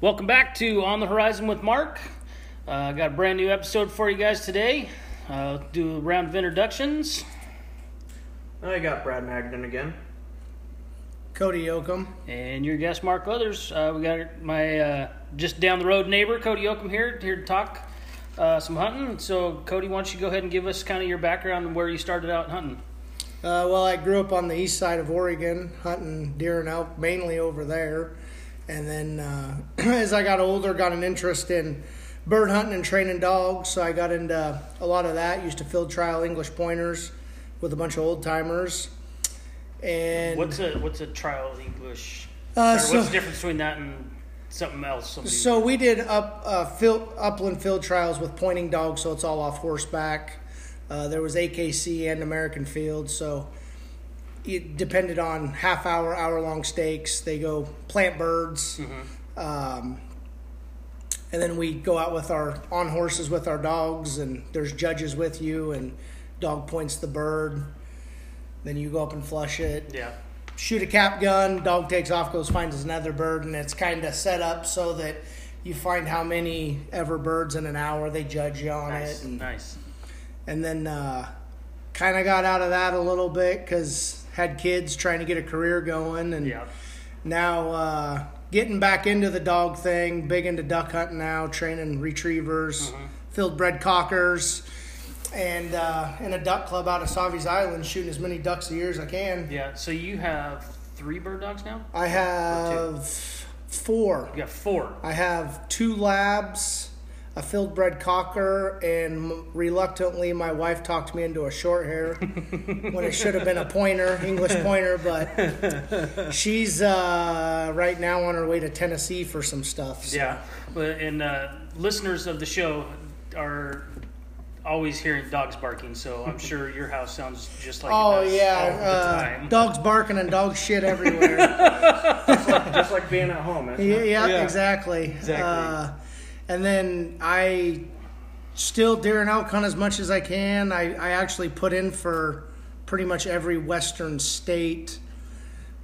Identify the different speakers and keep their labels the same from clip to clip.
Speaker 1: Welcome back to On the Horizon with Mark. I uh, got a brand new episode for you guys today. Uh, do a round of introductions.
Speaker 2: I got Brad Magden again.
Speaker 3: Cody Yoakum.
Speaker 1: And your guest, Mark Leathers. Uh, we got my uh, just down the road neighbor, Cody Yoakum, here, here to talk uh, some hunting. So, Cody, why don't you go ahead and give us kind of your background and where you started out hunting?
Speaker 3: Uh, well, I grew up on the east side of Oregon, hunting deer and elk mainly over there. And then uh, as I got older, got an interest in bird hunting and training dogs. So I got into a lot of that. Used to field trial English pointers with a bunch of old timers. And
Speaker 1: What's a what's a trial English?
Speaker 3: Uh,
Speaker 1: or
Speaker 3: so-
Speaker 1: what's the difference between that and something else? somebody-
Speaker 3: So we did up uh, field, upland field trials with pointing dogs, so it's all off horseback. Uh, there was AKC and American Field, so it depended on half hour, hour long stakes. They go plant birds, um, and then we go out with our on horses with our dogs, and there's judges with you, and dog points the bird. Then you go up and flush it
Speaker 1: yeah.
Speaker 3: shoot a cap gun, dog takes off, goes finds another bird, and it's kind of set up so that you find how many ever birds in an hour. They judge you on
Speaker 1: Nice.
Speaker 3: it, and,
Speaker 1: Nice.
Speaker 3: and then uh, kind of got out of that a little bit because had kids trying to get a career going, and
Speaker 1: Yeah.
Speaker 3: now uh, getting back into the dog thing, big into duck hunting now, training retrievers,
Speaker 1: Mm-hmm.
Speaker 3: field bred cockers. And uh, in a duck club out of Savi's Island, shooting as many ducks a year as I can.
Speaker 1: Yeah. So you have three bird dogs now?
Speaker 3: I have four.
Speaker 1: You got four.
Speaker 3: I have two labs, a field bred cocker, and m- reluctantly my wife talked me into a short hair when it should have been a pointer, English pointer, but she's uh, right now on her way to Tennessee for some stuff. so-
Speaker 1: Yeah, but and uh, listeners of the show are always hearing dogs barking, so I'm sure your house sounds just like. it
Speaker 3: Oh
Speaker 1: does all the
Speaker 3: yeah, uh,
Speaker 1: time.
Speaker 3: dogs barking and dog shit everywhere.
Speaker 2: Just like being at home. Isn't
Speaker 3: Yeah,
Speaker 2: it?
Speaker 3: yeah,
Speaker 1: Yeah.
Speaker 3: exactly.
Speaker 1: Exactly.
Speaker 3: Uh, and then I still deer and elk hunt as much as I can. I, I actually put in for pretty much every western state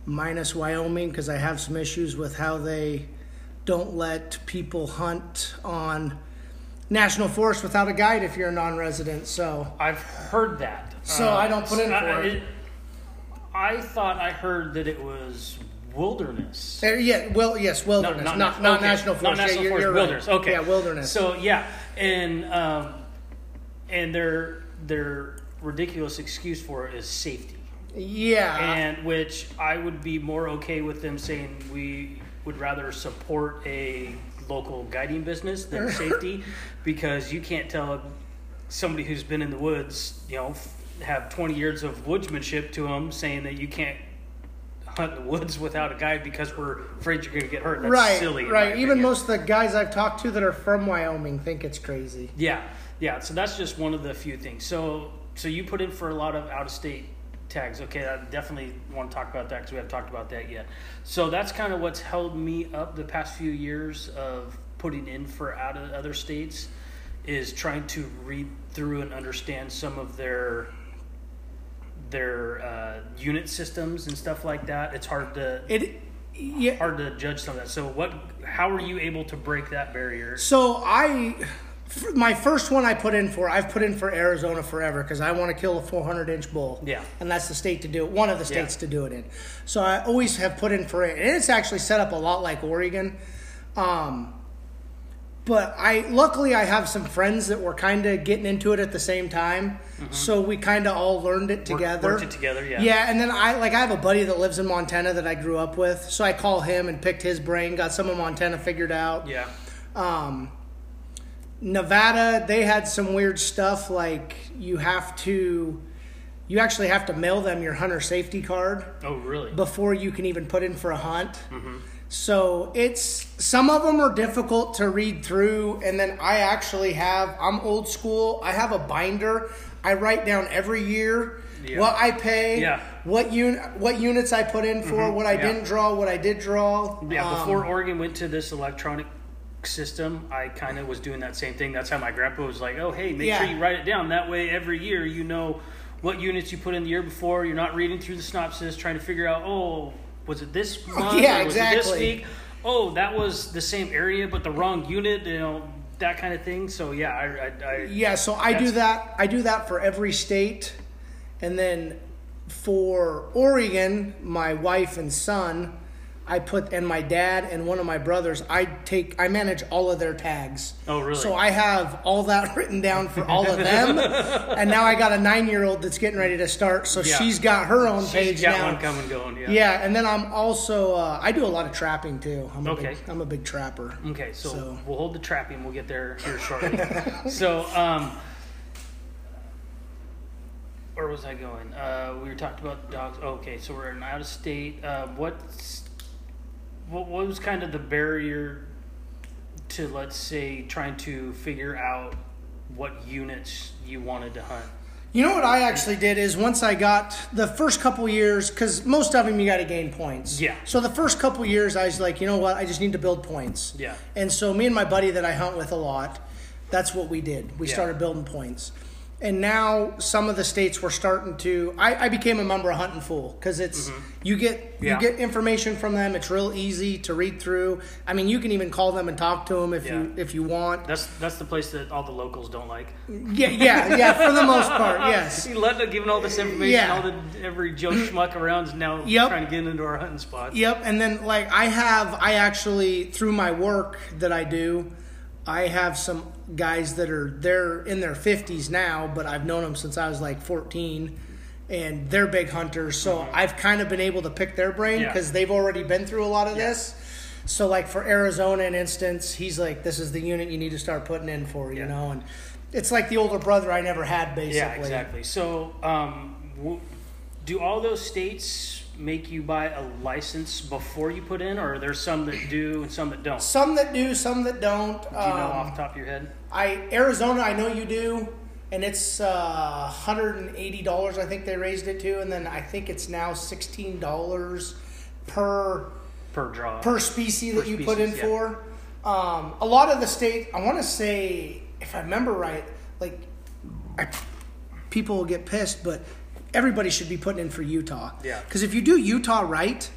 Speaker 3: minus Wyoming because I have some issues with how they don't let people hunt on national forest without a guide if you're a non-resident. So
Speaker 1: I've heard that. Uh,
Speaker 3: So I don't put in for it.
Speaker 1: I, I thought I heard that it was wilderness.
Speaker 3: Uh, yeah, well, yes, wilderness, not not,
Speaker 1: okay.
Speaker 3: national
Speaker 1: Not
Speaker 3: forest. Yeah,
Speaker 1: national
Speaker 3: you're-
Speaker 1: forest,
Speaker 3: you're right.
Speaker 1: wilderness. Okay.
Speaker 3: yeah, wilderness.
Speaker 1: So yeah, and um, and their their ridiculous excuse for it is safety.
Speaker 3: yeah,
Speaker 1: and which I would be more okay with them saying we would rather support a local guiding business than safety, because you can't tell somebody who's been in the woods, you know, f- have 20 years of woodsmanship to them, saying that you can't hunt in the woods without a guide because we're afraid you're going to get hurt. That's
Speaker 3: right,
Speaker 1: silly. in my
Speaker 3: right. Even
Speaker 1: opinion.
Speaker 3: most of the guys I've talked to that are from Wyoming think it's crazy.
Speaker 1: Yeah, yeah. So that's just one of the few things. So, so you put in for a lot of out of state tags. Okay, I definitely want to talk about that because we haven't talked about that yet. So that's kind of what's held me up the past few years of putting in for out of other states is trying to read through and understand some of their their uh, unit systems and stuff like that. It's hard to
Speaker 3: It, yeah.
Speaker 1: hard to judge some of that. So what? How are you able to break that barrier?
Speaker 3: So I, f- my first one I put in for, I've put in for Arizona forever because I want to kill a 400 inch bull.
Speaker 1: Yeah.
Speaker 3: and that's the state to do it. One of the
Speaker 1: Yeah.
Speaker 3: states to do it in. So I always have put in for it, and it's actually set up a lot like Oregon. Um, but I luckily I have some friends that were kind of getting into it at the same time, so we kind of all learned it
Speaker 1: Work-
Speaker 3: together.
Speaker 1: Mm-hmm. worked it together, yeah.
Speaker 3: Yeah, and then I like I have a buddy that lives in Montana that I grew up with, so I call him and picked his brain, got some of Montana figured out.
Speaker 1: Yeah.
Speaker 3: Um, Nevada, they had some weird stuff like you have to, you actually have to mail them your hunter safety card
Speaker 1: Oh, really? Mm-hmm.
Speaker 3: before you can even put in for a hunt. So it's some of them are difficult to read through, and then I actually have I'm old school. I have a binder. I write down every year
Speaker 1: Yeah.
Speaker 3: what I pay,
Speaker 1: Yeah. Mm-hmm.
Speaker 3: what un- what units I put in for, what I
Speaker 1: yeah.
Speaker 3: didn't draw, what I did draw.
Speaker 1: Yeah,
Speaker 3: Um,
Speaker 1: before Oregon went to this electronic system, I kind of was doing that same thing. That's how my grandpa was like, "Oh, hey, make sure
Speaker 3: Yeah.
Speaker 1: you write it down. That way, every year you know what units you put in the year before. You're not reading through the synopsis trying to figure out, oh, was it this month?
Speaker 3: Yeah,
Speaker 1: or was It this
Speaker 3: exactly.
Speaker 1: week? oh, that was the same area but the wrong unit, you know, that kind of thing. So yeah, I, I, I
Speaker 3: Yeah, so I do
Speaker 1: That's-
Speaker 3: that. I do that for every state, and then for Oregon, my wife and son, I put and my dad and one of my brothers. I take I manage all of their tags.
Speaker 1: Oh, really?
Speaker 3: So I have all that written down for all of them, and now I got a nine year old that's getting ready to start. So
Speaker 1: Yeah.
Speaker 3: she's got her own page
Speaker 1: she's got
Speaker 3: now.
Speaker 1: one coming going. Yeah.
Speaker 3: Yeah, and then I'm also uh, I do a lot of trapping too. I'm a
Speaker 1: Okay.
Speaker 3: big, I'm a big trapper.
Speaker 1: Okay, so,
Speaker 3: So-
Speaker 1: we'll hold the trapping. We'll get there here shortly. so, um, where was I going? Uh, we were talking about dogs. Okay, so we're in out of state. Uh, what's what, what was kind of the barrier to let's say trying to figure out what units you wanted to hunt?
Speaker 3: You know what I actually did is once I got the first couple years, because most of them you got to gain points.
Speaker 1: Yeah.
Speaker 3: So the first couple years I was like, you know what, I just need to build points.
Speaker 1: Yeah.
Speaker 3: And so me and my buddy that I hunt with a lot, that's what we did. We
Speaker 1: Yeah.
Speaker 3: started building points. And now some of the states were starting to. I, I became a member of Hunting Fool because it's you get
Speaker 1: Mm-hmm. Yeah.
Speaker 3: you get information from them. It's real easy to read through. I mean, you can even call them and talk to them if you
Speaker 1: Yeah.
Speaker 3: if you want.
Speaker 1: That's that's the place that all the locals don't like.
Speaker 3: Yeah, yeah, yeah. For the most part, yes.
Speaker 1: See, Linda giving all this information,
Speaker 3: Yeah.
Speaker 1: all the every Joe schmuck around is now
Speaker 3: Yep.
Speaker 1: trying to get into our hunting spots.
Speaker 3: Yep, and then like I have, I actually through my work that I do, I have some guys that are they're in their fifties now, but I've known them since I was like fourteen, and they're big hunters. So I've kind of been able to pick their brain
Speaker 1: Mm-hmm. Yeah.
Speaker 3: because they've already been through a lot of
Speaker 1: Yeah.
Speaker 3: this. So like for Arizona, in instance, he's like, "This is the unit you need to start putting in for," you
Speaker 1: Yeah.
Speaker 3: know, and it's like the older brother I never had, basically.
Speaker 1: Yeah, exactly. So, um, w- do all those states make you buy a license before you put in, or are there some that do and some that don't? Do
Speaker 3: Some that do, some that don't. um,
Speaker 1: you know off the top of your head?
Speaker 3: I Arizona, I know you do, and it's uh, hundred and eighty dollars. I think they raised it to, and then I think it's now sixteen dollars per
Speaker 1: Per draw.
Speaker 3: per species that
Speaker 1: Per
Speaker 3: you put in
Speaker 1: species, yeah.
Speaker 3: for. Um, a lot of the state, I want to say, if I remember right, like I, people will get pissed, but everybody should be putting in for Utah.
Speaker 1: Yeah.
Speaker 3: Because if you do Utah right.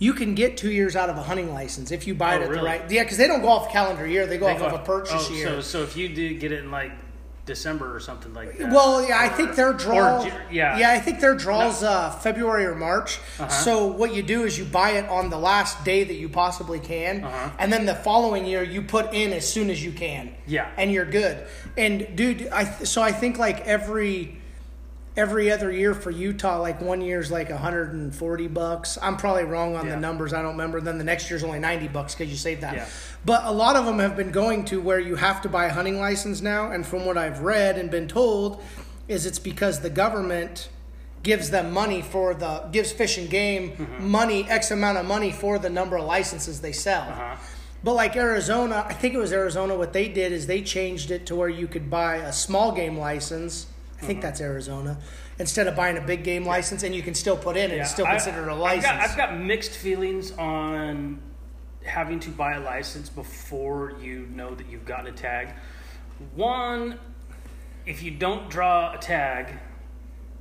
Speaker 3: You can get two years out of a hunting license if you buy
Speaker 1: Oh,
Speaker 3: it at the
Speaker 1: really?
Speaker 3: right. Yeah, because they don't go off calendar year; they go
Speaker 1: They
Speaker 3: off
Speaker 1: go
Speaker 3: of a
Speaker 1: off-
Speaker 3: purchase
Speaker 1: oh,
Speaker 3: year.
Speaker 1: So, so if you do get it in like December or something like that.
Speaker 3: Well, yeah, I think their draw.
Speaker 1: Ju- yeah. Uh-huh.
Speaker 3: yeah, I think their draws uh, February or March. So what you do is you buy it on the last day that you possibly can,
Speaker 1: Uh-huh.
Speaker 3: and then the following year you put in as soon as you can.
Speaker 1: Yeah.
Speaker 3: and you're good. And dude, I th- so I think like every every other year for Utah, like one year's like 140 bucks. I'm probably wrong on
Speaker 1: Yeah.
Speaker 3: the numbers. I don't remember. Then the next year's only 90 bucks because you saved that.
Speaker 1: Yeah.
Speaker 3: But a lot of them have been going to where you have to buy a hunting license now. And from what I've read and been told, is it's because the government gives them money for the gives fish and game
Speaker 1: Mm-hmm.
Speaker 3: money x amount of money for the number of licenses they sell.
Speaker 1: Uh-huh.
Speaker 3: But like Arizona, I think it was Arizona. What they did is they changed it to where you could buy a small game license. I think
Speaker 1: Mm-hmm.
Speaker 3: that's Arizona. Instead of buying a big game license, and you can still put in, and
Speaker 1: Yeah,
Speaker 3: it's still
Speaker 1: I-
Speaker 3: considered a
Speaker 1: I've
Speaker 3: license.
Speaker 1: got, I've got mixed feelings on having to buy a license before you know that you've gotten a tag. One, if you don't draw a tag,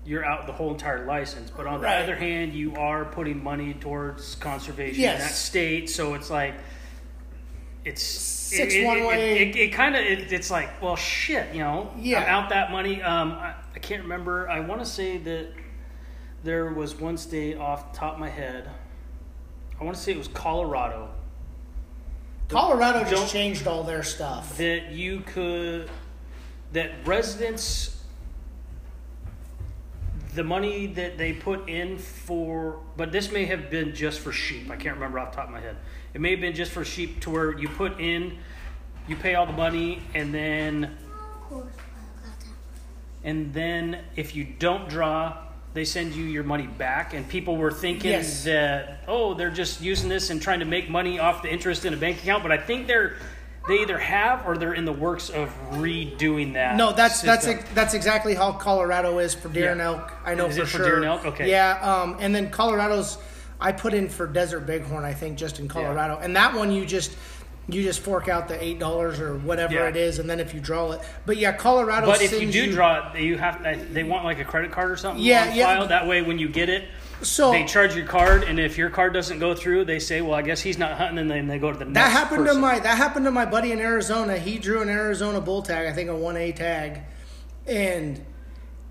Speaker 1: you're out the whole entire license. But on
Speaker 3: Right.
Speaker 1: the other hand, you are putting money towards conservation in that
Speaker 3: Yes.
Speaker 1: state, so it's like it's
Speaker 3: Six
Speaker 1: it, it-
Speaker 3: one
Speaker 1: it-
Speaker 3: way.
Speaker 1: It, kind of it, it's like well shit, you know.
Speaker 3: Yeah.
Speaker 1: I'm out that money. Um, I, I can't remember. I want to say that there was one state off the top of my head. I want to say it was Colorado
Speaker 3: Colorado
Speaker 1: Don't-
Speaker 3: just changed all their stuff.
Speaker 1: that you could that residents the money that they put in for but this may have been just for sheep i can't remember off the top of my head it may have been just for sheep to where you put in you pay all the money and then and then if you don't draw they send you your money back and people were thinking
Speaker 3: Yes.
Speaker 1: that oh they're just using this and trying to make money off the interest in a bank account but i think they're they either have or they're in the works of redoing that
Speaker 3: No, that's that's
Speaker 1: system.
Speaker 3: ex- that's exactly how Colorado is for deer
Speaker 1: Yeah.
Speaker 3: and elk. I know
Speaker 1: Is
Speaker 3: for
Speaker 1: it for
Speaker 3: sure.
Speaker 1: deer and elk? Okay.
Speaker 3: Yeah, um, and then Colorado's. I put in for desert bighorn. I think just in Colorado, and that one you just you just fork out the eight dollars or whatever
Speaker 1: Yeah.
Speaker 3: it is, and then if you draw it. But yeah, Colorado.
Speaker 1: but if you
Speaker 3: sends
Speaker 1: do draw it you have they want like a credit card or something
Speaker 3: Yeah,
Speaker 1: on
Speaker 3: yeah.
Speaker 1: file that way when you get it
Speaker 3: So
Speaker 1: they charge your card, and if your card doesn't go through, they say, "Well, I guess he's not hunting," and then they go to the next.
Speaker 3: That happened
Speaker 1: person.
Speaker 3: to my that happened to my buddy in Arizona. He drew an Arizona bull tag, I think a one A tag, and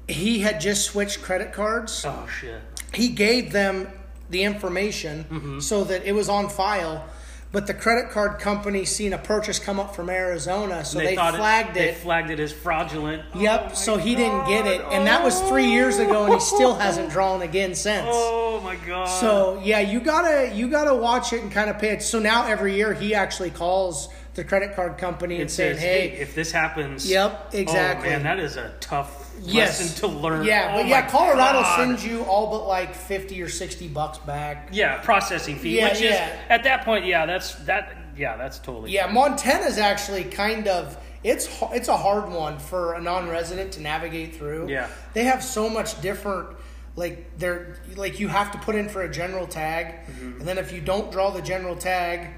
Speaker 3: he had just switched credit cards.
Speaker 1: Oh shit!
Speaker 3: He gave them the information
Speaker 1: Mm-hmm.
Speaker 3: so that it was on file, but the credit card company seen a purchase come up from Arizona, so they,
Speaker 1: thought
Speaker 3: flagged
Speaker 1: They Oh
Speaker 3: it.
Speaker 1: flagged it as fraudulent.
Speaker 3: yep, so he didn't get it, and that was three years ago, and he still hasn't drawn again since.
Speaker 1: Oh my god!
Speaker 3: So yeah, you gotta you gotta watch it and kind of pay it. So now every year he actually calls the credit card company and,
Speaker 1: it
Speaker 3: saying,
Speaker 1: says,
Speaker 3: "Hey,
Speaker 1: "Hey, if this happens."
Speaker 3: Yep, exactly.
Speaker 1: Oh man, that is a tough
Speaker 3: yes.
Speaker 1: lesson to learn.
Speaker 3: Yeah,
Speaker 1: Oh
Speaker 3: but yeah,
Speaker 1: my
Speaker 3: Colorado
Speaker 1: God.
Speaker 3: sends you all but like fifty or sixty bucks back.
Speaker 1: Yeah, processing fee,
Speaker 3: Yeah,
Speaker 1: which
Speaker 3: yeah.
Speaker 1: is at that point, yeah, that's that. Yeah, that's totally.
Speaker 3: Yeah, Montana's actually kind of it's h- it's a hard one for a non-resident to navigate through.
Speaker 1: Yeah.
Speaker 3: they have so much different. Like they're like you have to put in for a general tag,
Speaker 1: Mm-hmm.
Speaker 3: and then if you don't draw the general tag,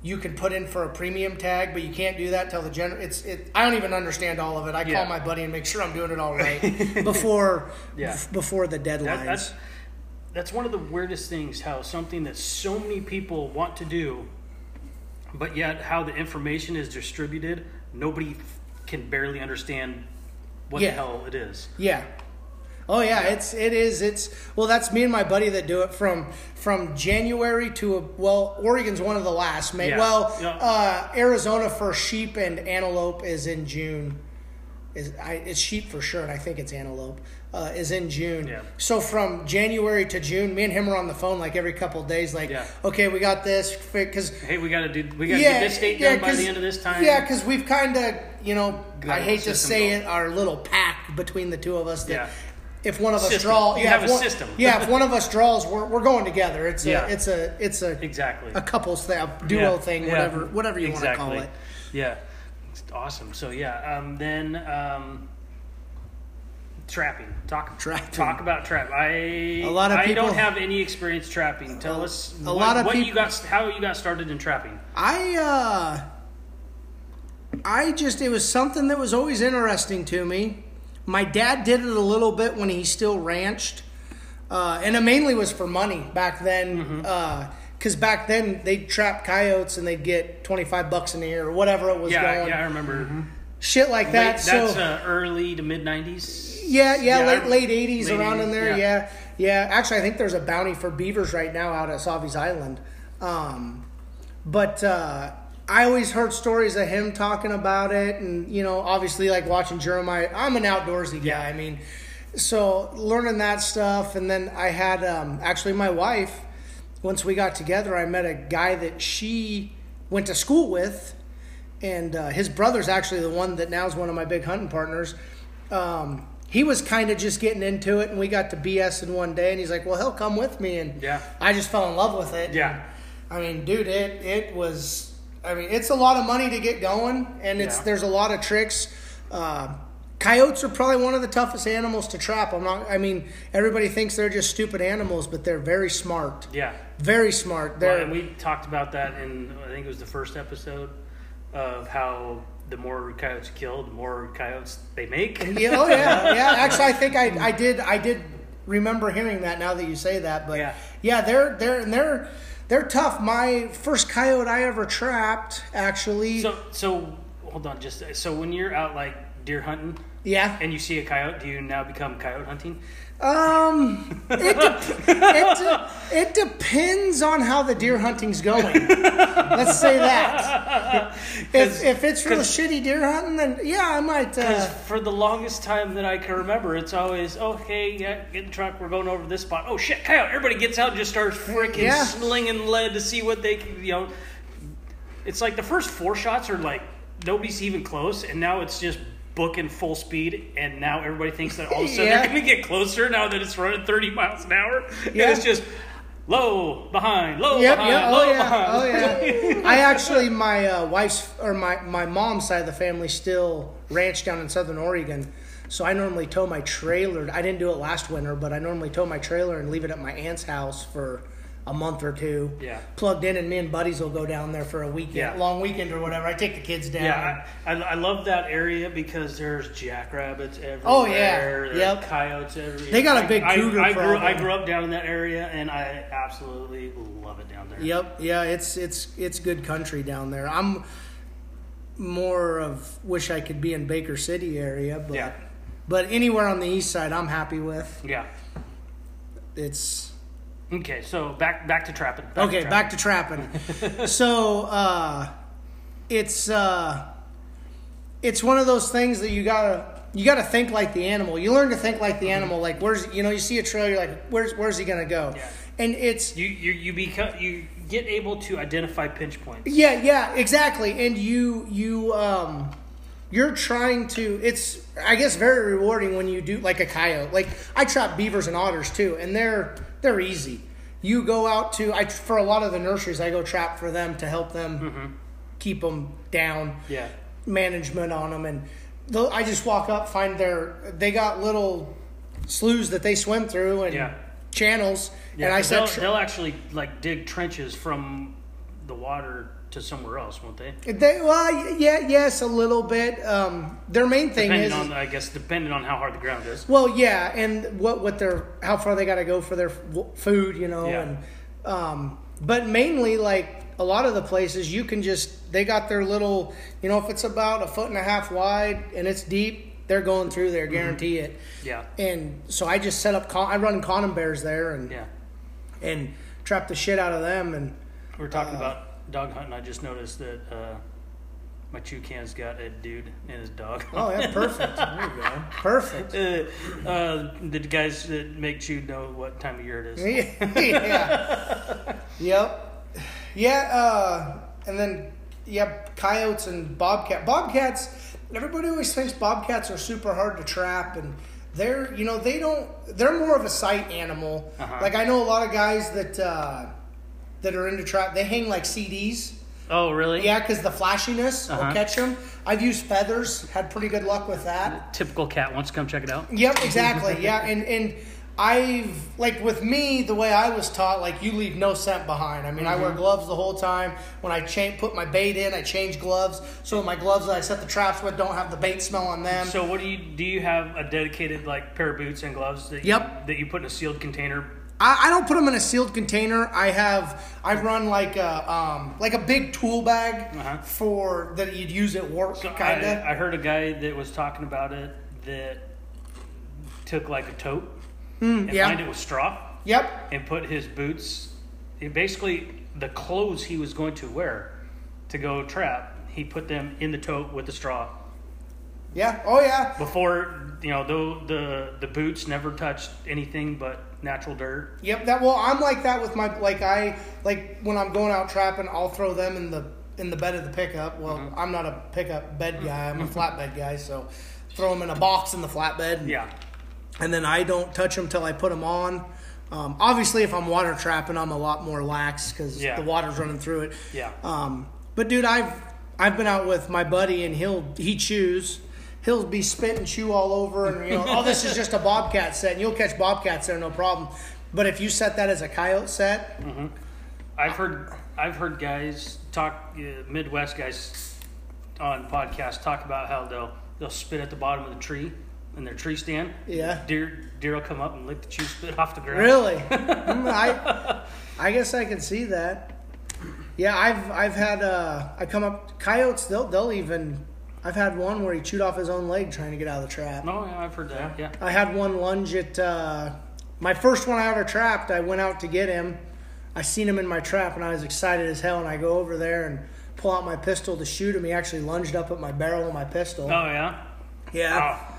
Speaker 3: you can put in for a premium tag, but you can't do that till the general. It's it. I don't even understand all of it. I
Speaker 1: Yeah.
Speaker 3: call my buddy and make sure I'm doing it all right before
Speaker 1: Yeah.
Speaker 3: before the deadlines.
Speaker 1: That- that's that's one of the weirdest things. How something that so many people want to do, but yet how the information is distributed, nobody f- can barely understand what
Speaker 3: Yeah.
Speaker 1: the hell it is.
Speaker 3: Yeah. Oh yeah, it's it is it's well that's me and my buddy that do it from from January to well Oregon's one of the last May
Speaker 1: Yeah.
Speaker 3: well
Speaker 1: Yeah.
Speaker 3: uh, Arizona for sheep and antelope is in June is I, it's sheep for sure and I think it's antelope uh, is in June
Speaker 1: Yeah.
Speaker 3: so from January to June me and him are on the phone like every couple of days like
Speaker 1: Yeah.
Speaker 3: okay we got this because
Speaker 1: Hey, we gotta do. We gotta get this date done by
Speaker 3: 'cause-
Speaker 1: the end of this time.
Speaker 3: Yeah, because we've kind of, you know,
Speaker 1: Got
Speaker 3: I
Speaker 1: a
Speaker 3: hate to
Speaker 1: system
Speaker 3: say
Speaker 1: going.
Speaker 3: it, our little pact between the two of us that
Speaker 1: Yeah.
Speaker 3: if one of us
Speaker 1: System.
Speaker 3: draws,
Speaker 1: You
Speaker 3: yeah,
Speaker 1: have
Speaker 3: if
Speaker 1: a
Speaker 3: one-
Speaker 1: system.
Speaker 3: yeah, if one of us draws, we're, we're going together. It's
Speaker 1: Yeah.
Speaker 3: a it's a it's a
Speaker 1: exactly.
Speaker 3: a couples thing, a duo
Speaker 1: Yeah,
Speaker 3: thing,
Speaker 1: yeah,
Speaker 3: whatever whatever you
Speaker 1: exactly.
Speaker 3: want to call it.
Speaker 1: Yeah, it's awesome. So yeah, um, then um, trapping. Talk
Speaker 3: Trapping.
Speaker 1: Talk about trap. I a
Speaker 3: lot of
Speaker 1: I
Speaker 3: people-
Speaker 1: don't have any experience trapping. Tell
Speaker 3: A-
Speaker 1: us
Speaker 3: a
Speaker 1: what,
Speaker 3: lot of
Speaker 1: what you
Speaker 3: peop-
Speaker 1: got, how you got started in trapping.
Speaker 3: I uh I just it was something that was always interesting to me. My dad did it a little bit when he still ranched. Uh, and it mainly was for money back
Speaker 1: Mm-hmm.
Speaker 3: then. because back then they'd trap coyotes and they'd get 25 bucks an ear or whatever it was
Speaker 1: Yeah,
Speaker 3: going.
Speaker 1: yeah, I remember.
Speaker 3: Shit like that.
Speaker 1: Late-
Speaker 3: so
Speaker 1: that's uh, early to mid '90s.
Speaker 3: yeah, yeah,
Speaker 1: yeah, I-
Speaker 3: late late 80s
Speaker 1: late
Speaker 3: around in
Speaker 1: 80s,
Speaker 3: there. Yeah.
Speaker 1: yeah.
Speaker 3: yeah, Actually, I think there's a bounty for beavers right now out at Savi's Island. Um, but uh, I always heard stories of him talking about it, and you know, obviously, like watching Jeremiah. I'm an outdoorsy guy. I mean, so learning that stuff, and then I had um, actually my wife. Once we got together, I met a guy that she went to school with, and uh, his brother's actually the one that now is one of my big hunting partners. Um, he was kind of just getting into it, and we got to BS in one day, and he's like, "Well, he'll come with me," and
Speaker 1: Yeah.
Speaker 3: I just fell in love with it.
Speaker 1: Yeah.
Speaker 3: I mean, dude, it it was. I mean, it's a lot of money to get going, and it's
Speaker 1: Yeah.
Speaker 3: there's a lot of tricks. Uh, coyotes are probably one of the toughest animals to trap. I'm not. I mean, everybody thinks they're just stupid animals, but they're very smart.
Speaker 1: Yeah.
Speaker 3: Very smart.
Speaker 1: Well,
Speaker 3: They're
Speaker 1: and we talked about that in I think it was the first episode of how the more coyotes killed, the more coyotes they make.
Speaker 3: yeah, oh yeah, yeah. Actually, I think I, I did I did remember hearing that now that you say that. But
Speaker 1: Yeah.
Speaker 3: they're they're and they're they're tough. My first coyote I ever trapped, actually.
Speaker 1: So, so hold on, just so when you're out like deer hunting
Speaker 3: yeah.
Speaker 1: and you see a coyote, do you now become coyote hunting?
Speaker 3: Um, it, de- it, de- it depends on how the deer hunting's going. Let's say that. If, if it's real shitty deer hunting, then yeah, I might. Uh,
Speaker 1: For the longest time that I can remember, it's always oh hey, yeah, get in the truck, we're going over this spot. Oh shit, coyote! Everybody gets out and just starts freaking
Speaker 3: Yeah.
Speaker 1: slinging lead to see what they can. You know, it's like the first four shots are like nobody's even close, and now it's just booking full speed, and now everybody thinks that all of a sudden
Speaker 3: Yeah.
Speaker 1: they're going to get closer now that it's running thirty miles an hour,
Speaker 3: Yeah.
Speaker 1: and it's just. Low behind, low
Speaker 3: Yep,
Speaker 1: behind,
Speaker 3: yep.
Speaker 1: low
Speaker 3: Oh yeah.
Speaker 1: behind.
Speaker 3: Oh yeah. I actually my uh, wife's or my my mom's side of the family still ranch down in Southern Oregon. So I normally tow my trailer. I didn't do it last winter, but I normally tow my trailer and leave it at my aunt's house for a month or two.
Speaker 1: Yeah.
Speaker 3: Plugged in, and me and buddies will go down there for a weekend,
Speaker 1: Yeah.
Speaker 3: long weekend or whatever. I take the kids down.
Speaker 1: Yeah, I, I, I love that area because there's jackrabbits everywhere.
Speaker 3: Oh, yeah.
Speaker 1: there's
Speaker 3: Yep.
Speaker 1: coyotes everywhere.
Speaker 3: They got a
Speaker 1: I-
Speaker 3: big
Speaker 1: I,
Speaker 3: cougar
Speaker 1: I, grew, I
Speaker 3: problem.
Speaker 1: grew up down in that area, and I absolutely love it down there.
Speaker 3: Yep. Yeah, it's it's it's good country down there. I'm more of wish I could be in Baker City area, but
Speaker 1: Yeah.
Speaker 3: but anywhere on the east side, I'm happy with.
Speaker 1: Yeah.
Speaker 3: It's
Speaker 1: Okay, so back back to trapping.
Speaker 3: okay. Back to trapping. so uh, it's uh, it's one of those things that you gotta you gotta think like the animal. You learn to think like
Speaker 1: Mm-hmm.
Speaker 3: the animal. Like where's you know you see a trail, you're like where's where's he gonna go?
Speaker 1: Yeah.
Speaker 3: And it's
Speaker 1: you you you become you get able to identify pinch points.
Speaker 3: Yeah, yeah, exactly. And you you um you're trying to it's I guess very rewarding when you do like a coyote. Like I trap beavers and otters too, and they're they're easy. You go out to I for a lot of the nurseries I go trap for them to help them keep them down
Speaker 1: Mm-hmm. Yeah.
Speaker 3: management on them and tho- I just walk up find their they got little sloughs that they swim through and
Speaker 1: Yeah.
Speaker 3: channels and I
Speaker 1: 'cause
Speaker 3: said
Speaker 1: they'll, they'll actually like dig trenches from the water to somewhere else, won't they?
Speaker 3: They well, y- yeah, yes, a little bit. Um, their main thing
Speaker 1: Depending
Speaker 3: is
Speaker 1: on I guess depending on how hard the ground is.
Speaker 3: well, yeah, and what what their how far they got to go for their f- food, you know,
Speaker 1: Yeah.
Speaker 3: and um, but mainly like a lot of the places you can just they got their little, you know, if it's about a foot and a half wide and it's deep, they're going through there, guarantee
Speaker 1: Mm-hmm. Yeah.
Speaker 3: it. And so I just set up con- I run condom bears there and
Speaker 1: Yeah.
Speaker 3: and trap the shit out of them and
Speaker 1: We We're talking about dog hunting. I just noticed that uh, my toucan's got a dude and his dog.
Speaker 3: oh yeah, perfect,
Speaker 2: There you go.
Speaker 3: perfect.
Speaker 1: Uh, uh, the guys that make chew know what time of year it is.
Speaker 3: yeah. yep. Yeah. Uh, and then yep, coyotes and bobcat. Bobcats. Everybody always thinks bobcats are super hard to trap, and they're you know they don't. They're more of a sight animal.
Speaker 1: Uh-huh.
Speaker 3: Like I know a lot of guys that uh, that are into trap. They hang like CDs.
Speaker 1: Oh, really?
Speaker 3: Yeah, because the flashiness
Speaker 1: Uh-huh.
Speaker 3: will catch them. I've used feathers. Had pretty good luck with that.
Speaker 1: Typical cat wants to come check it out.
Speaker 3: Yep, exactly. yeah, and and I've like with me the way I was taught, like you leave no scent behind. I mean, I
Speaker 1: Mm-hmm.
Speaker 3: wear gloves the whole time. When I change, put my bait in, I change gloves so my gloves that I set the traps with don't have the bait smell on them.
Speaker 1: So, what do you do? You have a dedicated like pair of boots and gloves that
Speaker 3: Yep.
Speaker 1: you, that you put in a sealed container.
Speaker 3: I, I don't put them in a sealed container. I have I run like a um, like a big tool bag
Speaker 1: Uh-huh.
Speaker 3: for that you'd use at work,
Speaker 1: So
Speaker 3: kind of.
Speaker 1: I, I heard a guy that was talking about it that took like a tote and
Speaker 3: yeah.
Speaker 1: lined it with straw
Speaker 3: yep.
Speaker 1: and put his boots, he basically the clothes he was going to wear to go trap. He put them in the tote with the straw
Speaker 3: Yeah. Oh yeah.
Speaker 1: before you know. Though the the boots never touched anything but natural dirt.
Speaker 3: Yep. That well, I'm like that with my like I like when I'm going out trapping, I'll throw them in the in the bed of the pickup. Well, I'm not a pickup bed guy. I'm a flatbed guy, so throw them in a box in the flatbed. and-
Speaker 1: Yeah,
Speaker 3: And then I don't touch them till I put them on. Um, obviously, if I'm water trapping, I'm a lot more lax because
Speaker 1: Yeah.
Speaker 3: the water's running through it.
Speaker 1: yeah.
Speaker 3: Um, but dude, I've I've been out with my buddy, and he'll he chews. He'll be spit and chew all over, and you know, oh, this is just a bobcat set, and you'll catch bobcats there, no problem. But if you set that as a coyote set,
Speaker 1: I've heard I've heard guys talk uh, Midwest guys on podcasts talk about how they'll they'll spit at the bottom of the tree in their tree stand.
Speaker 3: Yeah.
Speaker 1: deer deer will come up and lick the chew spit off the ground.
Speaker 3: really, Mm, I I guess I can see that. Yeah, I've I've had uh, I come up coyotes. They'll they'll even I've had one where he chewed off his own leg trying to get out of the trap.
Speaker 1: No, Oh, yeah, I've heard that. Yeah.
Speaker 3: I had one lunge at uh, my first one I ever trapped. I went out to get him. I seen him in my trap and I was excited as hell. And I go over there and pull out my pistol to shoot him. He actually lunged up at my barrel of my pistol.
Speaker 1: Oh yeah.
Speaker 3: yeah,
Speaker 1: Wow.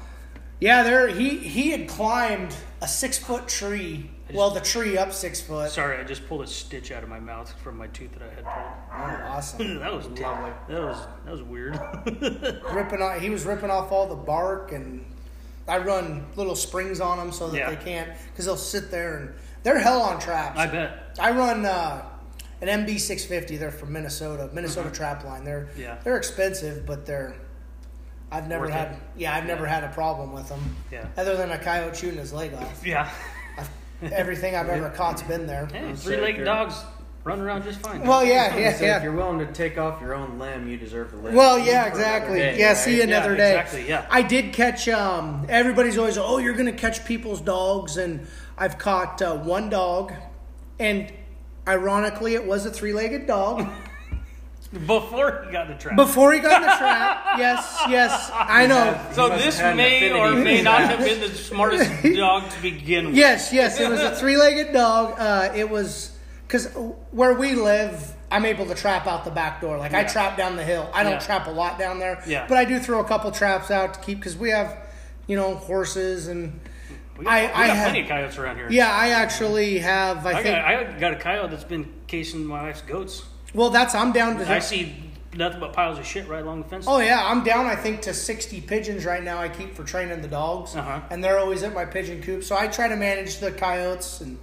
Speaker 3: yeah. There he he had climbed a six foot tree. well, the tree up six foot.
Speaker 1: Sorry, I just pulled a stitch out of my mouth from my tooth that I had
Speaker 3: Oh,
Speaker 1: pulled.
Speaker 3: awesome.
Speaker 1: that was lovely.
Speaker 2: Lovely.
Speaker 1: That was that was weird.
Speaker 3: ripping off, he was ripping off all the bark and I run little springs on them so that
Speaker 1: Yeah.
Speaker 3: they can't because they'll sit there and they're hell on traps.
Speaker 1: I bet.
Speaker 3: I run uh, an MB six fifty. They're from Minnesota, Minnesota trap line. They're
Speaker 1: Uh-huh. Yeah.
Speaker 3: they're expensive, but they're I've never
Speaker 1: Worth
Speaker 3: had
Speaker 1: it.
Speaker 3: yeah I've never had a problem with them
Speaker 1: Yeah.
Speaker 3: other than a coyote shooting his leg off.
Speaker 1: Yeah.
Speaker 3: I've everything I've ever caught's been there.
Speaker 1: Hey,
Speaker 2: I'll say
Speaker 1: three legged
Speaker 2: they're-
Speaker 1: dogs run around just fine.
Speaker 3: Well, yeah,
Speaker 2: He
Speaker 3: yeah,
Speaker 2: said, If
Speaker 3: yeah.
Speaker 2: you're willing to take off your own limb, you deserve to live.
Speaker 3: Well, yeah,
Speaker 2: For another
Speaker 3: exactly.
Speaker 2: day,
Speaker 3: Yeah,
Speaker 2: right?
Speaker 3: see another
Speaker 1: Yeah,
Speaker 3: day.
Speaker 1: exactly, yeah.
Speaker 3: I did catch. Um, everybody's always, oh, you're gonna catch people's dogs, and I've caught uh, one dog, and ironically, it was a three-legged dog.
Speaker 1: Before he got in the trap.
Speaker 3: Before he got in the trap, yes, yes, I know.
Speaker 2: He
Speaker 1: so
Speaker 2: must
Speaker 1: this
Speaker 2: have had an
Speaker 1: may or
Speaker 2: affinity
Speaker 1: may
Speaker 2: for
Speaker 1: not
Speaker 2: that.
Speaker 1: have been the smartest dog to begin with.
Speaker 3: Yes, yes, it was a three-legged dog. Uh, it was because where we live, I'm able to trap out the back door. Like I
Speaker 1: Yeah.
Speaker 3: trap down the hill. I don't
Speaker 1: Yeah.
Speaker 3: trap a lot down there.
Speaker 1: Yeah.
Speaker 3: but I do throw a couple traps out to keep because we have, you know, horses and
Speaker 1: We got,
Speaker 3: I-
Speaker 1: we
Speaker 3: I
Speaker 1: got
Speaker 3: had-
Speaker 1: plenty of coyotes around here.
Speaker 3: yeah. I actually have. I,
Speaker 1: I,
Speaker 3: think.
Speaker 1: got, I got a coyote that's been casing my wife's goats.
Speaker 3: well, that's I'm down to.
Speaker 1: I see nothing but piles of shit right along the fence.
Speaker 3: Oh yeah, I'm down. I think to 60 pigeons right now. I keep for training the dogs,
Speaker 1: Uh-huh.
Speaker 3: and they're always at my pigeon coop. So I try to manage the coyotes, and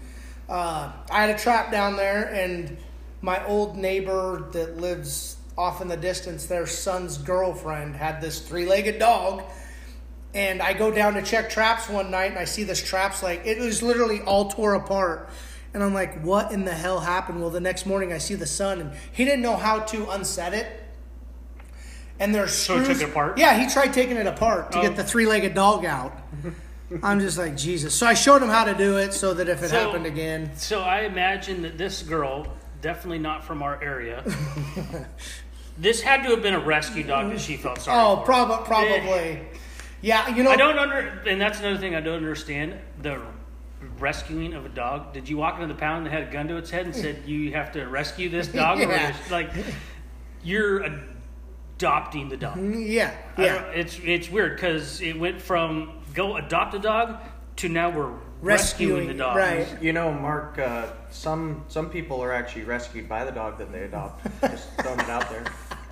Speaker 3: uh, I had a trap down there, and my old neighbor that lives off in the distance, their son's girlfriend had this three-legged dog. And I go down to check traps one night, and I see this traps like it was literally all tore apart. And I'm like, what in the hell happened? Well, the next morning I see the son, and he didn't know how to unset it. And there's
Speaker 1: he
Speaker 3: screws.
Speaker 1: took it apart?
Speaker 3: Yeah, he tried taking it apart to
Speaker 1: Oh.
Speaker 3: get the three-legged dog out. I'm just like Jesus. So I showed him how to do it, so that if it
Speaker 1: So-
Speaker 3: happened again,
Speaker 1: So I imagine that this girl, definitely not from our area, this had to have been a rescue dog that she felt sorry
Speaker 3: oh,
Speaker 1: for.
Speaker 3: prob- probably. Yeah, you know.
Speaker 1: I don't under, and that's another thing I don't understand the rescuing of a dog. Did you walk into the pound and had a gun to its head and said you have to rescue this dog? Or
Speaker 3: Yeah.
Speaker 1: is- like you're adopting the dog.
Speaker 3: Yeah,
Speaker 1: I
Speaker 3: yeah.
Speaker 1: don't- it's it's weird because it went from go adopt a dog to now we're rescuing,
Speaker 3: Rescuing,
Speaker 1: the dog.
Speaker 3: right?
Speaker 2: You know, Mark. Uh, some some people are actually rescued by the dog that they adopt. Just throwing it out there.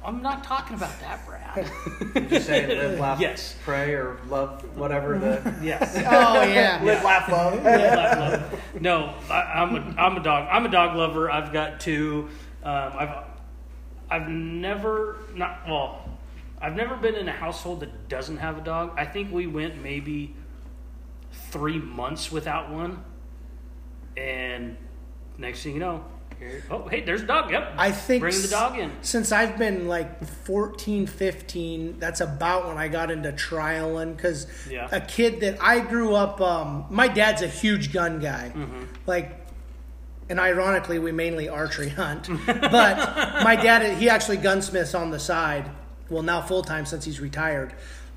Speaker 1: I'm not talking about that, Brad.
Speaker 2: I'm just saying, live, laugh,
Speaker 1: Yes.
Speaker 2: pray, or love, whatever the.
Speaker 1: yes.
Speaker 3: Oh yeah.
Speaker 2: Live, laugh, love.
Speaker 1: no, I, I'm a, I'm a dog. I'm a dog lover. I've got two. Um, I've I've never not well. I've never been in a household that doesn't have a dog. I think we went maybe three months without one, and next thing you know, here, oh hey, there's a dog. Yep,
Speaker 3: I think
Speaker 1: bring the
Speaker 3: s-
Speaker 1: dog in.
Speaker 3: Since I've been like 14, 15, that's about when I got into trialing because
Speaker 1: Yeah.
Speaker 3: a kid that I grew up, um, my dad's a huge gun guy.
Speaker 1: Mm-hmm.
Speaker 3: Like, and ironically, we mainly archery hunt. but my dad, he actually gunsmiths on the side. Well, now full time since he's retired.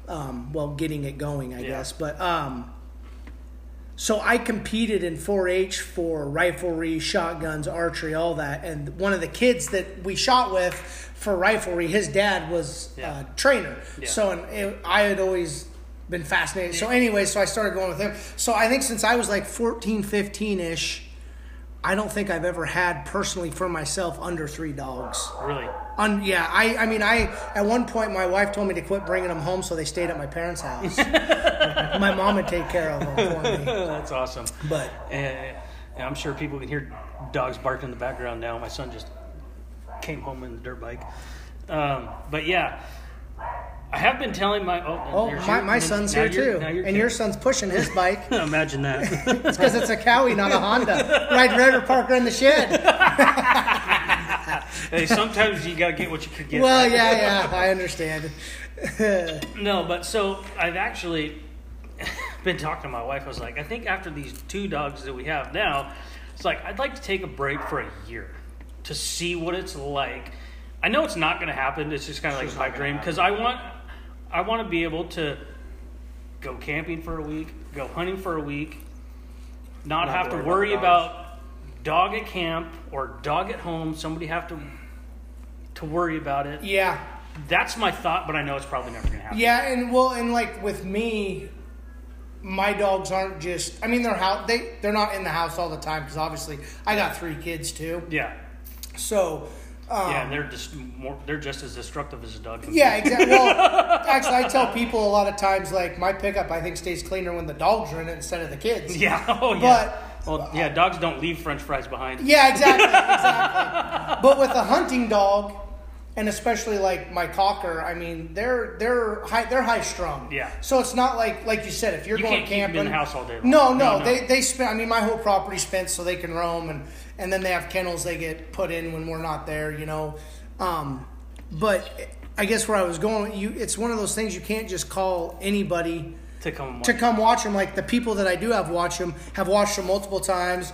Speaker 3: Um, well, getting it going, I
Speaker 1: Yeah.
Speaker 3: guess. But um, so I competed in 4-H for riflery, shotguns, archery, all that. And one of the kids that we shot with for riflery, his dad was
Speaker 1: Yeah.
Speaker 3: a trainer.
Speaker 1: Yeah.
Speaker 3: So and it, I had always been fascinated. So anyway, so I started going with him. So I think since I was like 14, 15 ish, I don't think I've ever had personally for myself under three dogs.
Speaker 1: Really,
Speaker 3: Un- yeah, I, I mean, I at one point my wife told me to quit bringing them home, so they stayed at my parents' house. my mom would take care of them for me,
Speaker 1: that's awesome.
Speaker 3: but.
Speaker 1: And, and I'm sure people can hear dogs barking in the background now. My son just came home in the dirt bike. Um, but yeah, I have been telling my oh,
Speaker 3: Oh,
Speaker 1: there's
Speaker 3: my,
Speaker 1: you.
Speaker 3: my son's
Speaker 1: Now
Speaker 3: here
Speaker 1: you're-
Speaker 3: too.
Speaker 1: now you're
Speaker 3: and your son's pushing his bike.
Speaker 1: kidding. imagine that.
Speaker 3: It's because it's a Cowie, not a Honda. Right, Ritter Parker in the shed.
Speaker 1: hey, sometimes you gotta get what you could get.
Speaker 3: Well, yeah, yeah, I understand.
Speaker 1: No, but so I've actually been talking to my wife. I was like, I think after these two dogs that we have now, it's like I'd like to take a break for a year to see what it's like. I know it's not going to happen. It's just kind of like
Speaker 2: just
Speaker 1: my
Speaker 2: not gonna
Speaker 1: dream because I want, I want to be able to go camping for a week, go hunting for a week, not,
Speaker 2: Not
Speaker 1: have to
Speaker 2: worry
Speaker 1: worry
Speaker 2: about
Speaker 1: about dog at camp or dog at home. Somebody have to to worry about it.
Speaker 3: Yeah,
Speaker 1: That's my thought, but I know it's probably never going to happen.
Speaker 3: yeah, and well, and like with me, my dogs aren't just. I mean, they're house. They they're not in the house all the time because obviously I got three kids too.
Speaker 1: Yeah.
Speaker 3: So. Um,
Speaker 1: Yeah, and they're just more, they're just as destructive as a dog. Can
Speaker 3: Yeah, exactly. Well, actually, I tell people a lot of times, like, my pickup, I think, stays cleaner when the dogs are in it instead of the kids.
Speaker 1: be. Yeah. Oh, yeah.
Speaker 3: But uh,
Speaker 1: well, yeah, dogs don't leave French fries behind.
Speaker 3: Yeah, exactly, exactly. but with a hunting dog, and especially like my cocker. I mean, they're they're high they're high strung.
Speaker 1: Yeah.
Speaker 3: So it's not like like you said if you're
Speaker 1: You
Speaker 3: going
Speaker 1: can't keep 'em in
Speaker 3: camping
Speaker 1: the house all day long.
Speaker 3: No,
Speaker 1: No,
Speaker 3: no,
Speaker 1: no.
Speaker 3: they they spend. I mean, my whole property's fenced so they can roam, and and then they have kennels they get put in when we're not there. You know, um, but I guess where I was going, you it's one of those things you can't just call anybody
Speaker 1: to come. and
Speaker 3: to
Speaker 1: watch.
Speaker 3: come watch them. Like the people that I do have watch them have watched them multiple times.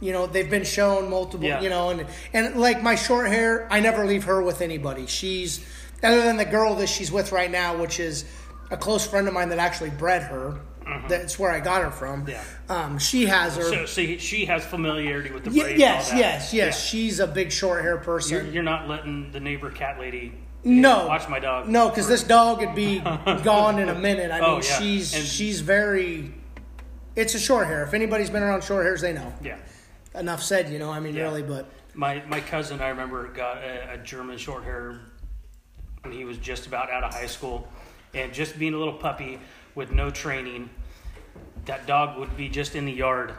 Speaker 3: You know, they've been shown multiple.
Speaker 1: Yeah.
Speaker 3: You know, and and like my short hair, I never leave her with anybody. She's other than the girl that she's with right now, which is a close friend of mine that actually bred her. That's where I got her from.
Speaker 1: Uh-huh. Yeah.
Speaker 3: Um, she has her.
Speaker 1: So, so he- she has familiarity with the
Speaker 3: Ye-
Speaker 1: breed.
Speaker 3: yes,
Speaker 1: and all that.
Speaker 3: yes, yes, She's a big short hair person.
Speaker 1: Yeah. You're, you're not letting the neighbor cat lady
Speaker 3: no,
Speaker 1: watch my dog.
Speaker 3: No, because this dog would be gone in a minute. I mean,
Speaker 1: Oh, yeah.
Speaker 3: she's
Speaker 1: And-
Speaker 3: she's very. It's a short hair. If anybody's been around short hairs, they know.
Speaker 1: Yeah.
Speaker 3: Enough said. You know, I mean,
Speaker 1: Yeah.
Speaker 3: really, but
Speaker 1: My my cousin, I remember, got a, a German short hair when he was just about out of high school, and just being a little puppy with no training, that dog would be just in the yard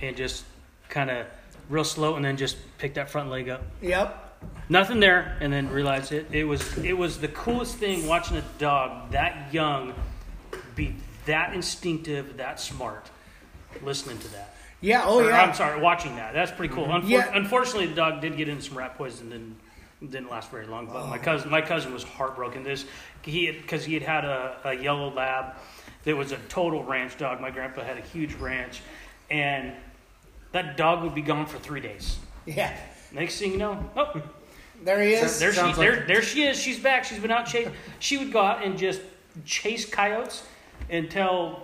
Speaker 1: and just kind of real slow, and then just pick that front leg up.
Speaker 3: yep,
Speaker 1: Nothing there, and then realize it. It was it was the coolest thing watching a dog that young be that instinctive, that smart. Listening to that.
Speaker 3: yeah, oh
Speaker 1: Or,
Speaker 3: yeah.
Speaker 1: I'm sorry, watching that. That's pretty cool. Unfor-
Speaker 3: Yeah.
Speaker 1: Unfortunately, the dog did get in some rat poison and didn't last very long. But my cousin, my cousin was heartbroken. This he because he had had a, a yellow lab that was a total ranch dog. My grandpa had a huge ranch, and that dog would be gone for three days.
Speaker 3: Yeah,
Speaker 1: Next thing you know, oh,
Speaker 3: there he is.
Speaker 1: there she
Speaker 2: Sounds
Speaker 1: there
Speaker 2: like-
Speaker 1: there she is. She's back. She's been out chasing. She would go out and just chase coyotes until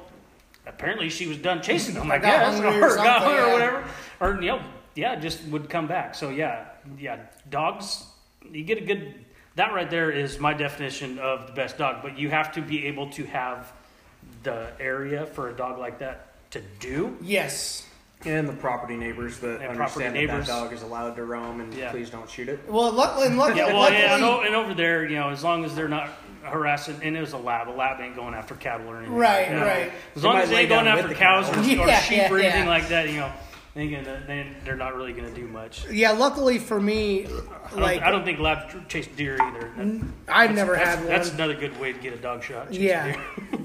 Speaker 1: apparently she was done chasing them. I
Speaker 3: Got
Speaker 1: guess
Speaker 3: hungry or
Speaker 1: or, got
Speaker 3: something,
Speaker 1: hungry or
Speaker 3: yeah.
Speaker 1: whatever. Or you know, yeah, just would come back. So yeah, yeah, dogs. You get a good. That right there is my definition of the best dog. But you have to be able to have the area for a dog like that to do.
Speaker 3: Yes.
Speaker 2: And the property neighbors
Speaker 1: And
Speaker 2: that
Speaker 1: property
Speaker 2: understand
Speaker 1: neighbors.
Speaker 2: that that dog is allowed to roam and
Speaker 1: Yeah.
Speaker 2: please don't shoot it.
Speaker 3: Well, luckily, and luckily,
Speaker 1: Yeah, well,
Speaker 3: luckily
Speaker 1: yeah, and, o- and over there, you know, as long as they're not harassing, and it was a lab. A lab ain't going after cattle or anything.
Speaker 3: Right,
Speaker 1: you know.
Speaker 3: right.
Speaker 1: As
Speaker 2: They
Speaker 1: long
Speaker 2: might
Speaker 1: as they
Speaker 2: lay
Speaker 1: ain't going
Speaker 2: down
Speaker 1: after
Speaker 2: with the
Speaker 1: cows or,
Speaker 2: cattle.
Speaker 1: or
Speaker 3: Yeah,
Speaker 1: sheep
Speaker 3: yeah,
Speaker 1: or anything
Speaker 3: yeah.
Speaker 1: like that, you know, they ain't gonna, they, they're not really going to do much.
Speaker 3: yeah, luckily for me,
Speaker 1: I don't,
Speaker 3: like
Speaker 1: I don't think labs tr- chase deer either. That-
Speaker 3: I've never
Speaker 1: that's,
Speaker 3: had
Speaker 1: That's
Speaker 3: one.
Speaker 1: another good way to get a dog shot. chase
Speaker 3: Yeah.
Speaker 1: deer.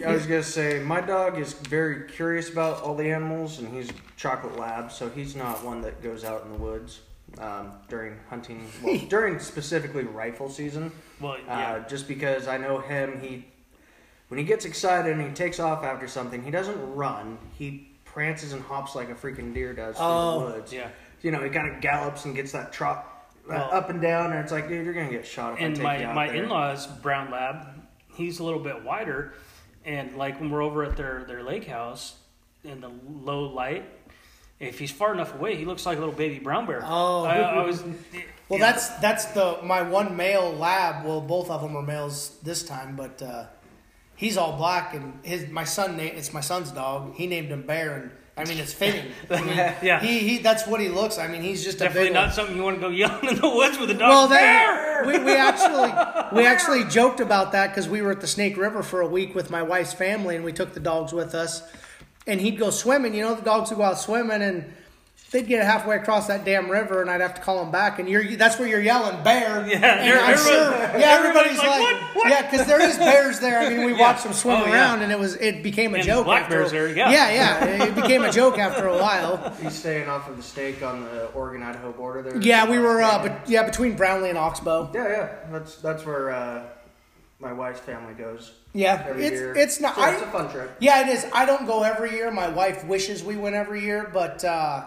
Speaker 2: I was gonna say my dog is very curious about all the animals, and he's a chocolate lab, so he's not one that goes out in the woods um, during hunting. Well, during specifically rifle season,
Speaker 1: Well,
Speaker 2: uh,
Speaker 1: yeah.
Speaker 2: just because I know him, he when he gets excited and he takes off after something, he doesn't run. He prances and hops like a freaking deer does through
Speaker 3: Oh,
Speaker 2: the woods.
Speaker 1: yeah.
Speaker 2: you know, he kind of gallops and gets that trot. uh,
Speaker 1: Well-
Speaker 2: up and down, and it's like, dude, you're gonna get shot if I
Speaker 1: and
Speaker 2: take you
Speaker 1: my,
Speaker 2: out
Speaker 1: my
Speaker 2: there.
Speaker 1: in-laws brown lab he's a little bit wider and like when we're over at their, their lake house in the low light if he's far enough away he looks like a little baby brown bear
Speaker 3: Oh.
Speaker 1: i, I was
Speaker 3: Well, that's that's the my one male lab. Well, both of them are males this time, but uh, he's all black, and his my son name it's my son's dog. He named him Bear, and I mean it's fitting. I mean,
Speaker 1: Yeah.
Speaker 3: he he that's what he looks. I mean he's just a
Speaker 1: definitely
Speaker 3: big
Speaker 1: not
Speaker 3: one.
Speaker 1: something you want to go yelling in the woods with a dog
Speaker 3: Well,
Speaker 1: bear!
Speaker 3: that, we, we actually we actually joked about that because we were at the Snake River for a week with my wife's family, and we took the dogs with us. And he'd go swimming. You know, the dogs would go out swimming, and they'd get halfway across that damn river, and I'd have to call them back. And you're that's where you're yelling bear.
Speaker 1: Yeah,
Speaker 3: and I'm
Speaker 1: everybody-
Speaker 3: sure.
Speaker 1: everybody's
Speaker 3: Yeah, everybody's,
Speaker 1: like,
Speaker 3: like,
Speaker 1: "What? What?"
Speaker 3: yeah, because there is bears there. I mean, we watched them swim
Speaker 1: Oh, yeah.
Speaker 3: around, and it was it became a
Speaker 1: And
Speaker 3: joke.
Speaker 1: black
Speaker 3: after
Speaker 1: bears
Speaker 3: a,
Speaker 1: there, yeah.
Speaker 3: yeah, yeah. It became a joke after a while.
Speaker 2: He's staying off of the stake on the Oregon Idaho border there.
Speaker 3: Yeah, we were, uh, but yeah, between Brownlee and Oxbow.
Speaker 2: yeah, yeah. That's that's where uh, my wife's family goes
Speaker 3: Yeah,
Speaker 2: every
Speaker 3: it's
Speaker 2: year.
Speaker 3: it's not.
Speaker 2: So
Speaker 3: I,
Speaker 2: it's a fun trip.
Speaker 3: yeah, it is. I don't go every year. My wife wishes we went every year, but uh,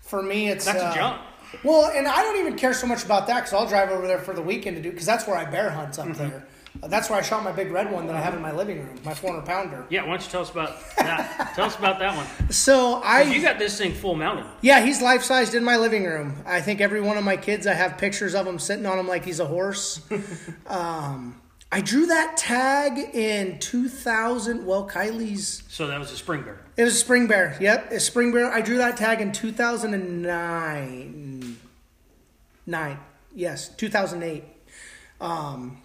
Speaker 3: for me, it's
Speaker 1: That's a
Speaker 3: uh,
Speaker 1: jump.
Speaker 3: Well, and I don't even care so much about that because I'll drive over there for the weekend to do because that's where I bear hunt up
Speaker 1: Mm-hmm.
Speaker 3: there. Uh, that's where I shot my big red one that I have in my living room, my 400 pounder.
Speaker 1: yeah why don't you tell us about that tell us about that one
Speaker 3: So I
Speaker 1: 'Cause you got this thing full mounted
Speaker 3: Yeah, he's life sized in my living room. I think every one of my kids, I have pictures of him sitting on him like he's a horse. um, I drew that tag in 2000. Well, Kylie's.
Speaker 1: so that was a spring bear
Speaker 3: It was Spring Bear. Yep, it's Spring Bear. I drew that tag in 2009. Nine. Yes, 2008. Um,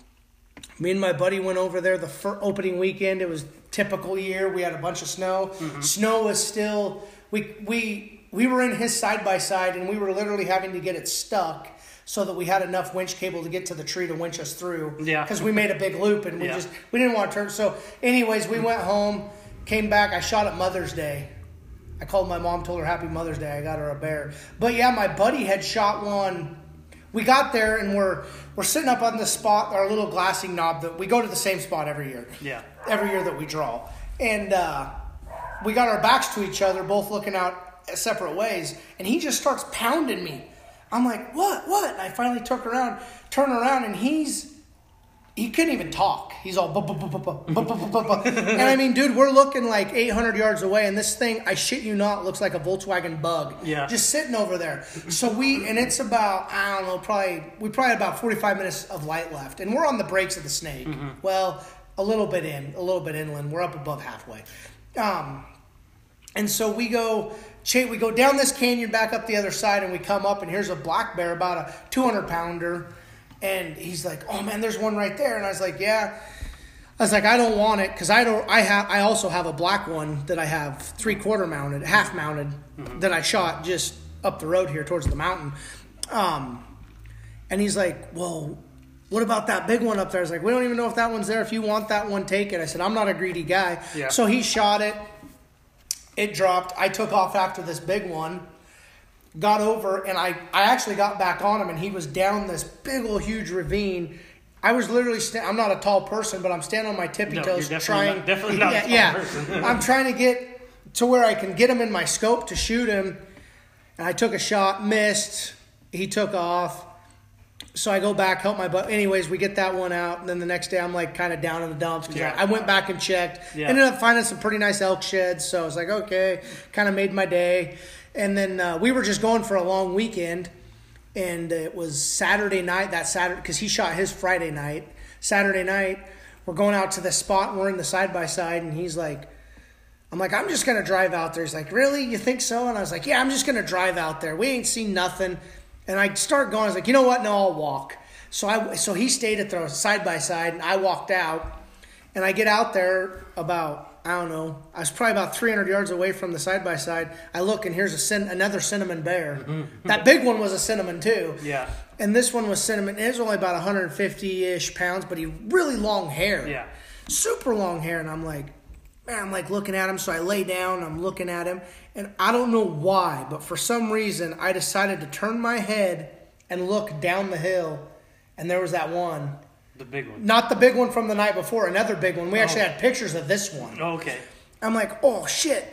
Speaker 3: me and my buddy went over there the fir- opening weekend. It was typical year. We had a bunch of snow. Snow was still we we we were in his side by side and we were literally having to get it stuck so that we had enough winch cable to get to the tree to winch us through.
Speaker 1: Yeah.
Speaker 3: Because we made a big loop and we
Speaker 1: Yeah.
Speaker 3: just we didn't want to turn. So, anyways, we went home, came back. I shot at Mother's Day. I called my mom, told her Happy Mother's Day. I got her a bear. But yeah, my buddy had shot one. We got there and we're we're sitting up on the spot, our little glassing knob that we go to the same spot every year
Speaker 1: Yeah.
Speaker 3: every year that we draw. And uh, we got our backs to each other, both looking out separate ways. And he just starts pounding me. I'm like, what, what? And I finally took around, turn around, and he's he couldn't even talk. He's all, "Buh, buh, buh, buh, buh, buh, buh, buh, buh, buh." and I mean, dude, we're looking like 800 yards away, and this thing, I shit you not, looks like a Volkswagen Bug,
Speaker 1: Yeah.
Speaker 3: just sitting over there. So we, and it's about, I don't know, probably we probably had about 45 minutes of light left, and we're on the brakes of the snake. Well, a little bit in, a little bit inland. We're up above halfway. Um, and so we go, cha- we go down this canyon, back up the other side, and we come up, and here's a black bear, about a 200 pounder. And he's like, "Oh man, there's one right there." And I was like, "Yeah." I was like, "I don't want it because I don't. I have. I also have a black one that I have three quarter mounted, half mounted, that I shot just up the road here towards the mountain." Um, and he's like, "Well, what about that big one up there?" I was like, "We don't even know if that one's there. If you want that one, take it." I said, "I'm not a greedy guy."
Speaker 1: Yeah.
Speaker 3: So he shot it. It dropped. I took off after this big one. Got over, and I I actually got back on him, and he was down this big old huge ravine. I was literally sta- I'm not a tall person, but I'm standing on my tippy
Speaker 1: No, you're
Speaker 3: toes
Speaker 1: definitely
Speaker 3: trying
Speaker 1: not- definitely not a
Speaker 3: yeah,
Speaker 1: tall
Speaker 3: yeah.
Speaker 1: person.
Speaker 3: I'm trying to get to where I can get him in my scope to shoot him. And I took a shot, missed. He took off. So I go back, help my butt. Anyways, we get that one out. And then the next day, I'm like kind of down in the dumps because
Speaker 1: Yeah.
Speaker 3: I, I went back and checked.
Speaker 1: Yeah.
Speaker 3: Ended up finding some pretty nice elk sheds. So I was like, okay, kind of made my day. And then uh, we were just going for a long weekend. And it was Saturday night, that Saturday, because he shot his Friday night. Saturday night, we're going out to the spot and we're in the side by side. And he's like, I'm like, I'm just gonna drive out there. He's like, really? You think so? And I was like, yeah, I'm just gonna drive out there. We ain't seen nothing. And I start going. I was like, you know what? No, I'll walk. So I so he stayed at the side by side, and I walked out. And I get out there about I don't know. I was probably about 300 yards away from the side by side. I look, and here's a cin- another cinnamon bear. that big one was a cinnamon too.
Speaker 1: Yeah.
Speaker 3: And this one was cinnamon. It was only about 150 ish pounds, but he really long hair
Speaker 1: Yeah.
Speaker 3: super long hair and i'm like man i'm like looking at him so i lay down i'm looking at him and i don't know why but for some reason i decided to turn my head and look down the hill and there was that one
Speaker 1: The big one.
Speaker 3: not the big one from the night before another big one we actually had pictures of this one
Speaker 1: Oh, okay.
Speaker 3: I'm like, oh shit.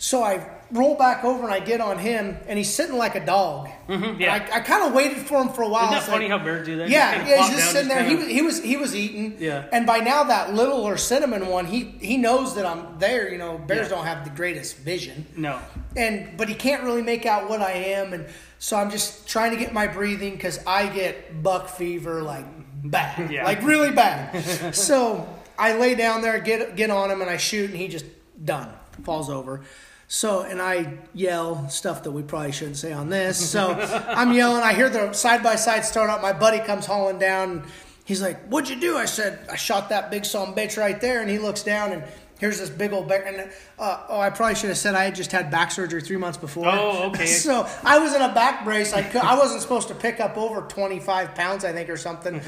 Speaker 3: So I roll back over and I get on him, and he's sitting like a dog. Mm-hmm,
Speaker 1: yeah.
Speaker 3: I, I kind of waited for him for a while.
Speaker 1: Isn't that
Speaker 3: It's
Speaker 1: funny
Speaker 3: like-
Speaker 1: how bears do that? Just
Speaker 3: Yeah,
Speaker 1: kinda
Speaker 3: yeah.
Speaker 1: flop
Speaker 3: He's just
Speaker 1: down,
Speaker 3: sitting
Speaker 1: just
Speaker 3: there. He was,
Speaker 1: kinda-
Speaker 3: he was he was eating.
Speaker 1: Yeah.
Speaker 3: And by now that little or cinnamon one, he he knows that I'm there. You know, bears
Speaker 1: Yeah.
Speaker 3: don't have the greatest vision
Speaker 1: No.
Speaker 3: and but he can't really make out what I am, and so I'm just trying to get my breathing because I get buck fever like bad,
Speaker 1: Yeah.
Speaker 3: like really bad. so I lay down there, get get on him, and I shoot, and he just done falls over. So and I yell stuff that we probably shouldn't say on this. So I'm yelling. I hear the side by side start up. My buddy comes hauling down. And he's like, "What'd you do?" I said, "I shot that big son of a bitch right there." And he looks down and here's this big old bear. And uh, oh, I probably should have said I had just had back surgery three months before.
Speaker 1: Oh, okay.
Speaker 3: so I was in a back brace. I could, I wasn't supposed to pick up over 25 pounds, I think, or something.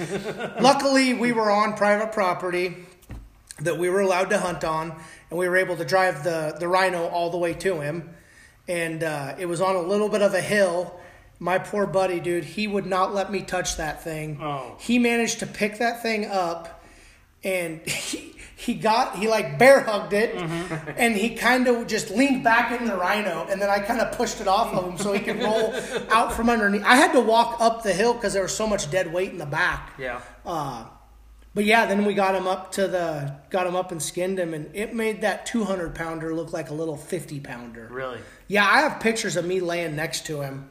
Speaker 3: Luckily, we were on private property that we were allowed to hunt on, and we were able to drive the, the rhino all the way to him. And uh, it was on a little bit of a hill. My poor buddy, dude, he would not let me touch that thing.
Speaker 1: Oh.
Speaker 3: He managed to pick that thing up, and he, he got he like bear hugged it,
Speaker 1: Mm-hmm.
Speaker 3: and he kind of just leaned back in the rhino, and then I kind of pushed it off of him so he could roll out from underneath. I had to walk up the hill because there was so much dead weight in the back.
Speaker 1: Yeah.
Speaker 3: Uh, But yeah, then we got him up to the got him up and skinned him, and it made that 200 pounder look like a little 50 pounder.
Speaker 1: Really.
Speaker 3: Yeah, I have pictures of me laying next to him,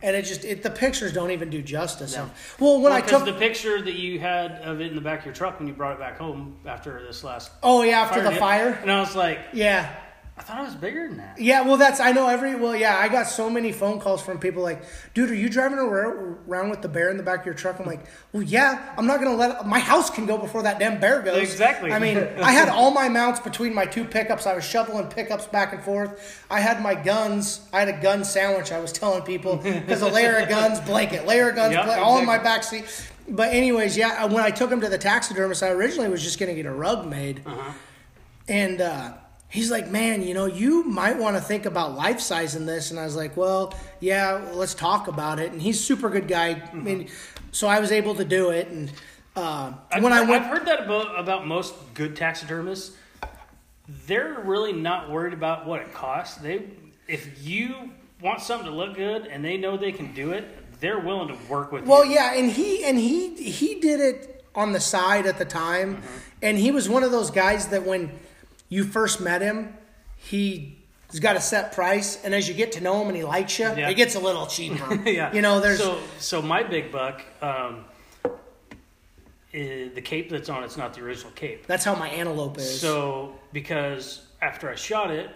Speaker 3: and it just it, the pictures don't even do justice.
Speaker 1: No.
Speaker 3: Well, when I
Speaker 1: Because
Speaker 3: took
Speaker 1: the picture that you had of it in the back of your truck when you brought it back home after this last
Speaker 3: oh yeah after the
Speaker 1: dip,
Speaker 3: fire
Speaker 1: and I was like,
Speaker 3: yeah
Speaker 1: I thought I was bigger than that.
Speaker 3: Yeah, well, that's I know every well, yeah, I got so many phone calls from people like, dude, are you driving ar- around with the bear in the back of your truck? I'm like, well, yeah, I'm not gonna let my house can go before that damn bear goes.
Speaker 1: Exactly.
Speaker 3: I mean, I had all my mounts between my two pickups. I was shoveling pickups back and forth. I had my guns. I had a gun sandwich. I was telling people because a layer of guns, blanket, layer of guns,
Speaker 1: Yep,
Speaker 3: blanket, all in my
Speaker 1: exactly.
Speaker 3: back seat. But anyways, yeah, when I took him to the taxidermist, I originally was just gonna get a rug made. And uh, he's like, man, you know, you might want to think about life sizing this. And I was like, well, yeah, let's talk about it. And he's a super good guy. I mean, so I was able to do it. And uh,
Speaker 1: I've,
Speaker 3: when I
Speaker 1: I've
Speaker 3: went,
Speaker 1: heard that about, about most good taxidermists. They're really not worried about what it costs. They, if you want something to look good and they know they can do it, they're willing to work with
Speaker 3: Well,
Speaker 1: you.
Speaker 3: yeah, and he and he he did it on the side at the time,
Speaker 1: Uh-huh.
Speaker 3: and he was one of those guys that when you first met him, he's got a set price, and as you get to know him and he likes you,
Speaker 1: Yeah.
Speaker 3: it gets a little cheaper.
Speaker 1: yeah.
Speaker 3: you know, there's
Speaker 1: so so my big buck. Um, i- the cape that's on it's not the original cape.
Speaker 3: that's how my antelope is.
Speaker 1: So because after I shot it,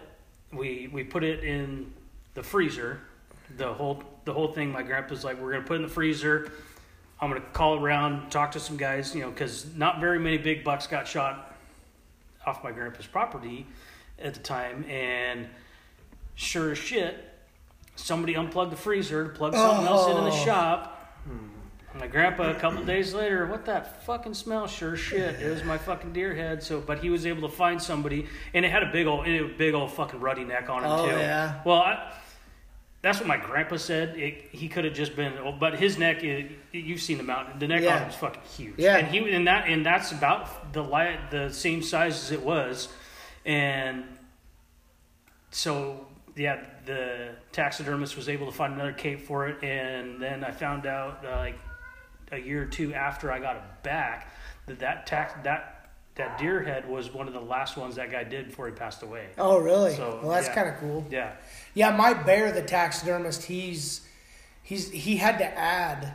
Speaker 1: we we put it in the freezer. The whole the whole thing. My grandpa's like, we're gonna put it in the freezer. I'm gonna call around, talk to some guys, you know, because not very many big bucks got shot off my grandpa's property at the time, and sure as shit, somebody unplugged the freezer, plugged something else into the
Speaker 3: Oh.
Speaker 1: shop. My grandpa, a couple days later, what that fucking smell? Sure as shit, it was my fucking deer head. So, but he was able to find somebody, and it had a big old, and it had a big old fucking ruddy neck on it
Speaker 3: Oh,
Speaker 1: too.
Speaker 3: yeah.
Speaker 1: Well, I, that's what my grandpa said. It, he could have just been, but his neck, it, you've seen the mountain. The neck
Speaker 3: Yeah.
Speaker 1: on it was fucking huge.
Speaker 3: Yeah.
Speaker 1: And he and that and that's about the li- the same size as it was, and so yeah, the taxidermist was able to find another cape for it, and then I found out uh, like a year or two after I got it back that that tax that that deer head was one of the last ones that guy did before he passed away.
Speaker 3: oh, really?
Speaker 1: So,
Speaker 3: well, that's
Speaker 1: yeah.
Speaker 3: kind of cool.
Speaker 1: Yeah.
Speaker 3: Yeah, my bear, the taxidermist, he's he's he had to add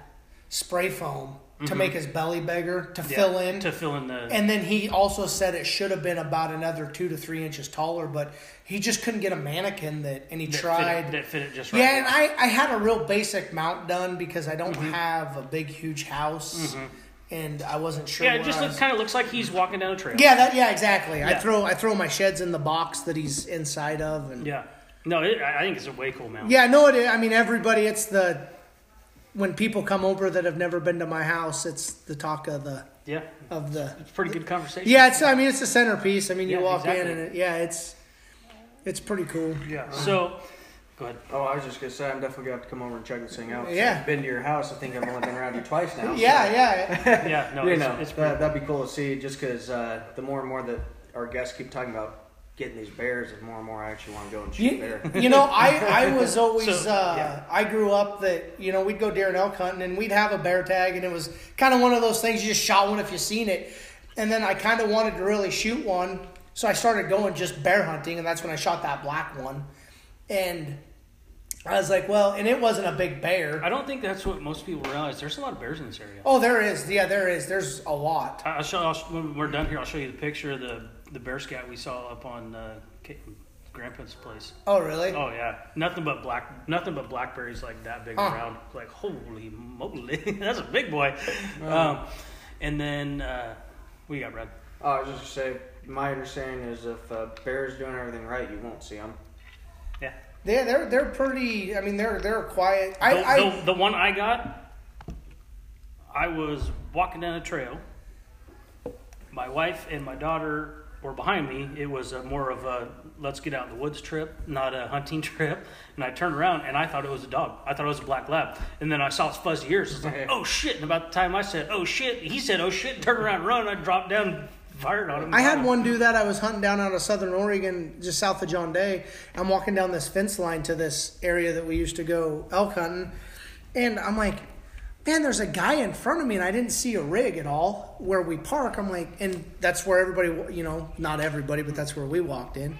Speaker 3: spray foam to make his belly bigger to
Speaker 1: Mm-hmm. Yeah.
Speaker 3: fill in
Speaker 1: to fill in the
Speaker 3: And then he also said it should have been about another two to three inches taller, but he just couldn't get a mannequin that, and he
Speaker 1: that fit it-
Speaker 3: tried.
Speaker 1: that fit it just right. Mm-hmm.
Speaker 3: yeah, and I, I had a real basic mount done because I don't have a big, huge house, and I wasn't sure.
Speaker 1: yeah, it
Speaker 3: what
Speaker 1: just
Speaker 3: I
Speaker 1: look,
Speaker 3: was-
Speaker 1: kind of looks like he's walking down a trail.
Speaker 3: yeah, that yeah, exactly. I
Speaker 1: Yeah.
Speaker 3: throw I throw my sheds in the box that he's inside of, and
Speaker 1: Yeah. No, it, I I think it's a way cool mountain.
Speaker 3: Yeah, no, it. I mean, everybody. It's the when people come over that have never been to my house. It's the talk of the
Speaker 1: Yeah.
Speaker 3: of the
Speaker 1: It's a pretty good conversation.
Speaker 3: Yeah, it's. I mean, it's a centerpiece. I mean, you
Speaker 1: Yeah,
Speaker 3: walk in
Speaker 1: exactly.
Speaker 3: and it, yeah, it's it's pretty cool.
Speaker 1: Yeah. So, go ahead.
Speaker 2: Oh, I was just gonna say I'm definitely gonna have to come over and check this thing out. So
Speaker 3: Yeah.
Speaker 2: I've been to your house. I think I've only been around you twice now. so,
Speaker 3: Yeah, yeah.
Speaker 1: Yeah. No,
Speaker 2: you
Speaker 1: it's,
Speaker 2: know
Speaker 1: it's pretty.
Speaker 2: that, that'd be cool to see. Just because uh, the more and more that our guests keep talking about getting these bears, the more and more I actually want to go and shoot
Speaker 3: You,
Speaker 2: bear.
Speaker 3: you know, I, I was always
Speaker 1: So,
Speaker 3: uh,
Speaker 1: yeah.
Speaker 3: I grew up that you know we'd go deer and elk hunting and we'd have a bear tag and it was kind of one of those things you just shot one if you seen it, and then I kind of wanted to really shoot one, so I started going just bear hunting and that's when I shot that black one, and I was like, well, and it wasn't a big bear.
Speaker 1: I don't think that's what most people realize. There's a lot of bears in this area.
Speaker 3: Oh, there is, yeah, there is. There's a lot.
Speaker 1: I- I'll show, I'll, sh- when we're done here, I'll show you the picture of the, the bear scat we saw up on uh, K- Grandpa's place.
Speaker 3: Oh, really?
Speaker 1: Oh yeah, nothing but black, nothing but blackberries like that big
Speaker 3: Huh.
Speaker 1: around. Like holy moly, that's a big boy. Um, and then uh, we got red.
Speaker 2: Oh, I was just gonna say. My understanding is if a bear's doing everything right, you won't see them.
Speaker 1: Yeah,
Speaker 3: Yeah, they're they're pretty. I mean, they're they're quiet.
Speaker 1: the,
Speaker 3: I, I
Speaker 1: the, the one I got, I was walking down a trail. My wife and my daughter were behind me. It was a, more of a let's get out in the woods trip, not a hunting trip. And I turned around and I thought it was a dog. I thought it was a black lab. And then I saw its fuzzy ears. It's like, oh shit. And about the time I said, oh shit, he said, oh shit, turned around, run. I dropped down, fired on him.
Speaker 3: I had one do that. I was hunting down out of Southern Oregon, just south of John Day. I'm walking down this fence line to this area that we used to go elk hunting, and I'm like, man, there's a guy in front of me, and I didn't see a rig at all where we park. I'm like, and that's where everybody, you know, not everybody, but that's where we walked in.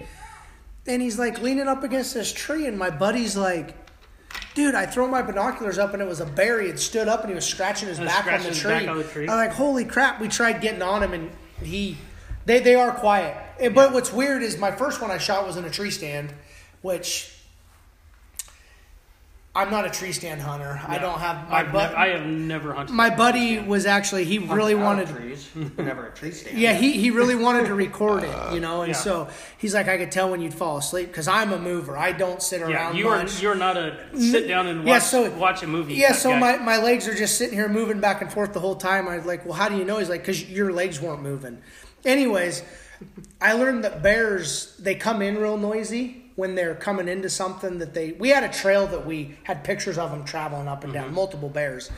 Speaker 3: And he's like leaning up against this tree, and my buddy's like. Dude, I throw my binoculars up and it was a bear. He had stood up and he was scratching his
Speaker 1: was
Speaker 3: back on
Speaker 1: scratching
Speaker 3: the
Speaker 1: his
Speaker 3: tree.
Speaker 1: back on the tree.
Speaker 3: I'm like, holy crap! We tried getting on him, and he, they, they are quiet. And- But what's weird is my first one I shot was in a tree stand, which I'm not a tree stand hunter. I don't have my
Speaker 1: I've
Speaker 3: but
Speaker 1: nev- I have never hunted.
Speaker 3: my buddy was actually he really
Speaker 2: Out of
Speaker 3: wanted
Speaker 2: trees, never a tree stand.
Speaker 3: yeah, he, he really wanted to record it, you know, and
Speaker 1: yeah.
Speaker 3: so he's like, I could tell when you'd fall asleep because I'm a mover. I don't sit around
Speaker 1: yeah, you are
Speaker 3: much.
Speaker 1: you're not a sit down and watch,
Speaker 3: Yeah, so-
Speaker 1: watch a movie.
Speaker 3: yeah,
Speaker 1: type
Speaker 3: so
Speaker 1: guy.
Speaker 3: my, my legs are just sitting here moving back and forth the whole time. I was like, well, how do you know? He's like, because your legs weren't moving. Anyways, I learned that bears, they come in real noisy when they're coming into something that they. We had a trail that we had pictures of them traveling up and down, multiple bears.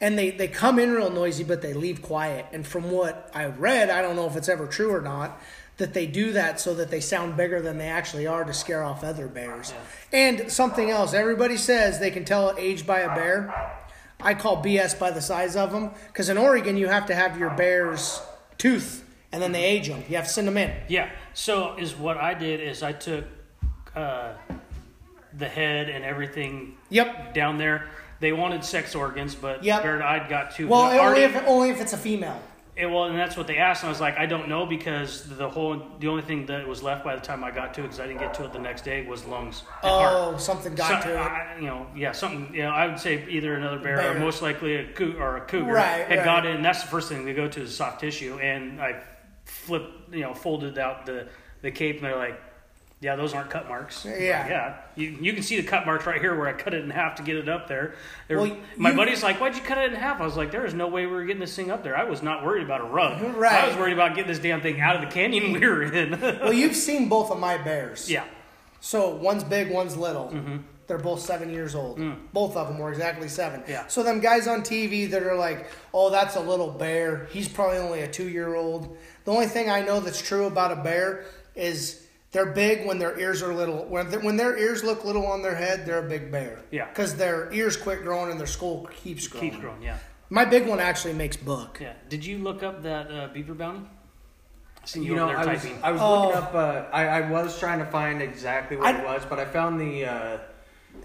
Speaker 3: And they, they come in real noisy, but they leave quiet. And from what I read, I don't know if it's ever true or not, that they do that so that they sound bigger than they actually are to scare off other bears. And something else, everybody says they can tell age by a bear. I call BS by the size of them because in Oregon you have to have your bear's tooth and then they age them. You have to send them in.
Speaker 1: Yeah. So is what I did is I took uh, the head and everything
Speaker 3: Yep.
Speaker 1: down there. They wanted sex organs, but
Speaker 3: Yep.
Speaker 1: Baird, I'd got two.
Speaker 3: Well, only
Speaker 1: already-
Speaker 3: if only if it's a female.
Speaker 1: it- well, and that's what they asked, and I was like, I don't know because the whole the only thing that was left by the time I got to it, because I didn't get to it the next day, was lungs. and heart.
Speaker 3: Oh, something got
Speaker 1: So- uh,
Speaker 3: to it.
Speaker 1: I- you know, yeah, something. You know, I would say either another bear,
Speaker 3: Bear.
Speaker 1: or most likely a coo- or a cougar
Speaker 3: Right,
Speaker 1: had
Speaker 3: right.
Speaker 1: got in. That's the first thing they go to is soft tissue, and I flipped, you know, folded out the the cape, and they're like, "Yeah, those aren't cut marks." I'm like,
Speaker 3: Yeah.
Speaker 1: yeah. You, you can see the cut marks right here where I cut it in half to get it up there. They were-
Speaker 3: Well,
Speaker 1: my
Speaker 3: you-
Speaker 1: buddy's like, "Why'd you cut it in half?" I was like, "There is no way we were getting this thing up there." I was not worried about a rug. I
Speaker 3: Right.
Speaker 1: was worried about getting this damn thing out of the canyon we were in.
Speaker 3: Well, you've seen both of my bears.
Speaker 1: yeah.
Speaker 3: So one's big, one's little.
Speaker 1: Mm-hmm.
Speaker 3: They're both seven years old. Both of them were exactly seven.
Speaker 1: Mm. Yeah.
Speaker 3: So them guys on TV that are like, "Oh, that's a little bear. He's probably only a two-year-old." The only thing I know that's true about a bear is they're big when their ears are little. When, th- when their ears look little on their head, they're a big bear.
Speaker 1: Yeah.
Speaker 3: Because their ears quit growing and their skull keeps growing.
Speaker 1: Keeps growing. Yeah.
Speaker 3: My big one actually makes book.
Speaker 1: Yeah. Did you look up that uh, beaver bounty? I seen
Speaker 2: You know,
Speaker 1: over there
Speaker 2: I was,
Speaker 1: typing.
Speaker 2: I was
Speaker 3: Oh.
Speaker 2: looking up. Uh, I, I was trying to find exactly what
Speaker 3: I-
Speaker 2: it was, but I found the uh,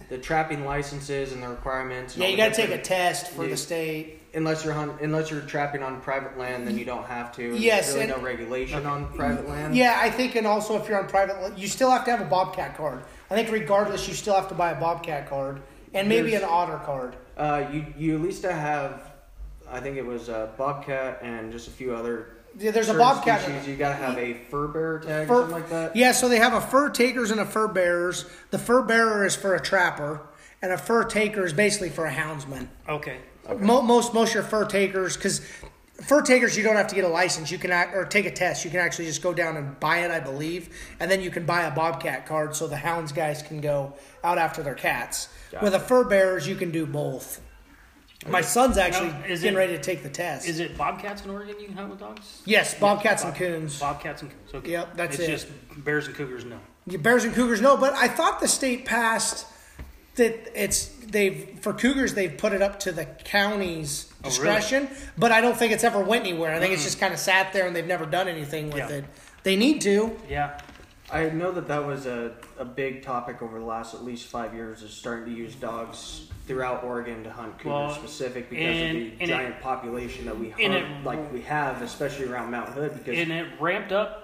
Speaker 2: the trapping licenses and the requirements. and
Speaker 3: Yeah,
Speaker 2: all
Speaker 3: you
Speaker 2: the
Speaker 3: gotta take a
Speaker 2: different-
Speaker 3: test for
Speaker 2: Yeah.
Speaker 3: the state.
Speaker 2: unless you're hun- unless you're trapping on private land, then you don't have to. There's
Speaker 3: Yes,
Speaker 2: really
Speaker 3: and-
Speaker 2: no regulation on private land.
Speaker 3: Yeah, I think, and also if you're on private, li- you still have to have a Bobcat card. I think regardless, you still have to buy a Bobcat card and maybe
Speaker 2: There's-
Speaker 3: an Otter card.
Speaker 2: Uh, you you at least have, I think it was uh, bobcat and just a few other.
Speaker 3: Yeah, there's a
Speaker 2: certain
Speaker 3: Bobcat.
Speaker 2: Species. You gotta have a fur bearer tag,
Speaker 3: Fur-
Speaker 2: or something like that.
Speaker 3: Yeah, so they have a fur takers and a fur bearers. The fur bearer is for a trapper, and a fur taker is basically for a houndsman.
Speaker 1: Okay.
Speaker 3: Mo- most most your fur takers because fur takers you don't have to get a license you can act, or take a test you can actually just go down and buy it i believe and then you can buy a bobcat card so the hounds guys can go out after their cats with a fur bearers you can do both my son's actually
Speaker 1: Now, is
Speaker 3: getting
Speaker 1: it-
Speaker 3: ready to take the test
Speaker 1: Is it bobcats in Oregon you can hunt with dogs?
Speaker 3: yes bobcats and coons
Speaker 1: Bobcats and cougars. Okay.
Speaker 3: Yep, that's
Speaker 1: it's
Speaker 3: it.
Speaker 1: just bears and cougars. No.
Speaker 3: Yeah, bears and cougars no but i thought the state passed that it's they've for cougars they've put it up to the county's
Speaker 1: Oh, really? Mm.
Speaker 3: discretion but i don't think it's ever went anywhere i think it's just kind of sat there and they've never done anything with
Speaker 1: Yeah.
Speaker 3: it they need to
Speaker 1: Yeah.
Speaker 2: I know that that was a, a big topic over the last at least five years is starting to use dogs throughout Oregon to hunt cougar
Speaker 1: Well,
Speaker 2: specific because
Speaker 1: and-
Speaker 2: of the
Speaker 1: and it-
Speaker 2: giant population that we hunt,
Speaker 1: and it-
Speaker 2: like we have, especially around Mount Hood. Because
Speaker 1: And it ramped up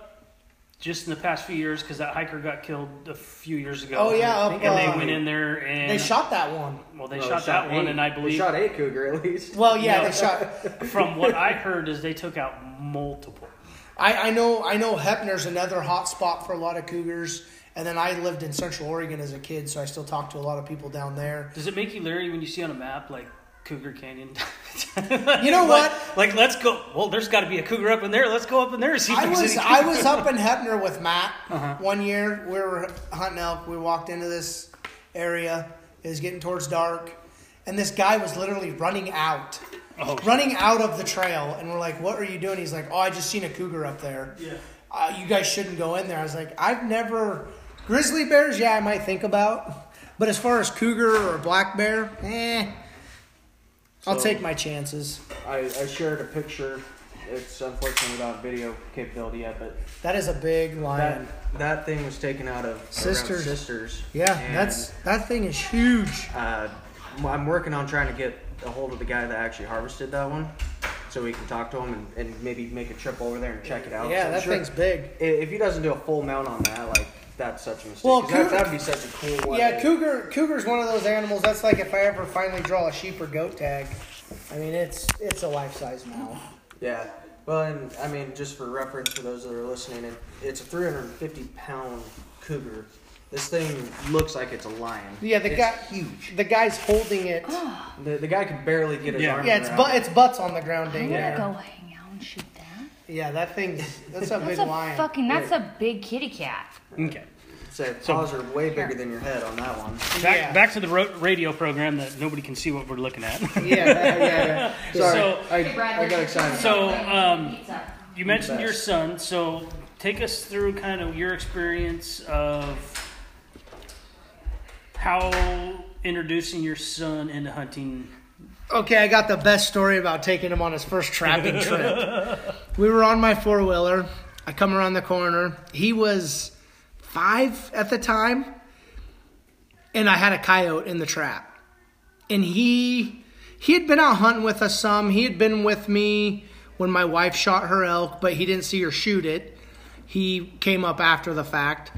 Speaker 1: just in the past few years because that hiker got killed a few years ago.
Speaker 3: Oh, yeah, up,
Speaker 1: And they
Speaker 3: uh,
Speaker 1: went in there and
Speaker 3: they shot that one
Speaker 1: Well, they
Speaker 2: well,
Speaker 1: shot, that one,
Speaker 2: eight-
Speaker 1: and I
Speaker 2: they
Speaker 1: believe
Speaker 2: shot a cougar at least.
Speaker 3: well yeah
Speaker 1: No.
Speaker 3: they shot
Speaker 1: from what I heard is they took out multiple.
Speaker 3: I, I know i know hepner's another hot spot for a lot of cougars and then i lived in central oregon as a kid so i still talk to a lot of people down there
Speaker 1: Does it make you leery when you see on a map like Cougar Canyon?
Speaker 3: you know
Speaker 1: like,
Speaker 3: what
Speaker 1: Like, let's go. Well, there's got to be a cougar up in there. Let's go up in there and see. if
Speaker 3: I
Speaker 1: there's
Speaker 3: was
Speaker 1: any
Speaker 3: I
Speaker 1: cougar.
Speaker 3: was up in Hepner with Matt one year. We were hunting elk. We walked into this area. It was getting towards dark, and this guy was literally running out,
Speaker 1: Oh.
Speaker 3: running out of the trail. And we're like, "What are you doing?" He's like, "Oh, I just seen a cougar up there. Yeah, uh, you guys shouldn't go in there." I was like, "I've never grizzly bears. Yeah, I might think about, but as far as cougar or black bear, eh." I'll
Speaker 2: So-
Speaker 3: take my chances.
Speaker 2: I, I shared a picture. It's unfortunately without video capability yet, but
Speaker 3: That is a big lion.
Speaker 2: that that thing was taken out of around
Speaker 3: Sisters.
Speaker 2: Sisters.
Speaker 3: yeah,
Speaker 2: And,
Speaker 3: that's that thing is huge.
Speaker 2: Uh, I'm working on trying to get a hold of the guy that actually harvested that one. so we can talk to him and, and maybe make a trip over there and check it out.
Speaker 3: yeah,
Speaker 2: So I'm
Speaker 3: that
Speaker 2: sure-
Speaker 3: thing's big.
Speaker 2: i- If he doesn't do a full mount on that, like that's such a mistake.
Speaker 3: Well,
Speaker 2: 'cause that,
Speaker 3: Cougar-
Speaker 2: that'd be such a cool one.
Speaker 3: Yeah, cougar. Cougar's one of those animals. That's like if I ever finally draw a sheep or goat tag. I mean, it's it's a life size now.
Speaker 2: Yeah. Well, and I mean, just for reference for those that are listening, it, it's a 350 pound cougar. This thing looks like it's a lion.
Speaker 3: Yeah, the
Speaker 2: it's
Speaker 3: guy-
Speaker 2: huge.
Speaker 3: The guy's holding it.
Speaker 4: Oh.
Speaker 2: The, the guy could barely get his
Speaker 1: Yeah.
Speaker 2: arm
Speaker 3: Yeah, it's
Speaker 2: around
Speaker 3: but it's butts on the ground
Speaker 4: I'm
Speaker 3: digging.
Speaker 4: gonna
Speaker 2: Yeah.
Speaker 4: go hang out and shoot that.
Speaker 3: Yeah, that thing's that's a
Speaker 4: That's
Speaker 3: big
Speaker 4: a
Speaker 3: lion.
Speaker 4: fucking. That's a big kitty cat.
Speaker 1: Okay.
Speaker 2: it. So paws are way bigger than your head on that one.
Speaker 1: Back,
Speaker 3: Yeah.
Speaker 1: back to the ro- radio program that nobody can see what we're looking at.
Speaker 3: yeah,
Speaker 2: yeah, yeah, yeah. Sorry,
Speaker 1: So-
Speaker 2: I, I got excited.
Speaker 1: So, um,
Speaker 4: Pizza.
Speaker 1: you mentioned your
Speaker 2: Best.
Speaker 1: son, so take us through kind of your experience of how introducing your son into hunting.
Speaker 3: Okay, I got the best story about taking him on his first trapping trip. We were on my four wheeler. I come around the corner. He was five at the time, and I had a coyote in the trap. And he he had been out hunting with us some. He had been with me when my wife shot her elk, but he didn't see her shoot it. He came up after the fact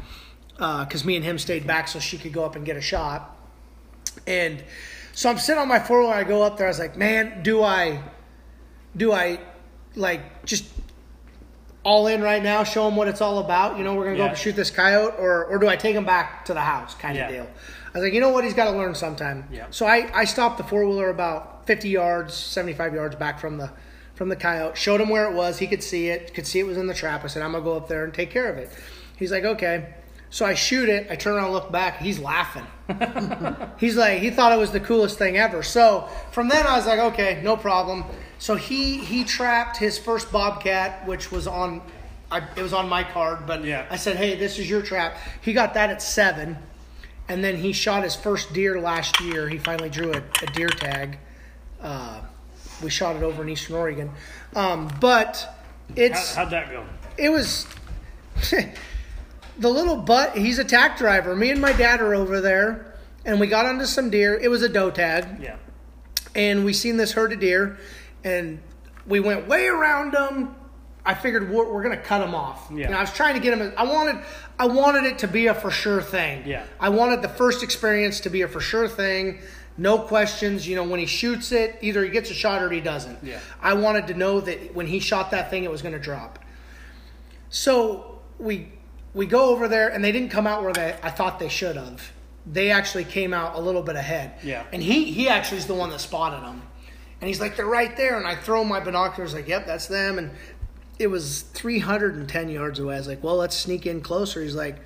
Speaker 3: because me and him stayed back so she could go up and get a shot. And so I'm sitting on my four wheeler. I go up there. I was like, man, do I, do I, like just all in right now? Show them what it's all about. You know, we're gonna go up
Speaker 1: Yeah.
Speaker 3: and shoot this coyote, or or do I take him back to the house? Kind
Speaker 1: Yeah.
Speaker 3: of deal. I was like, you know what? He's got to learn sometime.
Speaker 1: Yeah.
Speaker 3: So I I stopped the four wheeler about 50 yards, 75 yards back from the from the coyote. Showed him where it was. He could see it. Could see it was in the trap. I said, I'm gonna go up there and take care of it. He's like, okay. So I shoot it. I turn around, look back. He's laughing. He's like, he thought it was the coolest thing ever. So from then I was like, okay, no problem. So he he trapped his first bobcat, which was on, I, it was on my card, but
Speaker 1: Yeah.
Speaker 3: I said, hey, this is your trap. He got that at seven, and then he shot his first deer last year. He finally drew a, a deer tag. Uh, we shot it over in Eastern Oregon, um, but
Speaker 1: How,
Speaker 3: it's
Speaker 1: how'd that go?
Speaker 3: it was the little butt he's a tack driver me and my dad are over there and we got onto some deer it was a doe tag
Speaker 1: Yeah.
Speaker 3: and we seen this herd of deer and we went way around them i figured we're, we're gonna cut them off
Speaker 1: Yeah.
Speaker 3: You know, i was trying to get them i wanted i wanted it to be a for sure thing
Speaker 1: Yeah.
Speaker 3: i wanted the first experience to be a for sure thing no questions you know when he shoots it either he gets a shot or he doesn't
Speaker 1: Yeah.
Speaker 3: i wanted to know that when he shot that thing it was gonna drop so we we go over there, and they didn't come out where they I thought they should have. They actually came out a little bit ahead.
Speaker 1: Yeah.
Speaker 3: And he he actually is the one that spotted them, and he's like, "They're right there." And I throw my binoculars, like, "Yep, that's them." And it was 310 yards away. I was like, "Well, let's sneak in closer." He's like,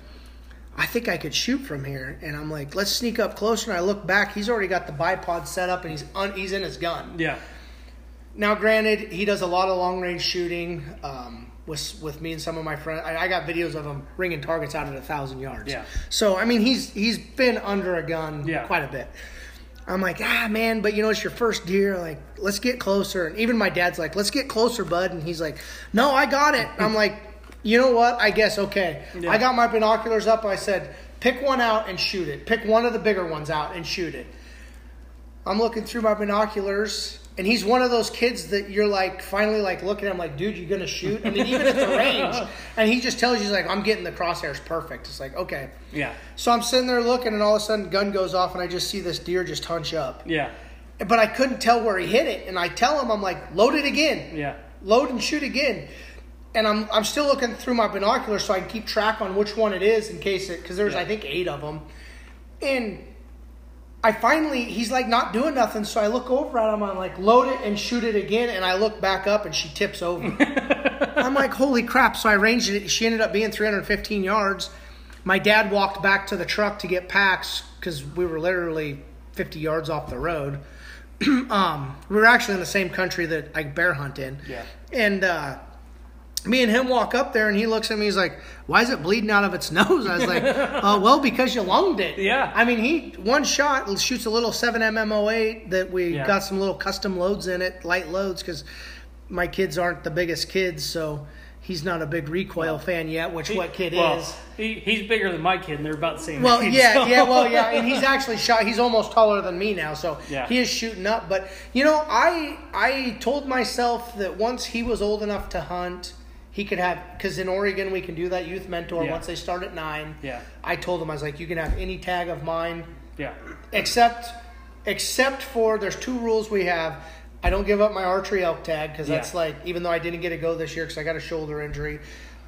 Speaker 3: "I think I could shoot from here." And I'm like, "Let's sneak up closer." And I look back. He's already got the bipod set up, and he's un, he's in his gun.
Speaker 1: Yeah.
Speaker 3: Now, granted, he does a lot of long range shooting um, with with me and some of my friends. I, I got videos of him ringing targets out at a thousand yards.
Speaker 1: Yeah.
Speaker 3: So I mean, he's he's been under a gun
Speaker 1: Yeah.
Speaker 3: quite a bit. I'm like, ah, man, but you know, it's your first deer. Like, let's get closer. And even my dad's like, let's get closer, bud. And he's like, no, I got it. I'm like, you know what? I guess okay.
Speaker 1: Yeah.
Speaker 3: I got my binoculars up. I said, pick one out and shoot it. Pick one of the bigger ones out and shoot it. I'm looking through my binoculars, and he's one of those kids that you're like finally like looking at him like, dude, you gonna shoot? I mean, even at the range, and he just tells you he's like, I'm getting the crosshairs perfect. It's like okay.
Speaker 1: Yeah.
Speaker 3: So I'm sitting there looking, and all of a sudden, gun goes off, and I just see this deer just hunch up.
Speaker 1: Yeah.
Speaker 3: But I couldn't tell where he hit it, and I tell him, I'm like, load it again
Speaker 1: Yeah.
Speaker 3: load and shoot again. And I'm, I'm still looking through my binoculars so I can keep track on which one it is in case it, because there's,
Speaker 1: Yeah.
Speaker 3: I think, eight of them. And I finally, he's like not doing nothing. So I look over at him. I'm like, load it and shoot it again. And I look back up and she tips over. I'm like, holy crap. So I ranged it. She ended up being 315 yards. My dad walked back to the truck to get packs because we were literally 50 yards off the road. um, we were actually in the same country that I bear hunt in.
Speaker 1: Yeah.
Speaker 3: And uh, me and him walk up there and he looks at me. He's like, why is it bleeding out of its nose? I was like, uh, well, because you lunged it.
Speaker 1: Yeah.
Speaker 3: I mean, he one shot shoots a little 7 mm that we
Speaker 1: Yeah.
Speaker 3: got some little custom loads in it, light loads, because my kids aren't the biggest kids, so he's not a big recoil fan yet, which what kid
Speaker 1: well,
Speaker 3: is.
Speaker 1: He, he's bigger than my kid, and they're about the same
Speaker 3: Well,
Speaker 1: age,
Speaker 3: yeah,
Speaker 1: so-
Speaker 3: yeah, well, yeah, and he's actually shot. He's almost taller than me now, so
Speaker 1: Yeah.
Speaker 3: he is shooting up. But you know, I I told myself that once he was old enough to hunt, he could have because in Oregon we can do that youth mentor
Speaker 1: Yeah.
Speaker 3: once they start at nine.
Speaker 1: Yeah.
Speaker 3: I told him I was like, you can have any tag of mine
Speaker 1: yeah,
Speaker 3: except except for there's two rules we have. I don't give up my archery elk tag because that's
Speaker 1: Yeah.
Speaker 3: like even though I didn't get to go this year because I got a shoulder injury.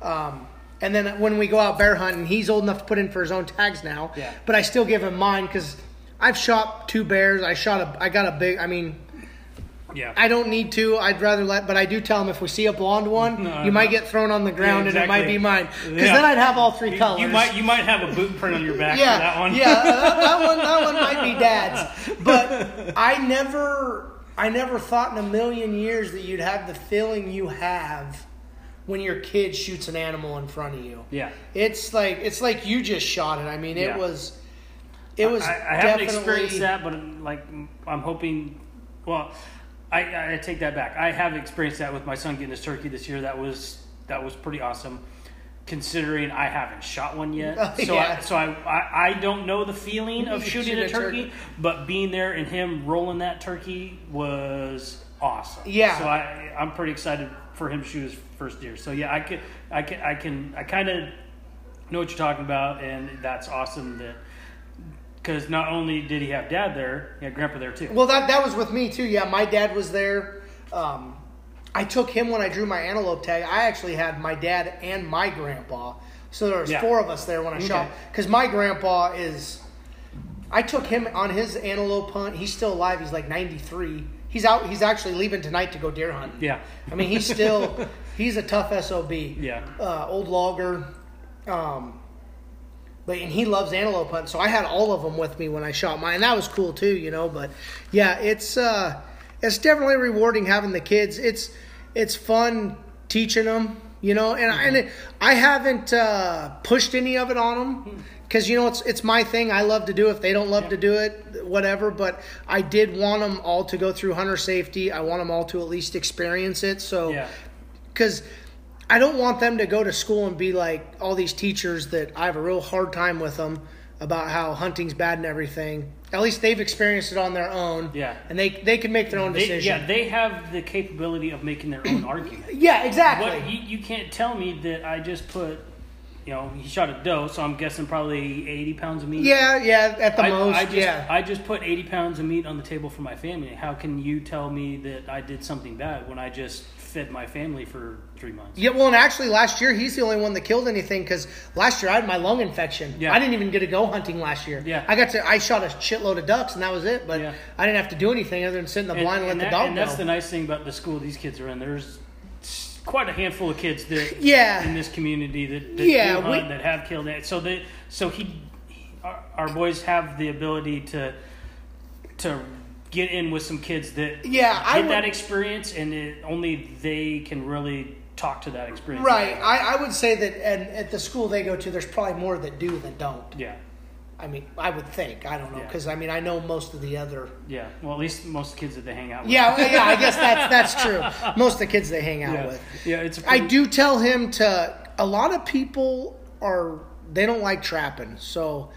Speaker 3: Um, and then when we go out bear hunting, he's old enough to put in for his own tags now.
Speaker 1: Yeah.
Speaker 3: But I still give him mine because I've shot two bears. I shot a. I got a big. I mean,
Speaker 1: yeah.
Speaker 3: I don't need to. I'd rather let. But I do tell him if we see a blonde one,
Speaker 1: No,
Speaker 3: you might
Speaker 1: no.
Speaker 3: get thrown on the ground
Speaker 1: Yeah,
Speaker 3: and it might
Speaker 1: exactly.
Speaker 3: be mine because
Speaker 1: Yeah.
Speaker 3: then I'd have all three
Speaker 1: You-
Speaker 3: colors.
Speaker 1: You might you might have a boot print on your back
Speaker 3: yeah,
Speaker 1: for that one.
Speaker 3: yeah, that, that one, that one might be dad's. But I never, I never thought in a million years that you'd have the feeling you have when your kid shoots an animal in front of you.
Speaker 1: yeah.
Speaker 3: It's like it's like you just shot it. I mean, it
Speaker 1: Yeah.
Speaker 3: was, it was
Speaker 1: I, I haven't
Speaker 3: definitely
Speaker 1: experienced that, but like I'm hoping. Well, I, I take that back. I have experienced that with my son getting his turkey this year. That was that was pretty awesome, considering I haven't shot one yet.
Speaker 3: Oh,
Speaker 1: so
Speaker 3: yeah.
Speaker 1: I, so I, I I don't know the feeling of shooting
Speaker 3: Shoot
Speaker 1: a
Speaker 3: a turkey.
Speaker 1: turkey, but being there and him rolling that turkey was awesome.
Speaker 3: Yeah.
Speaker 1: So I I'm pretty excited for him to shoot his first deer. So yeah, I can I can I can I kind of know what you're talking about, and that's awesome that because not only did he have dad there, he had grandpa there too.
Speaker 3: Well, that that was with me too. Yeah, my dad was there. Um, I took him when I drew my antelope tag. I actually had my dad and my grandpa, so there was
Speaker 1: Yeah.
Speaker 3: four of us there when I shot.
Speaker 1: Okay.
Speaker 3: Because my grandpa is, I took him on his antelope hunt. He's still alive. He's like ninety three. He's out. He's actually leaving tonight to go deer hunting.
Speaker 1: Yeah.
Speaker 3: I mean he's still he's a tough sob.
Speaker 1: Yeah.
Speaker 3: uh, old logger. Um, but and he loves antelope hunting, so I had all of them with me when I shot mine. That was cool too, you know. But yeah, it's uh, it's definitely rewarding having the kids. It's it's fun teaching them, you know. And I and it, I haven't uh, pushed any of it on them because you know it's it's my thing. I love to do. it. If they don't love to do it, whatever. But I did want them all to go through hunter safety. I want them all to at least experience it. So
Speaker 1: Yeah,
Speaker 3: because I don't want them to go to school and be like all these teachers that I have a real hard time with them about how hunting's bad and everything. At least they've experienced it on their own.
Speaker 1: Yeah.
Speaker 3: And they they can make their own
Speaker 1: they,
Speaker 3: decision.
Speaker 1: yeah, they have the capability of making their own argument.
Speaker 3: yeah, exactly.
Speaker 1: What you, you can't tell me that I just put, you know, he shot a doe, so I'm guessing probably 80 pounds of meat.
Speaker 3: yeah, yeah, at the
Speaker 1: I,
Speaker 3: most.
Speaker 1: I just,
Speaker 3: yeah.
Speaker 1: I just put 80 pounds of meat on the table for my family. How can you tell me that I did something bad when I just fed my family for three months?
Speaker 3: Yeah, well, and actually, last year he's the only one that killed anything because last year I had my lung infection.
Speaker 1: Yeah.
Speaker 3: I didn't even get to go hunting last year.
Speaker 1: Yeah.
Speaker 3: I got to I shot a shitload of ducks and that was it. But
Speaker 1: Yeah.
Speaker 3: I didn't have to do anything other than sit in the
Speaker 1: And-
Speaker 3: blind and,
Speaker 1: and
Speaker 3: let
Speaker 1: that-
Speaker 3: the dog
Speaker 1: and
Speaker 3: go.
Speaker 1: that's the nice thing about the school these kids are in. There's quite a handful of kids that
Speaker 3: Yeah.
Speaker 1: in this community that, that
Speaker 3: Yeah,
Speaker 1: do
Speaker 3: we-
Speaker 1: hunt, that have killed it. So they so he, he our, our boys have the ability to to get in with some kids that
Speaker 3: Yeah,
Speaker 1: get
Speaker 3: I would-
Speaker 1: that experience and it, only they can really talk to that experience.
Speaker 3: Right. I, I would say that and at the school they go to, there's probably more that do than don't.
Speaker 1: Yeah.
Speaker 3: I mean, I would think. I don't know.
Speaker 1: Yeah.
Speaker 3: Because, I mean, I know most of the other.
Speaker 1: Yeah. Well, at least most kids that they hang out with.
Speaker 3: Yeah, well, yeah, I guess that's, that's true. Most of the kids they hang out
Speaker 1: Yeah.
Speaker 3: with.
Speaker 1: Yeah, it's a
Speaker 3: I
Speaker 1: pretty,
Speaker 3: do tell him to. A lot of people are. They don't like trapping. So.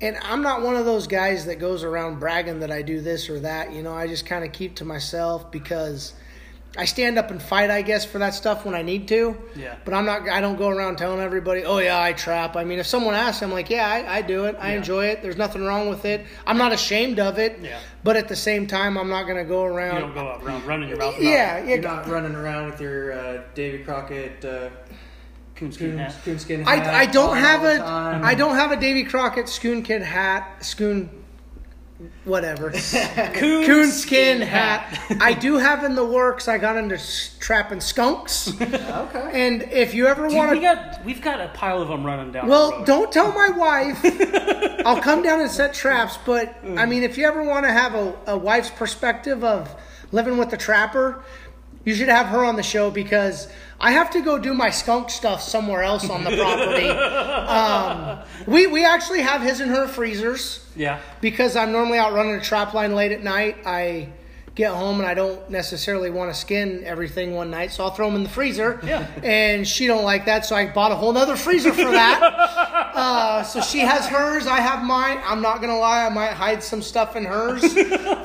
Speaker 3: And I'm not one of those guys that goes around bragging that I do this or that. You know, I just kind of keep to myself because I stand up and fight, I guess, for that stuff when I need to.
Speaker 1: Yeah.
Speaker 3: But I'm not. I don't go around telling everybody, "Oh yeah, I trap." I mean, if someone asks, I'm like, "Yeah, I, I do it. I
Speaker 1: Yeah.
Speaker 3: enjoy it. There's nothing wrong with it. I'm not ashamed of it."
Speaker 1: Yeah.
Speaker 3: But at the same time, I'm not gonna go
Speaker 1: you
Speaker 3: around.
Speaker 1: don't go out around running your mouth. about
Speaker 3: yeah, yeah.
Speaker 2: You're not running around with your uh, Davy Crockett uh,
Speaker 1: Coonskin
Speaker 2: coon,
Speaker 1: hat.
Speaker 2: coonskin hat.
Speaker 3: I, I don't
Speaker 2: on
Speaker 3: have
Speaker 2: all the
Speaker 3: a
Speaker 2: time.
Speaker 3: I don't have a Davy Crockett Schoon Kid hat Schoon whatever Coonskin hat. I do have in the works. I got into s- trapping skunks,
Speaker 2: Okay.
Speaker 3: and if you ever
Speaker 1: Dude,
Speaker 3: want
Speaker 1: we
Speaker 3: to,
Speaker 1: got we've got a pile of them running down. the
Speaker 3: well,
Speaker 1: road.
Speaker 3: don't tell my wife. I'll come down and set traps. But I mean, if you ever want to have a, a wife's perspective of living with the trapper, you should have her on the show because. I have to go do my skunk stuff somewhere else on the property. um, we, we actually have his and her freezers
Speaker 1: Yeah.
Speaker 3: because I'm normally out running a trap line late at night, I get home and I don't necessarily want to skin everything one night, so I'll throw them in the freezer.
Speaker 1: Yeah.
Speaker 3: And she don't like that, so I bought a whole nother freezer for that. uh, so she has hers, I have mine. I'm not gonna lie, I might hide some stuff in hers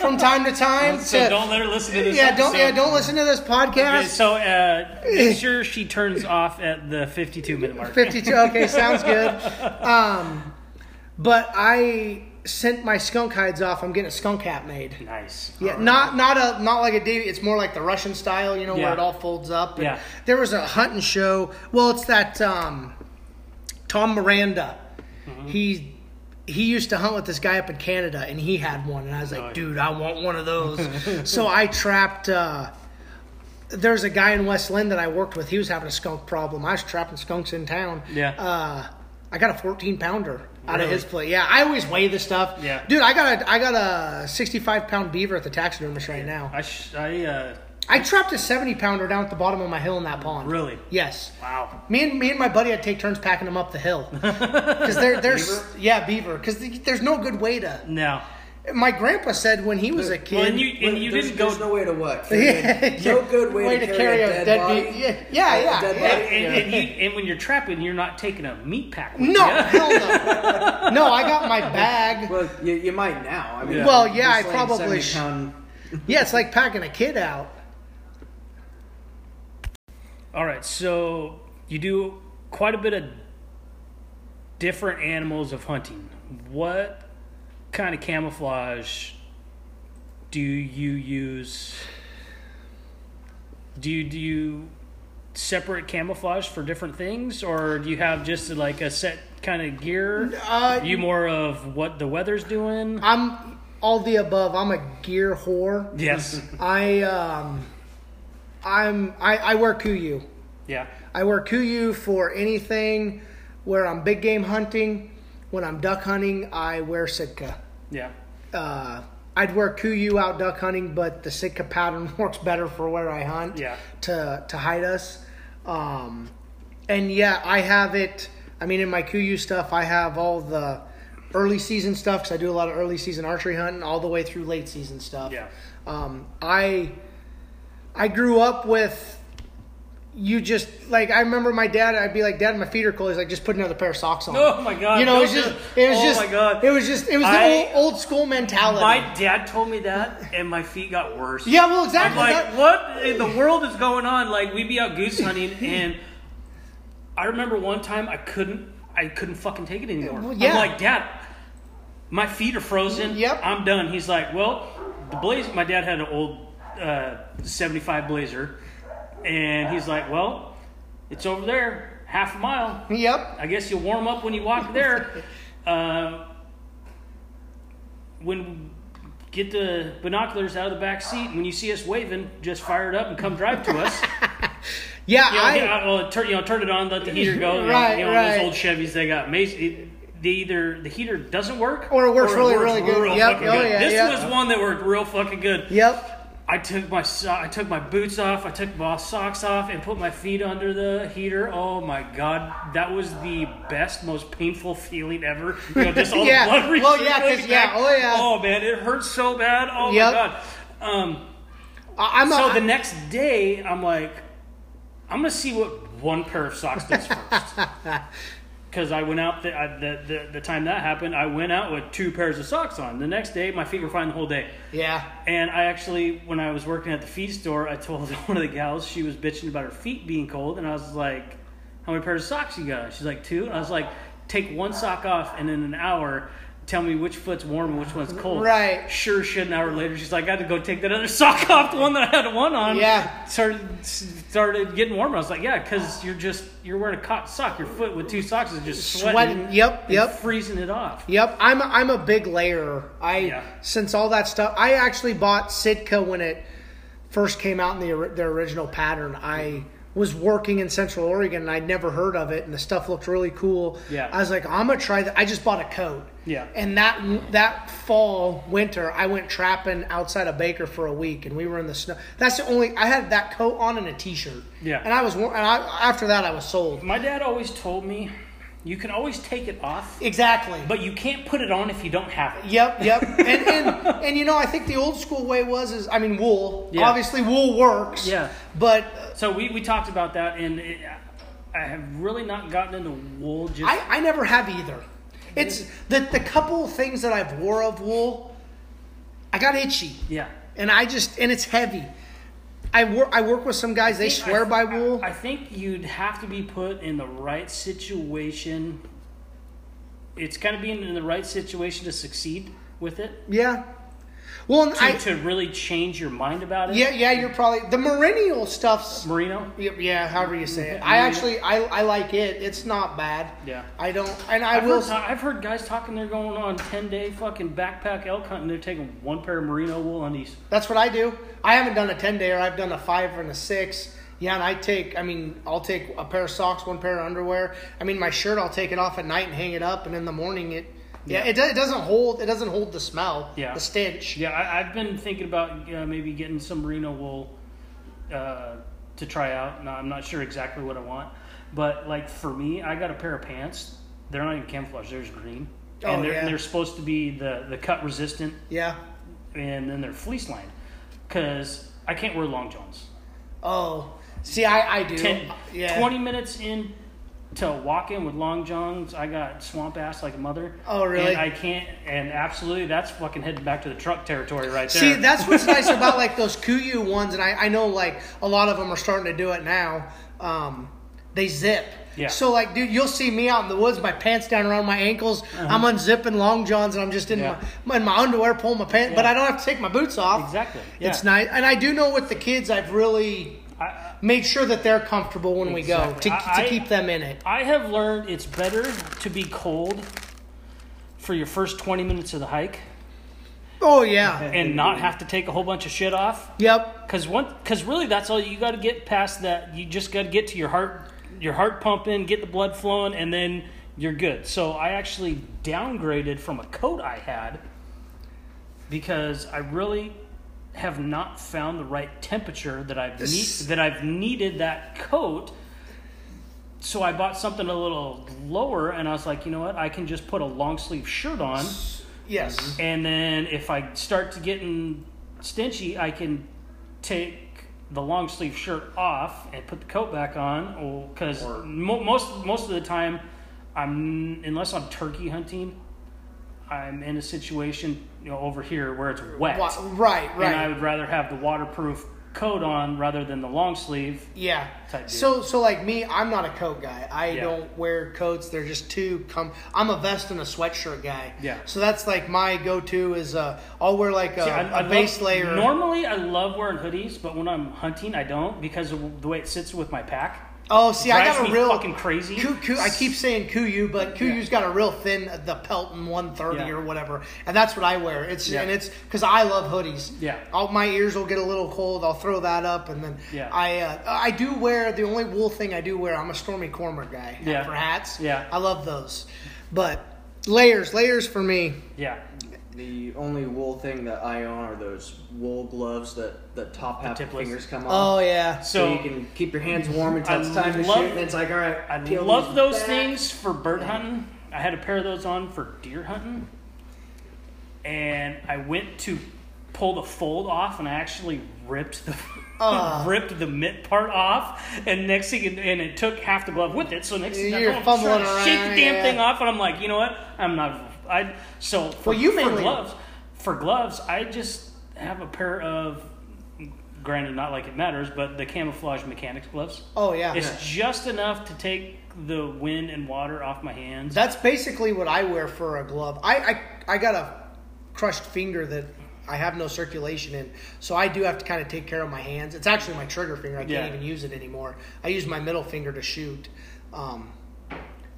Speaker 3: from time to time.
Speaker 1: So
Speaker 3: to-
Speaker 1: don't let her listen to this.
Speaker 3: yeah, don't yeah,
Speaker 1: episode.
Speaker 3: don't listen to this
Speaker 1: Okay,
Speaker 3: podcast.
Speaker 1: so uh, make sure she turns off at the 52 minute mark.
Speaker 3: 52 okay sounds good um, but i sent my skunk hides off i'm getting a skunk hat made
Speaker 1: Nice.
Speaker 3: yeah, not not a not like a Davy. It's more like the Russian style, you know,
Speaker 1: Yeah.
Speaker 3: where it all folds up. And
Speaker 1: Yeah.
Speaker 3: There was a hunting show. Well, it's that um, Tom Miranda.
Speaker 1: Mm-hmm.
Speaker 3: He he used to hunt with this guy up in Canada, and he had one, and I was like, dude, I want one of those. so I trapped. Uh, there's a guy in West Lynn that I worked with. He was having a skunk problem. I was trapping skunks in town.
Speaker 1: Yeah.
Speaker 3: Uh, I got a 14 pounder out of
Speaker 1: Really?
Speaker 3: his plate. Yeah, I always weigh this stuff.
Speaker 1: Yeah.
Speaker 3: Dude, I got a I got a 65 pound beaver at the taxidermist right now.
Speaker 1: I, sh- I uh,
Speaker 3: I trapped a 70 pounder down at the bottom of my hill in that pond.
Speaker 1: really.
Speaker 3: Yes.
Speaker 1: Wow.
Speaker 3: Me and me and my buddy, I'd take turns packing them up the hill because there, there's yeah beaver because there's no good way to.
Speaker 1: No.
Speaker 3: My grandpa said when he was a kid.
Speaker 1: Well, and you and you
Speaker 2: there's,
Speaker 1: didn't go.
Speaker 2: There's no way to what? Carry
Speaker 3: Yeah.
Speaker 2: a- no good way, to, carry a dead, body.
Speaker 3: beaver. Yeah, yeah,
Speaker 2: A
Speaker 3: yeah.
Speaker 2: dead
Speaker 3: yeah.
Speaker 2: body?
Speaker 1: and, and, you, and when you're trapping, you're not taking a meat pack. With
Speaker 3: No,
Speaker 1: you.
Speaker 3: hell no. No, I got my bag.
Speaker 2: Well, you, you might now. I mean,
Speaker 1: Yeah.
Speaker 3: Well, yeah,
Speaker 2: you're
Speaker 3: I
Speaker 2: slaying 70
Speaker 3: probably sh-
Speaker 2: pound-
Speaker 3: Yeah, it's like packing a kid out.
Speaker 1: All right, so you do quite a bit of different animals of hunting. What kind of camouflage do you use? Do you, do you separate camouflage for different things, or do you have just like a set kind of gear?
Speaker 3: Uh,
Speaker 1: you more of what the weather's doing?
Speaker 3: I'm all the above. I'm a gear whore.
Speaker 1: Yes.
Speaker 3: I um, I'm I, I wear kuyu.
Speaker 1: yeah.
Speaker 3: I wear kuyu for anything where I'm big game hunting. When I'm duck hunting, I wear sitka.
Speaker 1: Yeah.
Speaker 3: Uh, I'd wear kuyu out duck hunting, but the sitka pattern works better for where I hunt.
Speaker 1: Yeah.
Speaker 3: To to hide us. Um, and yeah, I have it. I mean, in my kuyu stuff, I have all the early season stuff because I do a lot of early season archery hunting, all the way through late season stuff.
Speaker 1: Yeah.
Speaker 3: Um, I I grew up with you just like I remember my dad. I'd be like, Dad, my feet are cold. He's like, just put another pair of socks on.
Speaker 1: Oh, my God.
Speaker 3: You know, it was
Speaker 1: Those
Speaker 3: just
Speaker 1: are-
Speaker 3: it was
Speaker 1: oh,
Speaker 3: just
Speaker 1: my God.
Speaker 3: it was just it was
Speaker 1: I-
Speaker 3: the old, old school mentality.
Speaker 1: My dad told me that, and my feet got worse.
Speaker 3: yeah, well, exactly.
Speaker 1: I'm like,
Speaker 3: That-
Speaker 1: what in the world is going on? Like, we'd be out goose hunting, and I remember one time I couldn't, I couldn't fucking take it anymore.
Speaker 3: Well, yeah.
Speaker 1: I'm like, Dad, my feet are frozen.
Speaker 3: Yep.
Speaker 1: I'm done. He's like, well, the blazer. My dad had an old uh, '75 blazer, and he's like, well, it's over there, half a mile.
Speaker 3: Yep.
Speaker 1: I guess you'll warm up when you walk there. uh, when get the binoculars out of the back seat, and when you see us waving, just fire it up and come drive to us.
Speaker 3: Yeah,
Speaker 1: You know,
Speaker 3: I,
Speaker 1: get out- well, turn, you know, turn it on, let the heater go. You know,
Speaker 3: Right,
Speaker 1: you know,
Speaker 3: right.
Speaker 1: Those old Chevys they got, amaz- it- they either the heater doesn't work
Speaker 3: Or it works really, really good.
Speaker 1: real
Speaker 3: Yep.
Speaker 1: fucking
Speaker 3: Oh,
Speaker 1: good.
Speaker 3: yeah,
Speaker 1: this
Speaker 3: yeah.
Speaker 1: was one that worked real fucking good.
Speaker 3: Yep.
Speaker 1: I took my so- I took my boots off, I took my socks off, and put my feet under the heater. Oh my god, that was the best, most painful feeling ever. You know, just all
Speaker 3: Yeah.
Speaker 1: the blood
Speaker 3: Well, yeah, 'cause-
Speaker 1: recirculating
Speaker 3: yeah,
Speaker 1: back.
Speaker 3: oh, yeah.
Speaker 1: Oh man, it hurts so bad. Oh
Speaker 3: Yep.
Speaker 1: my god. Um,
Speaker 3: I, I'm
Speaker 1: so
Speaker 3: a,
Speaker 1: the next day, I'm like, I'm gonna see what one pair of socks does first. Because I went out the, I, the, the the time that happened, I went out with two pairs of socks on. The next day, my feet were fine the whole day.
Speaker 3: yeah.
Speaker 1: And I actually, when I was working at the feed store, I told one of the gals she was bitching about her feet being cold, and I was like, "How many pairs of socks you got?" She's like, two. And I was like, "Take one sock off, and in an hour, tell me which foot's warm and which one's cold."
Speaker 3: Right.
Speaker 1: Sure. Shit. An hour later, she's like, "I had to go take that other sock off, the one that I had one on."
Speaker 3: Yeah.
Speaker 1: Started started getting warmer. I was like, "Yeah, because you're just you're wearing a cotton sock. Your foot with two socks is just sweating,
Speaker 3: Sweating. Yep.
Speaker 1: and
Speaker 3: Yep.
Speaker 1: freezing it off."
Speaker 3: Yep, I'm a, I'm a big layer. I
Speaker 1: Yeah.
Speaker 3: since all that stuff, I actually bought Sitka when it first came out in the ori- their original pattern. I was working in Central Oregon and I'd never heard of it, and the stuff looked really cool.
Speaker 1: Yeah.
Speaker 3: I was like, I'm gonna try that. I just bought a coat.
Speaker 1: Yeah.
Speaker 3: and that that fall winter, I went trapping outside of Baker for a week, and we were in the snow. That's the only I had that coat on and a t-shirt.
Speaker 1: Yeah.
Speaker 3: and I was wor- and I, after that I was sold.
Speaker 1: My dad always told me You can always take it off,
Speaker 3: Exactly.
Speaker 1: but you can't put it on if you don't have it.
Speaker 3: Yep, yep. And, and and you know, I think the old school way was is I mean wool.
Speaker 1: Yeah.
Speaker 3: Obviously wool works.
Speaker 1: Yeah.
Speaker 3: But
Speaker 1: So we, we talked about that, and it, I have really not gotten into wool. Just
Speaker 3: I, I never have either. It's the the couple things that I've wore of wool, I got itchy.
Speaker 1: yeah.
Speaker 3: And I just and it's heavy. I work I work with some guys, they swear
Speaker 1: I-
Speaker 3: by wool.
Speaker 1: I think you'd have to be put in the right situation. It's kind of being in the right situation to succeed with it,
Speaker 3: yeah. Well and
Speaker 1: to,
Speaker 3: I
Speaker 1: to really change your mind about it.
Speaker 3: Yeah, yeah, you're probably the millennial stuff's
Speaker 1: Merino.
Speaker 3: yeah, yeah, however you say it.
Speaker 1: Yeah,
Speaker 3: I
Speaker 1: yeah.
Speaker 3: actually I, I like it. It's not bad.
Speaker 1: Mm-hmm. Yeah.
Speaker 3: I don't and I
Speaker 1: I've
Speaker 3: will
Speaker 1: heard, I've heard guys talking they're going on 10 day fucking backpack elk hunt and they're taking one pair of merino wool undies.
Speaker 3: That's what I do. I haven't done a 10 day or I've done a five and a six. Yeah, and I take, I mean, I'll take a pair of socks, one pair of underwear. I mean, my shirt, I'll take it off at night and hang it up. And in the morning, it, yeah,
Speaker 1: Yeah.
Speaker 3: It, do- it doesn't hold, it doesn't hold the smell,
Speaker 1: Yeah.
Speaker 3: the stench.
Speaker 1: Yeah, I, I've been thinking about uh, maybe getting some merino wool uh, to try out. Now, I'm not sure exactly what I want, but like for me, I got a pair of pants. They're not even camouflage. They're just green,
Speaker 3: Oh,
Speaker 1: and they're
Speaker 3: yeah.
Speaker 1: they're supposed to be the the cut resistant,
Speaker 3: Yeah.
Speaker 1: and then they're fleece lined because I can't wear long johns.
Speaker 3: Oh, see, I, I do.
Speaker 1: 10,
Speaker 3: yeah.
Speaker 1: 20 minutes in to walk in with long johns, I got swamp ass like a mother.
Speaker 3: Oh, really?
Speaker 1: And I can't, and absolutely, that's fucking heading back to the truck territory right there.
Speaker 3: See, that's what's nice about like those Kuyu ones, and I, I know like a lot of them are starting to do it now. Um, they zip.
Speaker 1: Yeah.
Speaker 3: So like, dude, you'll see me out in the woods, my pants down around my ankles. I'm unzipping long johns, and I'm just in
Speaker 1: Uh-huh. Yeah.
Speaker 3: my in my underwear, pulling my pants, but
Speaker 1: Yeah.
Speaker 3: I don't have to take my boots off.
Speaker 1: Exactly. Yeah.
Speaker 3: It's nice, and I do know with the kids, I've really
Speaker 1: I,
Speaker 3: made sure that they're comfortable when we go
Speaker 1: Exactly.
Speaker 3: to,
Speaker 1: I-
Speaker 3: to
Speaker 1: I-
Speaker 3: keep them in it.
Speaker 1: I have learned it's better to be cold for your first 20 minutes of the hike
Speaker 3: Oh yeah.
Speaker 1: and not have to take a whole bunch of shit off.
Speaker 3: Yep.
Speaker 1: Cause one, cause really, that's all you got to get past that. You just got to get to your heart, your heart pumping, get the blood flowing, and then you're good. So I actually downgraded from a coat I had because I really have not found the right temperature that I've
Speaker 3: This-
Speaker 1: need, that I've needed that coat. So I bought something a little lower, and I was like, you know what? I can just put a long sleeve shirt on.
Speaker 3: Yes.
Speaker 1: And then if I start to getting stenchy, I can take the long sleeve shirt off and put the coat back on. Because
Speaker 2: Or-
Speaker 1: mo- most most of the time, I'm unless I'm turkey hunting, I'm in a situation you know over here where it's wet,
Speaker 3: Wa- Right. Right.
Speaker 1: and I would rather have the waterproof coat on rather than the long sleeve.
Speaker 3: Yeah.
Speaker 1: type deal.
Speaker 3: So so like me, I'm not a coat guy. I
Speaker 1: Yeah.
Speaker 3: don't wear coats. They're just too com. I'm a vest and a sweatshirt guy.
Speaker 1: Yeah.
Speaker 3: So that's like my go-to is uh, I'll wear like a,
Speaker 1: See, I- I
Speaker 3: a
Speaker 1: love-
Speaker 3: base layer.
Speaker 1: Normally, I love wearing hoodies, but when I'm hunting, I don't because of the way it sits with my pack.
Speaker 3: oh, see, I
Speaker 1: drives
Speaker 3: got a
Speaker 1: me
Speaker 3: real
Speaker 1: fucking crazy.
Speaker 3: Ku- Ku- I keep saying Kuyu, but Kuyu's got a real thin uh, the Pelton 130
Speaker 1: Yeah.
Speaker 3: or whatever, and that's what I wear. It's
Speaker 1: Yeah.
Speaker 3: and it's because I love hoodies.
Speaker 1: Yeah.
Speaker 3: All my ears will get a little cold. I'll throw that up, and then
Speaker 1: Yeah.
Speaker 3: I uh, I do wear the only wool thing I do wear. I'm a Stormy Cormer guy.
Speaker 1: Yeah.
Speaker 3: For hats.
Speaker 1: Yeah.
Speaker 3: I love those, but layers layers for me.
Speaker 1: Yeah,
Speaker 2: The only wool thing that I own are those wool gloves that the top half
Speaker 1: tipless.
Speaker 2: of fingers come
Speaker 3: Oh
Speaker 2: off.
Speaker 3: yeah.
Speaker 2: so,
Speaker 1: So
Speaker 2: you can keep your hands warm until
Speaker 1: I
Speaker 2: it's time to
Speaker 1: love-
Speaker 2: shoot. And it's like, all right,
Speaker 1: I
Speaker 2: peel
Speaker 1: love
Speaker 2: these
Speaker 1: those
Speaker 2: back.
Speaker 1: things for bird hunting. I had a pair of those on for deer hunting. And I went to pull the fold off and I actually ripped the
Speaker 3: Ah.
Speaker 1: ripped the mitt part off and next thing it- and it took half the glove with it. So next thing I
Speaker 3: You're
Speaker 1: know, I'm
Speaker 3: fumbling
Speaker 1: trying to shake
Speaker 3: around,
Speaker 1: the damn
Speaker 3: yeah.
Speaker 1: thing off and I'm like, you know what? I'm not I so for,
Speaker 3: Well, you
Speaker 1: for
Speaker 3: mainly-
Speaker 1: gloves for gloves I just have a pair of granted not like it matters, but the camouflage mechanics gloves.
Speaker 3: Oh yeah.
Speaker 1: It's just enough to take the wind and water off my hands.
Speaker 3: That's basically what I wear for a glove. I, I, I got a crushed finger that I have no circulation in, so I do have to kind of take care of my hands. It's actually my trigger finger. I can't
Speaker 1: Yeah.
Speaker 3: even use it anymore. I use my middle finger to shoot, um,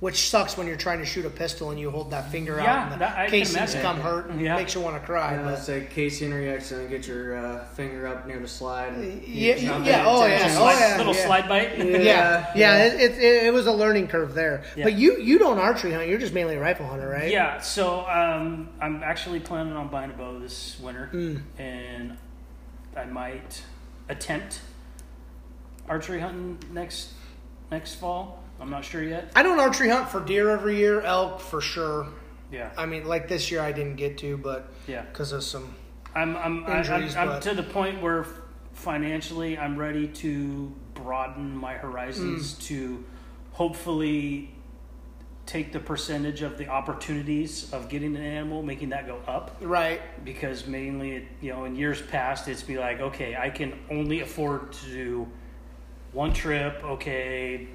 Speaker 3: which sucks when you're trying to shoot a pistol and you hold that finger
Speaker 1: Yeah,
Speaker 3: out and
Speaker 1: that- I
Speaker 3: the
Speaker 1: can
Speaker 3: casings
Speaker 1: imagine.
Speaker 3: come hurt. and
Speaker 1: Yeah.
Speaker 3: Makes you want to cry.
Speaker 2: You know,
Speaker 3: but-
Speaker 2: it's like casing reacts and get your uh, finger up near the slide. And
Speaker 3: Yeah,
Speaker 2: you jump
Speaker 3: yeah,
Speaker 2: in.
Speaker 3: oh,
Speaker 2: It's
Speaker 3: yeah,
Speaker 2: just
Speaker 3: oh,
Speaker 1: Slide-
Speaker 2: like-
Speaker 3: yeah,
Speaker 1: little
Speaker 3: yeah.
Speaker 1: slide bite.
Speaker 2: Yeah.
Speaker 3: yeah, yeah,
Speaker 2: yeah.
Speaker 3: It, it, it, it was a learning curve there.
Speaker 1: Yeah.
Speaker 3: But you you don't archery hunt. You're just mainly a rifle hunter, right?
Speaker 1: Yeah, so um, I'm actually planning on buying a bow this winter,
Speaker 3: Hmm.
Speaker 1: and I might attempt archery hunting next next fall. I'm not sure yet.
Speaker 3: I don't archery hunt for deer every year, elk for sure.
Speaker 1: Yeah.
Speaker 3: I mean, like this year I didn't get to, but
Speaker 1: Yeah.
Speaker 3: because of some
Speaker 1: I'm I'm, I-
Speaker 3: Injuries,
Speaker 1: I'm, I'm
Speaker 3: but-
Speaker 1: to the point where financially I'm ready to broaden my horizons
Speaker 3: Mm.
Speaker 1: to hopefully take the percentage of the opportunities of getting an animal, making that go up.
Speaker 3: right,
Speaker 1: Because mainly, you know, in years past, it's be like, okay, I can only afford to do one trip. Okay,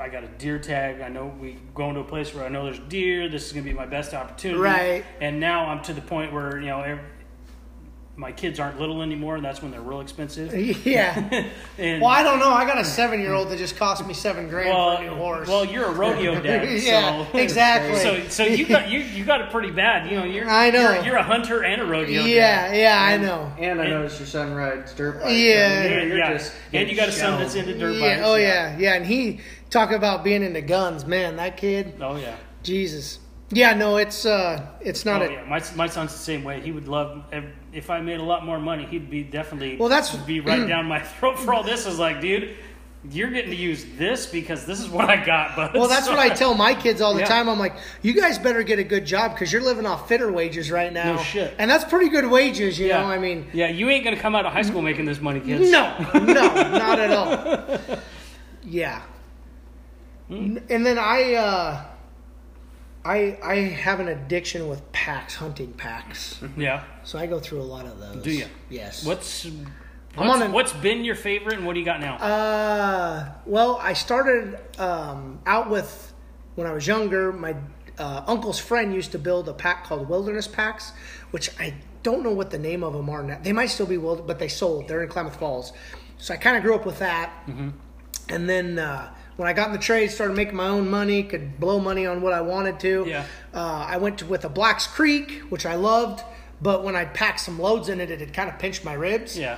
Speaker 1: I got a deer tag. I know we going to a place where I know there's deer. This is gonna be my best opportunity.
Speaker 3: Right.
Speaker 1: And now I'm to the point where you know, ev my kids aren't little anymore, and that's when they're real expensive.
Speaker 3: yeah.
Speaker 1: And
Speaker 3: well, I don't know. I got a seven-year-old that just cost me seven grand for a new horse.
Speaker 1: well, you're a rodeo dad.
Speaker 3: yeah,
Speaker 1: so.
Speaker 3: exactly.
Speaker 1: So, so you got you, you got it pretty bad. You know, you're
Speaker 3: I know.
Speaker 1: you're, you're a hunter and a rodeo. dad.
Speaker 3: yeah, yeah, I know.
Speaker 2: And I noticed your son rides dirt bike.
Speaker 3: Yeah.
Speaker 2: You're- you're
Speaker 1: Yeah.
Speaker 2: just
Speaker 1: and you got a son
Speaker 2: shelled.
Speaker 1: that's into dirt
Speaker 3: yeah,
Speaker 1: bikes.
Speaker 3: oh yeah, yeah, and he talk about being into guns, man. That kid,
Speaker 1: Oh yeah.
Speaker 3: Jesus. Yeah, no, it's uh, it's not
Speaker 1: Oh,
Speaker 3: a.
Speaker 1: yeah. My, my son's the same way. He would love ev- if I made a lot more money. He'd be definitely
Speaker 3: Well, that's-
Speaker 1: be right down my throat for all this. Is like, dude, you're getting to use this because this is what I got. But
Speaker 3: Well, that's what I tell my kids all the
Speaker 1: Yeah.
Speaker 3: time. I'm like, you guys better get a good job because you're living off fitter wages right now.
Speaker 1: No shit.
Speaker 3: And that's pretty good wages, you know. I mean,
Speaker 1: yeah, you ain't gonna come out of high school making this money, kids.
Speaker 3: No, no, not at all. Yeah.
Speaker 1: Hmm.
Speaker 3: N- And then I, uh, I, I have an addiction with packs, hunting packs.
Speaker 1: Yeah.
Speaker 3: So I go through a lot of those.
Speaker 1: Mm-hmm. Do ya?
Speaker 3: Yes.
Speaker 1: What's
Speaker 3: I'm
Speaker 1: what's,
Speaker 3: on a-
Speaker 1: what's been your favorite and what do you got now?
Speaker 3: Uh, well, I started um, out with when I was younger. My uh, uncle's friend used to build a pack called Wilderness Packs, which I don't know what the name of them are now. They might still be wild, but they sold. They're in Klamath Falls, so I kind of grew up with that. And then uh, when I got in the trade, started making my own money, could blow money on what I wanted to.
Speaker 1: Yeah.
Speaker 3: Uh, I went to, with a Black's Creek, which I loved. But when I packed some loads in it, it had kind of pinched my ribs.
Speaker 1: yeah.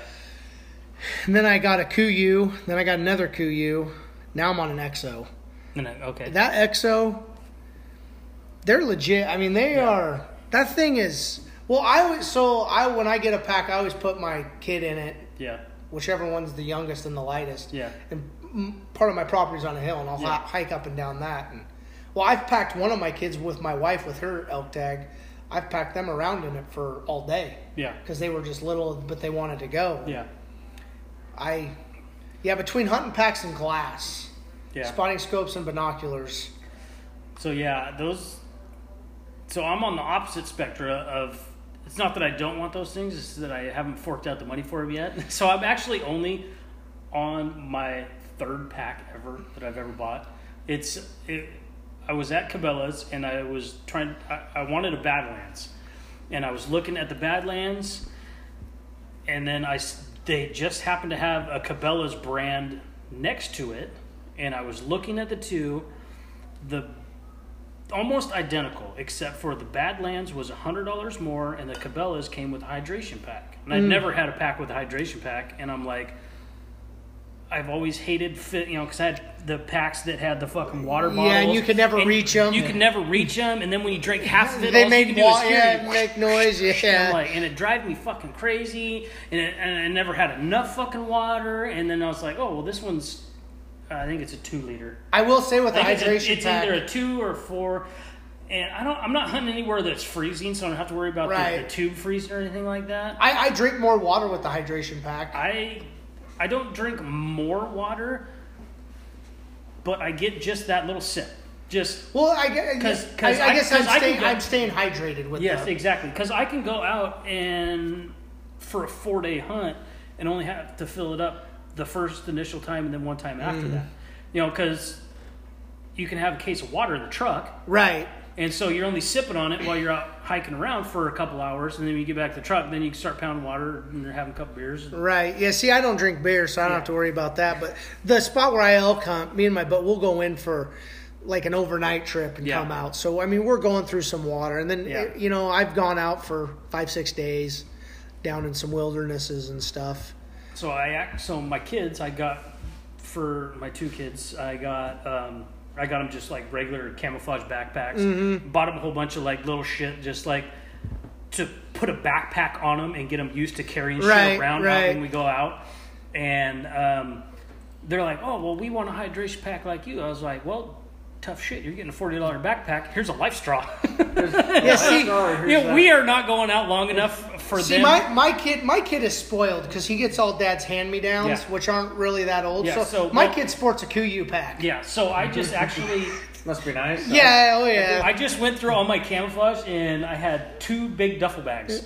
Speaker 3: And then I got a Kuyu. Then I got another Kuyu. Now I'm on an EXO.
Speaker 1: No, no, okay.
Speaker 3: That EXO, they're legit. I mean, they are. That thing is. Well, I always so I when I get a pack, I always put my kid in it,
Speaker 1: yeah.
Speaker 3: whichever one's the youngest and the lightest.
Speaker 1: Yeah.
Speaker 3: And mm, part of my property's on a hill, and I'll
Speaker 1: Yeah.
Speaker 3: hi- hike up and down that. And well, I've packed one of my kids with my wife with her elk tag. I've packed them around in it for all day
Speaker 1: Yeah.
Speaker 3: because they were just little, but they wanted to go.
Speaker 1: Yeah.
Speaker 3: I, yeah, between hunting packs and glass,
Speaker 1: Yeah.
Speaker 3: spotting scopes and binoculars.
Speaker 1: So yeah, those. So I'm on the opposite spectra of. It's not that I don't want those things; it's that I haven't forked out the money for them yet. So I'm actually only on my third pack ever that I've ever bought. It's. It, I was at Cabela's and I was trying. I, I wanted a Badlands, and I was looking at the Badlands, and then I s- they just happened to have a Cabela's brand next to it, and I was looking at the two. The almost identical, except for the Badlands was hundred dollars more, and the Cabela's came with a hydration pack. And
Speaker 3: Mm.
Speaker 1: I'd never had a pack with a hydration pack, and I'm like, I've always hated fit, you know, because I had the packs that had the fucking water
Speaker 3: Yeah,
Speaker 1: bottles.
Speaker 3: and you could never
Speaker 1: and
Speaker 3: reach 'em.
Speaker 1: You could never reach them, and then when you drink half of it,
Speaker 3: They
Speaker 1: all
Speaker 3: made
Speaker 1: you can do is
Speaker 3: wa-
Speaker 1: hear
Speaker 3: yeah,
Speaker 1: you.
Speaker 3: make noise.
Speaker 1: And, I'm
Speaker 3: Yeah,
Speaker 1: like, and it drive me fucking crazy, and, it, and I never had enough fucking water. And then I was like, oh well, this one's, I think it's a two liter.
Speaker 3: I will say with the
Speaker 1: I think it's,
Speaker 3: hydration
Speaker 1: it's
Speaker 3: pack,
Speaker 1: either a two or a four, and I don't. I'm not hunting anywhere that's freezing, so I don't have to worry about the- the,
Speaker 3: Right.
Speaker 1: tube freezing or anything like that.
Speaker 3: I, I drink more water with the hydration pack.
Speaker 1: I I don't drink more water, but I get just that little sip. Just
Speaker 3: well, I, gue-
Speaker 1: 'Cause-
Speaker 3: I-
Speaker 1: 'cause
Speaker 3: I,
Speaker 1: I-
Speaker 3: guess
Speaker 1: 'cause
Speaker 3: I'm,
Speaker 1: I can
Speaker 3: staying,
Speaker 1: go-
Speaker 3: I'm staying hydrated with
Speaker 1: yes,
Speaker 3: the,
Speaker 1: exactly. Because I can go out and for a four day hunt and only have to fill it up the first initial time and then one time after that. You know, because you can have a case of water in the truck.
Speaker 3: right.
Speaker 1: And so you're only sipping on it while you're out hiking around for a couple hours, and then you get back to the truck, then you start pounding water and you're having a couple beers.
Speaker 3: Right. Yeah. See, I don't drink beer, so I don't
Speaker 1: Yeah.
Speaker 3: have to worry about that. But the spot where I elk hunt, me and my but we'll go in for like an overnight trip and
Speaker 1: Yeah.
Speaker 3: come out. So I mean, we're going through some water, and then eh,
Speaker 1: Yeah.
Speaker 3: you know, I've gone out for five, six days down in some wildernesses and stuff.
Speaker 1: So I act. So my kids, I got for my two kids, I got um, I got them just like regular camouflage backpacks.
Speaker 3: Mm-hmm.
Speaker 1: Bought them a whole bunch of like little shit, just like to put a backpack on them and get them used to carrying
Speaker 3: Right,
Speaker 1: shit around out
Speaker 3: right.
Speaker 1: when we go out. And um, they're like, oh, well, we want a hydration pack like you. I was like, well, tough shit. You're getting a $40 backpack. Here's a life straw.
Speaker 3: Yeah, see,
Speaker 2: Sorry, here's
Speaker 1: yeah,
Speaker 2: that.
Speaker 1: we are not going out long enough for
Speaker 3: see,
Speaker 1: them.
Speaker 3: my, my kid, my kid is spoiled because he gets all dad's hand me downs,
Speaker 1: Yeah.
Speaker 3: which aren't really that old.
Speaker 1: Yeah,
Speaker 3: so,
Speaker 1: so-
Speaker 3: my
Speaker 1: well-
Speaker 3: kid sports a Kuyu pack.
Speaker 1: yeah, so I just actually,
Speaker 2: Must be nice.
Speaker 3: Yeah, oh yeah.
Speaker 1: I just went through all my camouflage and I had two big duffel bags.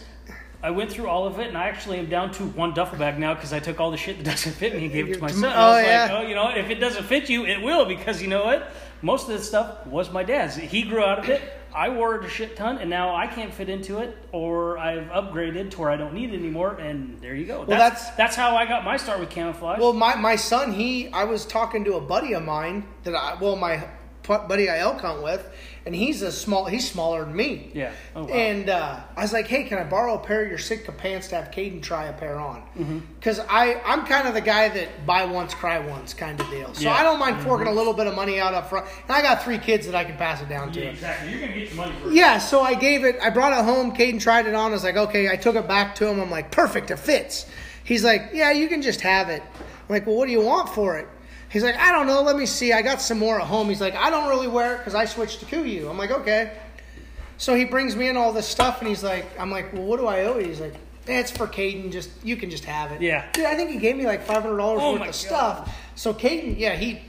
Speaker 1: I went through all of it and I actually am down to one duffel bag now because I took all the shit that doesn't fit me and gave it to my son. I
Speaker 3: Oh,
Speaker 1: was
Speaker 3: yeah.
Speaker 1: like, oh, you know, what? if it doesn't fit you, it will because you know what? Most of this stuff was my dad's. He grew out of it. I wore it a shit ton and now I can't fit into it or I've upgraded to where I don't need it anymore and there you go.
Speaker 3: that's-
Speaker 1: that's how I got my start with camouflage.
Speaker 3: Well, my, my son, he, I was talking to a buddy of mine that I, well, my pu- buddy I elk hunt with, and he's a small, he's smaller than me.
Speaker 1: yeah. Oh, wow.
Speaker 3: And uh, I was like, hey, can I borrow a pair of your Sitka pants to have Caden try a pair
Speaker 1: Mm-hmm.
Speaker 3: on? Because I I'm kind of the guy that buy once, cry once kind of deal. So
Speaker 1: Yeah. Mm-hmm.
Speaker 3: I don't mind forking a little bit of money out up front. And I got three kids that I can pass it down to.
Speaker 1: yeah, exactly. You're going to get your money for it.
Speaker 3: Yeah, so I gave it, I brought it home. Caden tried it on. I was like, okay, I took it back to him. I'm like, perfect, it fits. He's like, yeah, you can just have it. I'm like, well, what do you want for it? He's like, I don't know. Let me see. I got some more at home. He's like, I don't really wear it because I switched to Kuyu. I'm like, okay. So he brings me in all this stuff and he's like, I'm like, well, what do I owe you? He's like, eh, it's for Caden. Just, you can just have it.
Speaker 1: Yeah.
Speaker 3: Dude, I think he gave me like $500
Speaker 1: Oh
Speaker 3: worth
Speaker 1: my
Speaker 3: of
Speaker 1: God.
Speaker 3: stuff. So Caden, yeah, he.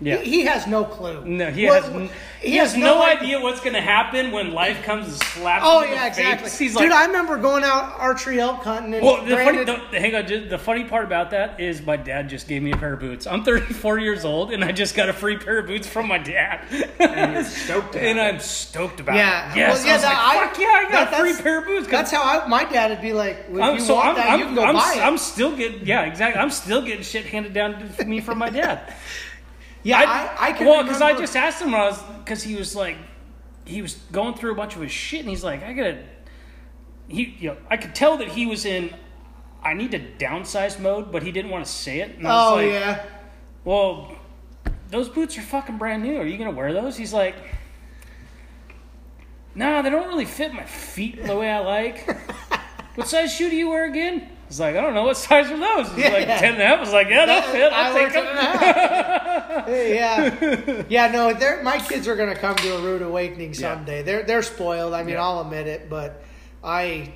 Speaker 1: Yeah.
Speaker 3: He, he has no clue.
Speaker 1: No, he
Speaker 3: What-
Speaker 1: has.
Speaker 3: what-
Speaker 1: n- he, has, no,
Speaker 3: idea.
Speaker 1: idea what's going to happen when life comes and slaps.
Speaker 3: Oh
Speaker 1: him in
Speaker 3: yeah,
Speaker 1: the
Speaker 3: exactly.
Speaker 1: Face. He's
Speaker 3: Dude,
Speaker 1: like,
Speaker 3: I remember going out archery elk hunting and
Speaker 1: well, the funny,
Speaker 3: Brandon-
Speaker 1: the, hang on. ju- The funny part about that is my dad just gave me a pair of boots. I'm 34 years old, and I just got a free pair of boots from my dad,
Speaker 2: And you're stoked at
Speaker 1: and
Speaker 2: it.
Speaker 1: I'm stoked about
Speaker 3: Yeah,
Speaker 1: it. Yes,
Speaker 3: well, yeah,
Speaker 1: I was
Speaker 3: that-
Speaker 1: like,
Speaker 3: I-
Speaker 1: fuck yeah, I
Speaker 3: that-
Speaker 1: got a free
Speaker 3: that's-
Speaker 1: pair of boots. 'cause
Speaker 3: That's how I, my dad would be like, well, if
Speaker 1: I'm,
Speaker 3: you
Speaker 1: so
Speaker 3: want
Speaker 1: I'm,
Speaker 3: that,
Speaker 1: I'm,
Speaker 3: you can go
Speaker 1: I'm,
Speaker 3: buy it.
Speaker 1: I'm still getting, yeah, exactly. I'm still getting shit handed down to me from my dad.
Speaker 3: yeah, I, I, can
Speaker 1: well, because I
Speaker 3: remember-
Speaker 1: just asked him when I was because he was like, he was going through a bunch of his shit, and he's like, I gotta, he, you know, I could tell that he was in, I need to downsize mode, but he didn't want to say it. And I
Speaker 3: Oh
Speaker 1: was like,
Speaker 3: yeah,
Speaker 1: Well, those boots are fucking brand new. Are you gonna wear those? He's like, Nah, they don't really fit my feet the way I like. what size shoe do you wear again? He's like, I don't know. What size are those? He's like,
Speaker 3: Yeah.
Speaker 1: ten and a half. I was like, yeah, they'll
Speaker 3: That-
Speaker 1: fit.
Speaker 3: I
Speaker 1: I'll
Speaker 3: wear
Speaker 1: take
Speaker 3: 10 and a
Speaker 1: them.
Speaker 3: yeah, yeah. No, they're, my kids are gonna come to a rude awakening
Speaker 1: Yeah.
Speaker 3: someday. They're they're spoiled. I mean,
Speaker 1: Yeah.
Speaker 3: I'll admit it, but I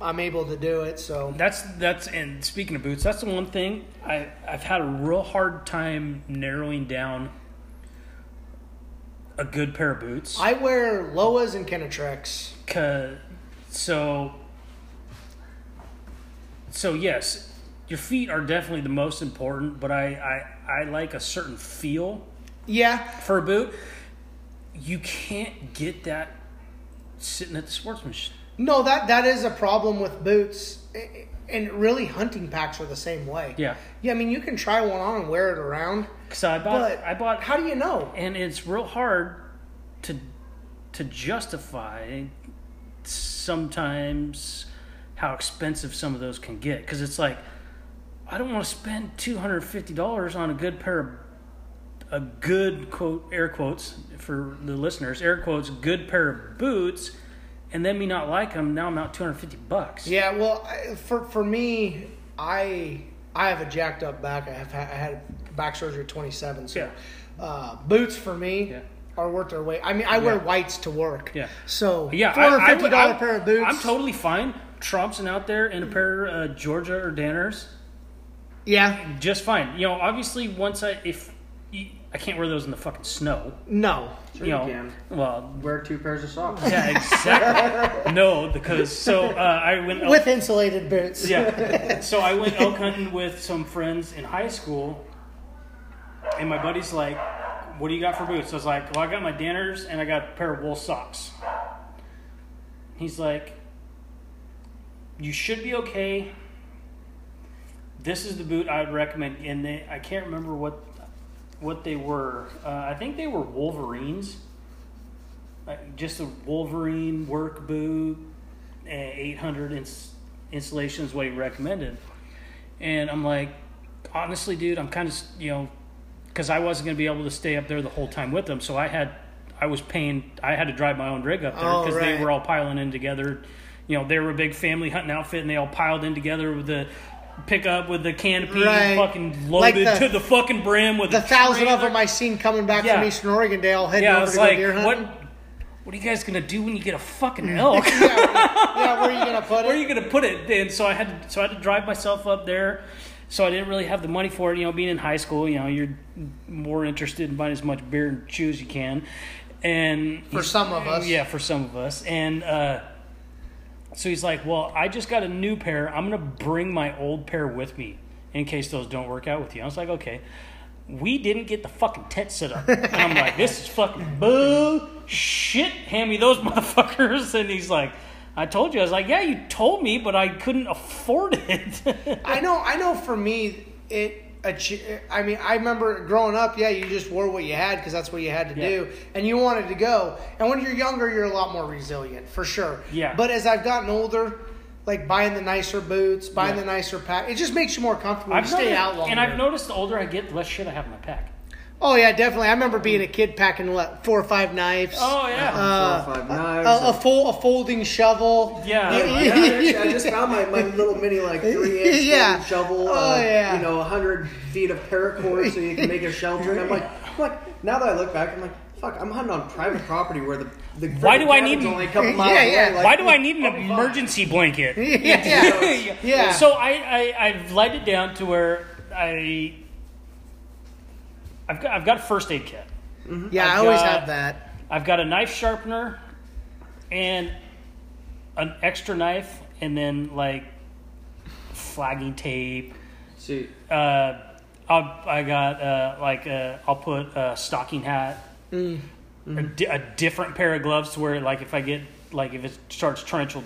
Speaker 3: I'm able to do it. So
Speaker 1: That's that's and speaking of boots, that's the one thing I I've had a real hard time narrowing down a good pair of boots.
Speaker 3: I wear Loas and Kenetrex.
Speaker 1: Cause, so so yes, your feet are definitely the most important, but I I, I like a certain feel
Speaker 3: Yeah,
Speaker 1: for a boot. You can't get that sitting at the sportsman. sh-
Speaker 3: no, that that is a problem with boots, A- and really hunting packs are the same way.
Speaker 1: Yeah,
Speaker 3: Yeah, I mean, you can try one on and wear it around,
Speaker 1: because I bought
Speaker 3: but
Speaker 1: I bought
Speaker 3: How do you know?
Speaker 1: and it's real hard to to justify sometimes how expensive some of those can get because it's like I don't want to spend two hundred fifty dollars on a good pair of a good quote air quotes for the listeners air quotes good pair of boots and then me not like them now I'm out two hundred fifty bucks
Speaker 3: Yeah, well, I- for for me, I I have a jacked up back. I have ha- I had back surgery at 27, so uh, boots for me
Speaker 1: Yeah.
Speaker 3: are worth their weight. I mean, I wear
Speaker 1: Yeah.
Speaker 3: whites to work.
Speaker 1: Yeah.
Speaker 3: So
Speaker 1: Yeah, I- I
Speaker 3: four hundred fifty
Speaker 1: would-
Speaker 3: dollar
Speaker 1: I-
Speaker 3: pair of boots.
Speaker 1: I'm totally fine trompsing out there in a pair of uh, Georgia or Danners
Speaker 3: Yeah.
Speaker 1: just fine. You know, obviously, once I if you, I can't wear those in the fucking snow.
Speaker 3: No.
Speaker 2: Sure
Speaker 1: you
Speaker 2: you
Speaker 1: know,
Speaker 2: can.
Speaker 1: well,
Speaker 2: Wear two pairs of socks.
Speaker 1: yeah, exactly. no, because so uh, I went elk,
Speaker 3: With insulated boots.
Speaker 1: yeah, so I went elk hunting with some friends in high school, and my buddy's like, "What do you got for boots?" I was like, "Well, I got my Danners and I got a pair of wool socks." He's like, "You should be okay." This is the boot I would recommend, and they, I can't remember what what they were. Uh, I think they were Wolverines, like just a Wolverine work boot, uh, eight hundred ins- installation is what he recommended, and I'm like, honestly, dude, I'm kind of you know, because I wasn't gonna be able to stay up there the whole time with them, so I had I was paying I had to drive my own rig up there
Speaker 3: Oh,
Speaker 1: because
Speaker 3: right.
Speaker 1: they were all piling in together. You know, they were a big family hunting outfit, and they all piled in together with the pickup with the canopy
Speaker 3: Right.
Speaker 1: fucking
Speaker 3: Like
Speaker 1: loaded
Speaker 3: the-
Speaker 1: to the fucking brim with
Speaker 3: The
Speaker 1: a
Speaker 3: thousand of
Speaker 1: trailer.
Speaker 3: them I seen coming back
Speaker 1: Yeah.
Speaker 3: from Eastern Oregon Dale heading
Speaker 1: Yeah, I
Speaker 3: over
Speaker 1: was
Speaker 3: to go
Speaker 1: like,
Speaker 3: deer hunting. Mm.
Speaker 1: what? What are you guys gonna do when you get a fucking elk?
Speaker 3: Yeah, where are you gonna put it?
Speaker 1: Where are you gonna put it? And so I had to, so I had to drive myself up there. So I didn't really have the money for it. You know, being in high school, you know, you're more interested in buying as much beer and chew as you can. And
Speaker 3: For some of us.
Speaker 1: yeah, for some of us. And uh, so he's like, "Well, I just got a new pair. I'm gonna bring my old pair with me in case those don't work out with you." I was like, "Okay." We didn't get the fucking tent set up. And I'm like, "This is fucking bullshit. Hand me those motherfuckers." And he's like, "I told you." I was like, "Yeah, you told me, but I couldn't afford it."
Speaker 3: I know. I know. For me, it. achi- I mean, I remember growing up. Yeah, you just wore what you had because that's what you had to
Speaker 1: Yeah.
Speaker 3: do, and you wanted to go. And when you're younger, you're a lot more resilient for sure.
Speaker 1: Yeah.
Speaker 3: But as I've gotten older, like buying the nicer boots, buying
Speaker 1: Yeah.
Speaker 3: the nicer pack, it just makes you more comfortable.
Speaker 1: I've
Speaker 3: you stay
Speaker 1: noticed-
Speaker 3: out longer.
Speaker 1: and I've noticed the older I get, the less shit I have in my pack.
Speaker 3: Oh yeah, definitely. I remember being a kid packing what four or five knives.
Speaker 1: Oh yeah.
Speaker 3: Uh,
Speaker 2: four or five knives.
Speaker 3: A, a full a folding shovel.
Speaker 1: Yeah.
Speaker 2: Yeah, actually, I just found my, my little mini like three inch
Speaker 3: Yeah.
Speaker 2: folding shovel.
Speaker 3: Oh,
Speaker 2: uh,
Speaker 3: yeah.
Speaker 2: You know, hundred feet of paracord so you can make a shelter. And I'm like, what? Now that I look back, I'm like, fuck. I'm hunting on private property where the the
Speaker 1: Why do I need-
Speaker 2: cabin's only a couple miles
Speaker 3: Yeah, yeah.
Speaker 2: away. Like,
Speaker 1: Why do I need
Speaker 2: I'll
Speaker 1: an
Speaker 2: be fine.
Speaker 1: emergency blanket?
Speaker 3: Uh, yeah, yeah. Yeah.
Speaker 1: So I, I I've lighted it down to where I I've got I've got a first aid kit.
Speaker 3: Yeah, I always
Speaker 1: got-
Speaker 3: have that.
Speaker 1: I've got a knife sharpener and an extra knife and then like flagging tape.
Speaker 2: See,
Speaker 1: Uh, I'll, I got uh, like uh, I'll put a stocking hat,
Speaker 3: Mm-hmm.
Speaker 1: A, di- a different pair of gloves to where like if I get like if it starts torrential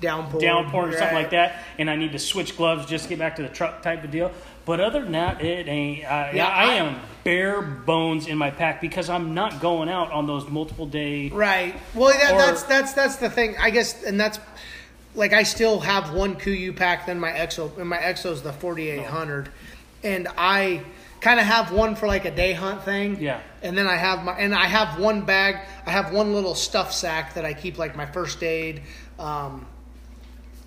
Speaker 3: Downpour.
Speaker 1: downpour or something
Speaker 3: Right.
Speaker 1: like that, and I need to switch gloves just to get back to the truck type of deal. But other than that, it ain't. I,
Speaker 3: Yeah,
Speaker 1: I,
Speaker 3: I-
Speaker 1: am bare bones in my pack because I'm not going out on those multiple day.
Speaker 3: Right. Well, that,
Speaker 1: Or-
Speaker 3: that's that's that's the thing. I guess, and that's like I still have one Kuyu pack. Then my Exo, and my Exo's the forty eight hundred, and I kind of have one for like a day hunt thing.
Speaker 1: Yeah.
Speaker 3: And then I have my and I have one bag. I have one little stuff sack that I keep like my first aid. Um,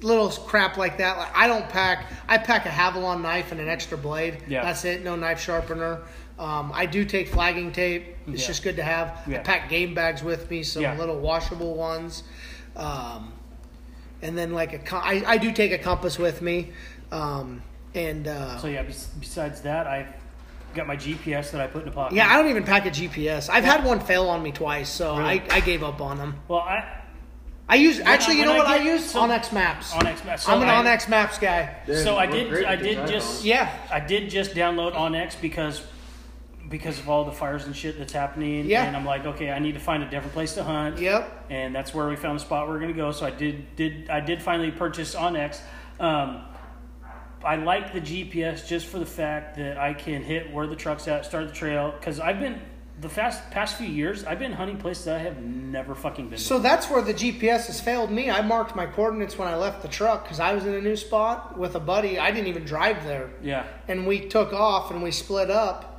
Speaker 3: little crap like that. Like I don't pack. I pack a Havilon knife and an extra blade.
Speaker 1: Yeah.
Speaker 3: That's it. No knife sharpener. Um, I do take flagging tape. It's
Speaker 1: Yeah.
Speaker 3: just good to have.
Speaker 1: Yeah.
Speaker 3: I pack game bags with me, some
Speaker 1: Yeah.
Speaker 3: little washable ones, um, and then like a com- I, I do take a compass with me, um, and uh,
Speaker 1: So yeah. bes- Besides that, I've got my GPS that I put in a pocket.
Speaker 3: yeah, I don't even pack a GPS. I've had one fail on me twice, so
Speaker 1: Really?
Speaker 3: I, I gave up on them.
Speaker 1: Well, I
Speaker 3: I use actually, you
Speaker 1: when
Speaker 3: know
Speaker 1: I
Speaker 3: what I
Speaker 1: get
Speaker 3: use
Speaker 1: some-
Speaker 3: Onyx Maps.
Speaker 1: Onyx Maps. So
Speaker 3: I'm an
Speaker 1: I-
Speaker 3: Onyx Maps guy.
Speaker 2: Yeah,
Speaker 1: so I
Speaker 2: you look
Speaker 1: did.
Speaker 2: great
Speaker 1: I
Speaker 2: with
Speaker 1: did
Speaker 2: those
Speaker 1: just.
Speaker 2: eyeballs.
Speaker 3: Yeah.
Speaker 1: I did just download Onyx because because of all the fires and shit that's happening.
Speaker 3: Yeah.
Speaker 1: And I'm like, okay, I need to find a different place to hunt.
Speaker 3: Yep.
Speaker 1: And that's where we found the spot we are gonna go. So I did did I did finally purchase Onyx. Um, I like the GPS just for the fact that I can hit where the truck's at, start the trail. Because I've been the fast past few years, I've been hunting places that I have never fucking been.
Speaker 3: So that's where the GPS has failed me. I marked my coordinates when I left the truck because I was in a new spot with a buddy. I didn't even drive there.
Speaker 1: to. yeah.
Speaker 3: And we took off and we split up.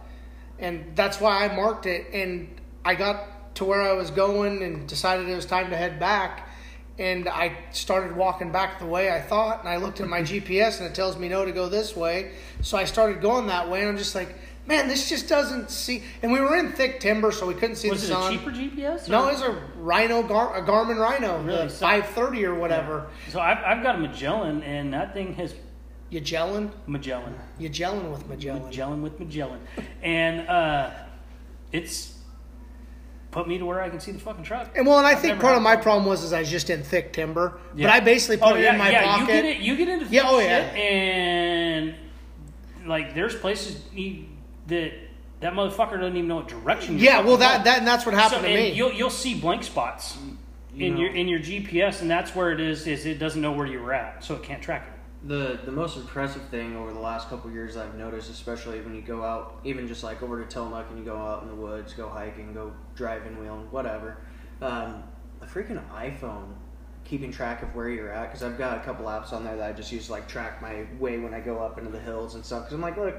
Speaker 3: And that's why I marked it. And I got to where I was going and decided it was time to head back. And I started walking back the way I thought. And I looked at my GPS and it tells me no to go this way. So I started going that way. And I'm just like, man, this just doesn't see. And we were in thick timber, so we couldn't see
Speaker 1: Was
Speaker 3: the
Speaker 1: it a
Speaker 3: sun.
Speaker 1: cheaper GPS?
Speaker 3: No,
Speaker 1: or-
Speaker 3: it's a Rhino, Gar- a Garmin Rhino,
Speaker 1: Really?
Speaker 3: the
Speaker 1: So-
Speaker 3: 530 or whatever.
Speaker 1: So I've, I've got a Magellan, and that thing has
Speaker 3: Magellan,
Speaker 1: Magellan.
Speaker 3: Magellan with Magellan.
Speaker 1: Magellan with Magellan. And uh, it's put me to where I can see the fucking truck.
Speaker 3: And well, and I
Speaker 1: I've
Speaker 3: think
Speaker 1: never
Speaker 3: part of
Speaker 1: had
Speaker 3: my
Speaker 1: one.
Speaker 3: problem was is I was just in thick timber,
Speaker 1: Yeah.
Speaker 3: but I basically put
Speaker 1: oh,
Speaker 3: it
Speaker 1: yeah,
Speaker 3: in my
Speaker 1: yeah,
Speaker 3: pocket.
Speaker 1: You get, it, you get into
Speaker 3: Yeah,
Speaker 1: thick
Speaker 3: oh,
Speaker 1: shit,
Speaker 3: yeah.
Speaker 1: and like there's places you, that that motherfucker doesn't even know what direction. you're
Speaker 3: yeah, well
Speaker 1: fucking
Speaker 3: that
Speaker 1: going.
Speaker 3: that and that's what happened
Speaker 1: Oh. so,
Speaker 3: to
Speaker 1: and
Speaker 3: me.
Speaker 1: You'll you'll see blank spots in
Speaker 2: know.
Speaker 1: your in your GPS, and that's where it is. Is it doesn't know where you're at, so it can't track it.
Speaker 2: The the most impressive thing over the last couple years I've noticed, especially when you go out, even just like over to Tillamook and you go out in the woods, go hiking, go driving, wheeling, whatever, um, a freaking iPhone keeping track of where you're at. Because I've got a couple apps on there that I just use to like track my way when I go up into the hills and stuff. Because I'm like, look,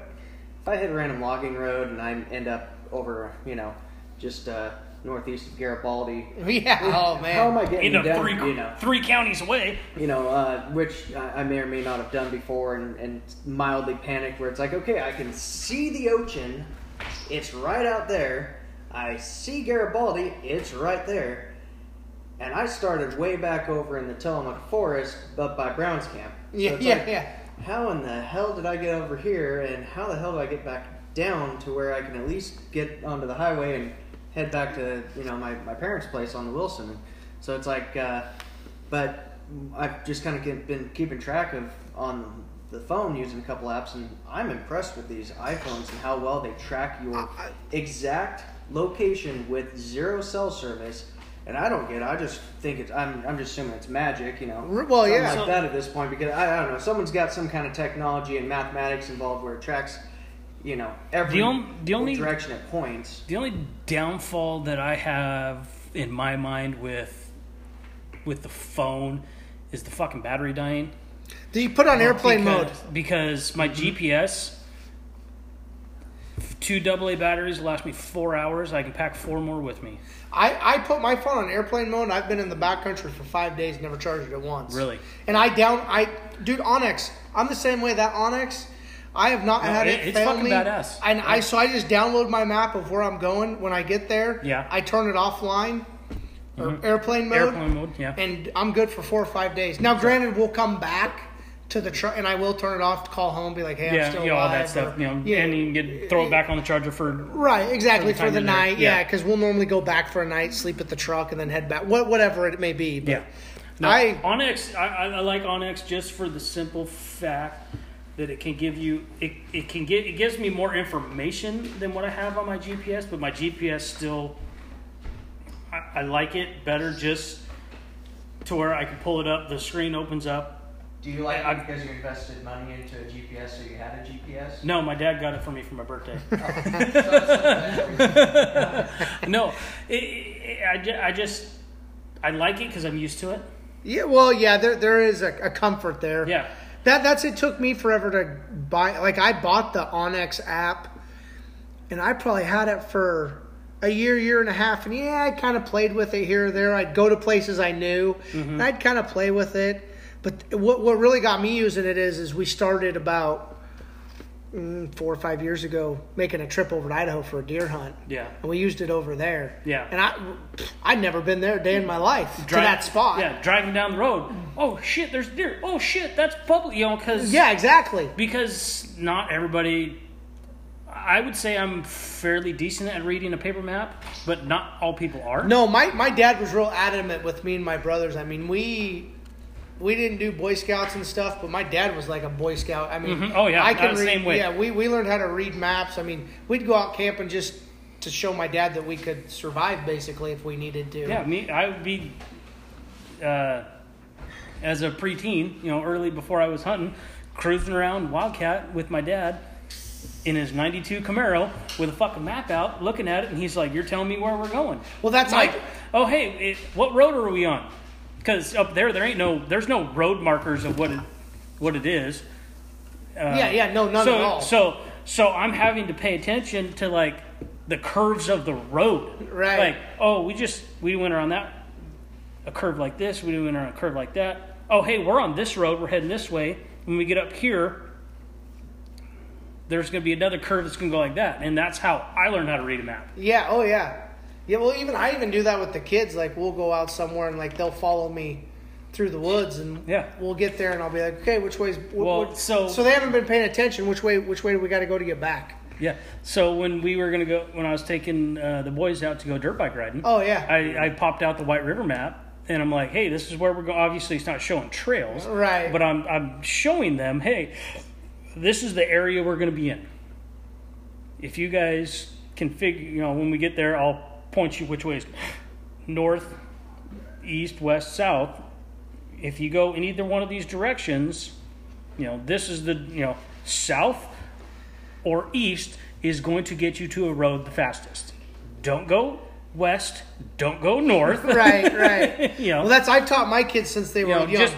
Speaker 2: if I hit a random logging road and I end up over, you know, just uh, northeast of Garibaldi.
Speaker 3: Yeah. Oh
Speaker 2: How am
Speaker 3: man.
Speaker 2: I getting
Speaker 1: You know,
Speaker 2: down?
Speaker 1: three
Speaker 2: you know,
Speaker 1: three counties away.
Speaker 2: you know, uh, which I I may or may not have done before, and, and mildly panicked, where it's like, okay, I can see the ocean, it's right out there. I see Garibaldi, it's right there. And I started way back over in the Tillamook Forest, but by Brown's Camp. So
Speaker 3: Yeah.
Speaker 2: it's
Speaker 3: Yeah.
Speaker 2: like,
Speaker 3: Yeah.
Speaker 2: How in the hell did I get over here, and how the hell do I get back down to where I can at least get onto the highway and head back to you know my, my parents' place on the Wilson? So it's like, uh, but I've just kind of been keeping track of on the phone using a couple apps, and I'm impressed with these iPhones and how well they track your exact location with zero cell service. And I don't get. it. I just think it's. I'm. I'm just assuming it's magic. You know.
Speaker 3: R- well,
Speaker 2: Something
Speaker 3: yeah.
Speaker 2: like that at this point because I, I don't know. Someone's got some kind of technology and mathematics involved where it tracks, you know, every
Speaker 1: The on- the only-
Speaker 2: direction it points.
Speaker 1: The only downfall that I have in my mind with with the phone is the fucking battery dying.
Speaker 3: Do you put on airplane
Speaker 1: because,
Speaker 3: mode?
Speaker 1: because my GPS two AA batteries last me four hours. I can pack four more with me.
Speaker 3: I, I put my phone on airplane mode. and I've been in the backcountry for five days, never charged it once.
Speaker 1: Really?
Speaker 3: And I down I dude Onyx. I'm the same way. That Onyx, I have not
Speaker 1: No,
Speaker 3: had
Speaker 1: it-
Speaker 3: it,
Speaker 1: it's
Speaker 3: fail
Speaker 1: fucking
Speaker 3: me.
Speaker 1: badass.
Speaker 3: And I so I just download my map of where I'm going when I get there.
Speaker 1: Yeah. Mm-hmm.
Speaker 3: I turn it offline, or airplane mode,
Speaker 1: Airplane mode, yeah.
Speaker 3: and I'm good for four or five days. Now, granted, we'll come back. To the truck, and I will turn it off. Call home, be like, "Hey, I'm
Speaker 1: yeah,
Speaker 3: still
Speaker 1: you know, all
Speaker 3: alive,"
Speaker 1: that stuff.
Speaker 3: or-
Speaker 1: You know,
Speaker 3: Yeah.
Speaker 1: and you can get throw it back on the charger for
Speaker 3: Right, exactly
Speaker 1: Sometime
Speaker 3: for the
Speaker 1: in there,
Speaker 3: night. Yeah,
Speaker 1: yeah.
Speaker 3: because we'll normally go back for a night, sleep at the truck, and then head back. What, whatever it may be. But
Speaker 1: yeah. No,
Speaker 3: I-
Speaker 1: Onyx, I, I, I like Onyx just for the simple fact that it can give you it, it can get it gives me more information than what I have on my GPS, but my GPS still I, I like it better just to where I can pull it up, the screen opens up,
Speaker 2: Do you
Speaker 1: like it I-
Speaker 2: because you invested money into a GPS, so you had a GPS?
Speaker 1: No, my dad got it for me for my birthday. no, it, it, I, ju- I just I like it because I'm used to it.
Speaker 3: yeah, well, yeah, there there is a, a comfort there.
Speaker 1: Yeah,
Speaker 3: that that's it. Took me forever to buy. Like I bought the Onyx app, and I probably had it for a year, year and a half. And yeah, I kind of played with it here or there. I'd go to places I knew,
Speaker 1: Mm-hmm.
Speaker 3: and I'd kind of play with it. But what what really got me using it is is we started about mm, four or five years ago making a trip over to Idaho for a deer hunt.
Speaker 1: yeah.
Speaker 3: And we used it over there.
Speaker 1: Yeah.
Speaker 3: And I, I'd never been there a day in my life to
Speaker 1: Dri-
Speaker 3: that spot.
Speaker 1: Yeah, driving down the road. Oh shit, there's deer. Oh shit, that's public. You know, because
Speaker 3: Yeah, exactly.
Speaker 1: because not everybody. I would say I'm fairly decent at reading a paper map, but not all people are.
Speaker 3: No, my, my dad was real adamant with me and my brothers. I mean, we we didn't do Boy Scouts and stuff, but my dad was like a Boy Scout. I mean,
Speaker 1: Mhm. Oh, yeah.
Speaker 3: I can
Speaker 1: Uh,
Speaker 3: read,
Speaker 1: same way.
Speaker 3: Yeah, we, we learned how to read maps. I mean, we'd go out camping just to show my dad that we could survive basically if we needed to.
Speaker 1: Yeah, me. I would be, uh, as a preteen, you know, early before I was hunting, cruising around Wildcat with my dad in his '92 Camaro with a fucking map out, looking at it, and he's like, "You're telling me where we're going?"
Speaker 3: Well, that's
Speaker 1: Like,
Speaker 3: like
Speaker 1: oh hey, it, what road are we on? Because up there, there ain't no, there's no road markers of what it, what it is. Uh,
Speaker 3: yeah, yeah, no, none
Speaker 1: so,
Speaker 3: at all.
Speaker 1: So, so I'm having to pay attention to like the curves of the road.
Speaker 3: Right.
Speaker 1: Like, oh, we just we went around that a curve like this. We went around a curve like that. Oh, hey, we're on this road. We're heading this way. When we get up here, there's going to be another curve that's going to go like that, and that's how I learned how to read a map.
Speaker 3: Yeah, oh yeah. Yeah, well even I even do that with the kids. Like we'll go out somewhere and like they'll follow me through the woods and
Speaker 1: Yeah.
Speaker 3: we'll get there and I'll be like, "Okay, which way's wh-
Speaker 1: Well,
Speaker 3: wh-
Speaker 1: so-
Speaker 3: So they haven't been paying attention. Which way which way do we got to go to get back?"
Speaker 1: Yeah. So when we were going to go, when I was taking uh, the boys out to go dirt bike riding,
Speaker 3: Oh yeah.
Speaker 1: I, I popped out the White River map and I'm like, hey, this is where we're going. Obviously, it's not showing trails,
Speaker 3: Right.
Speaker 1: But I'm I'm showing them, hey, this is the area we're going to be in. If you guys can figure, you know, when we get there, I'll point you which way is north, east, west, south. If you go in either one of these directions, you know, this is the you know south or east is going to get you to a road the fastest. Don't go west. Don't go north.
Speaker 3: right, right.
Speaker 1: you know,
Speaker 3: Well, that's I've taught my kids since they
Speaker 1: you
Speaker 3: were
Speaker 1: know,
Speaker 3: young.
Speaker 1: just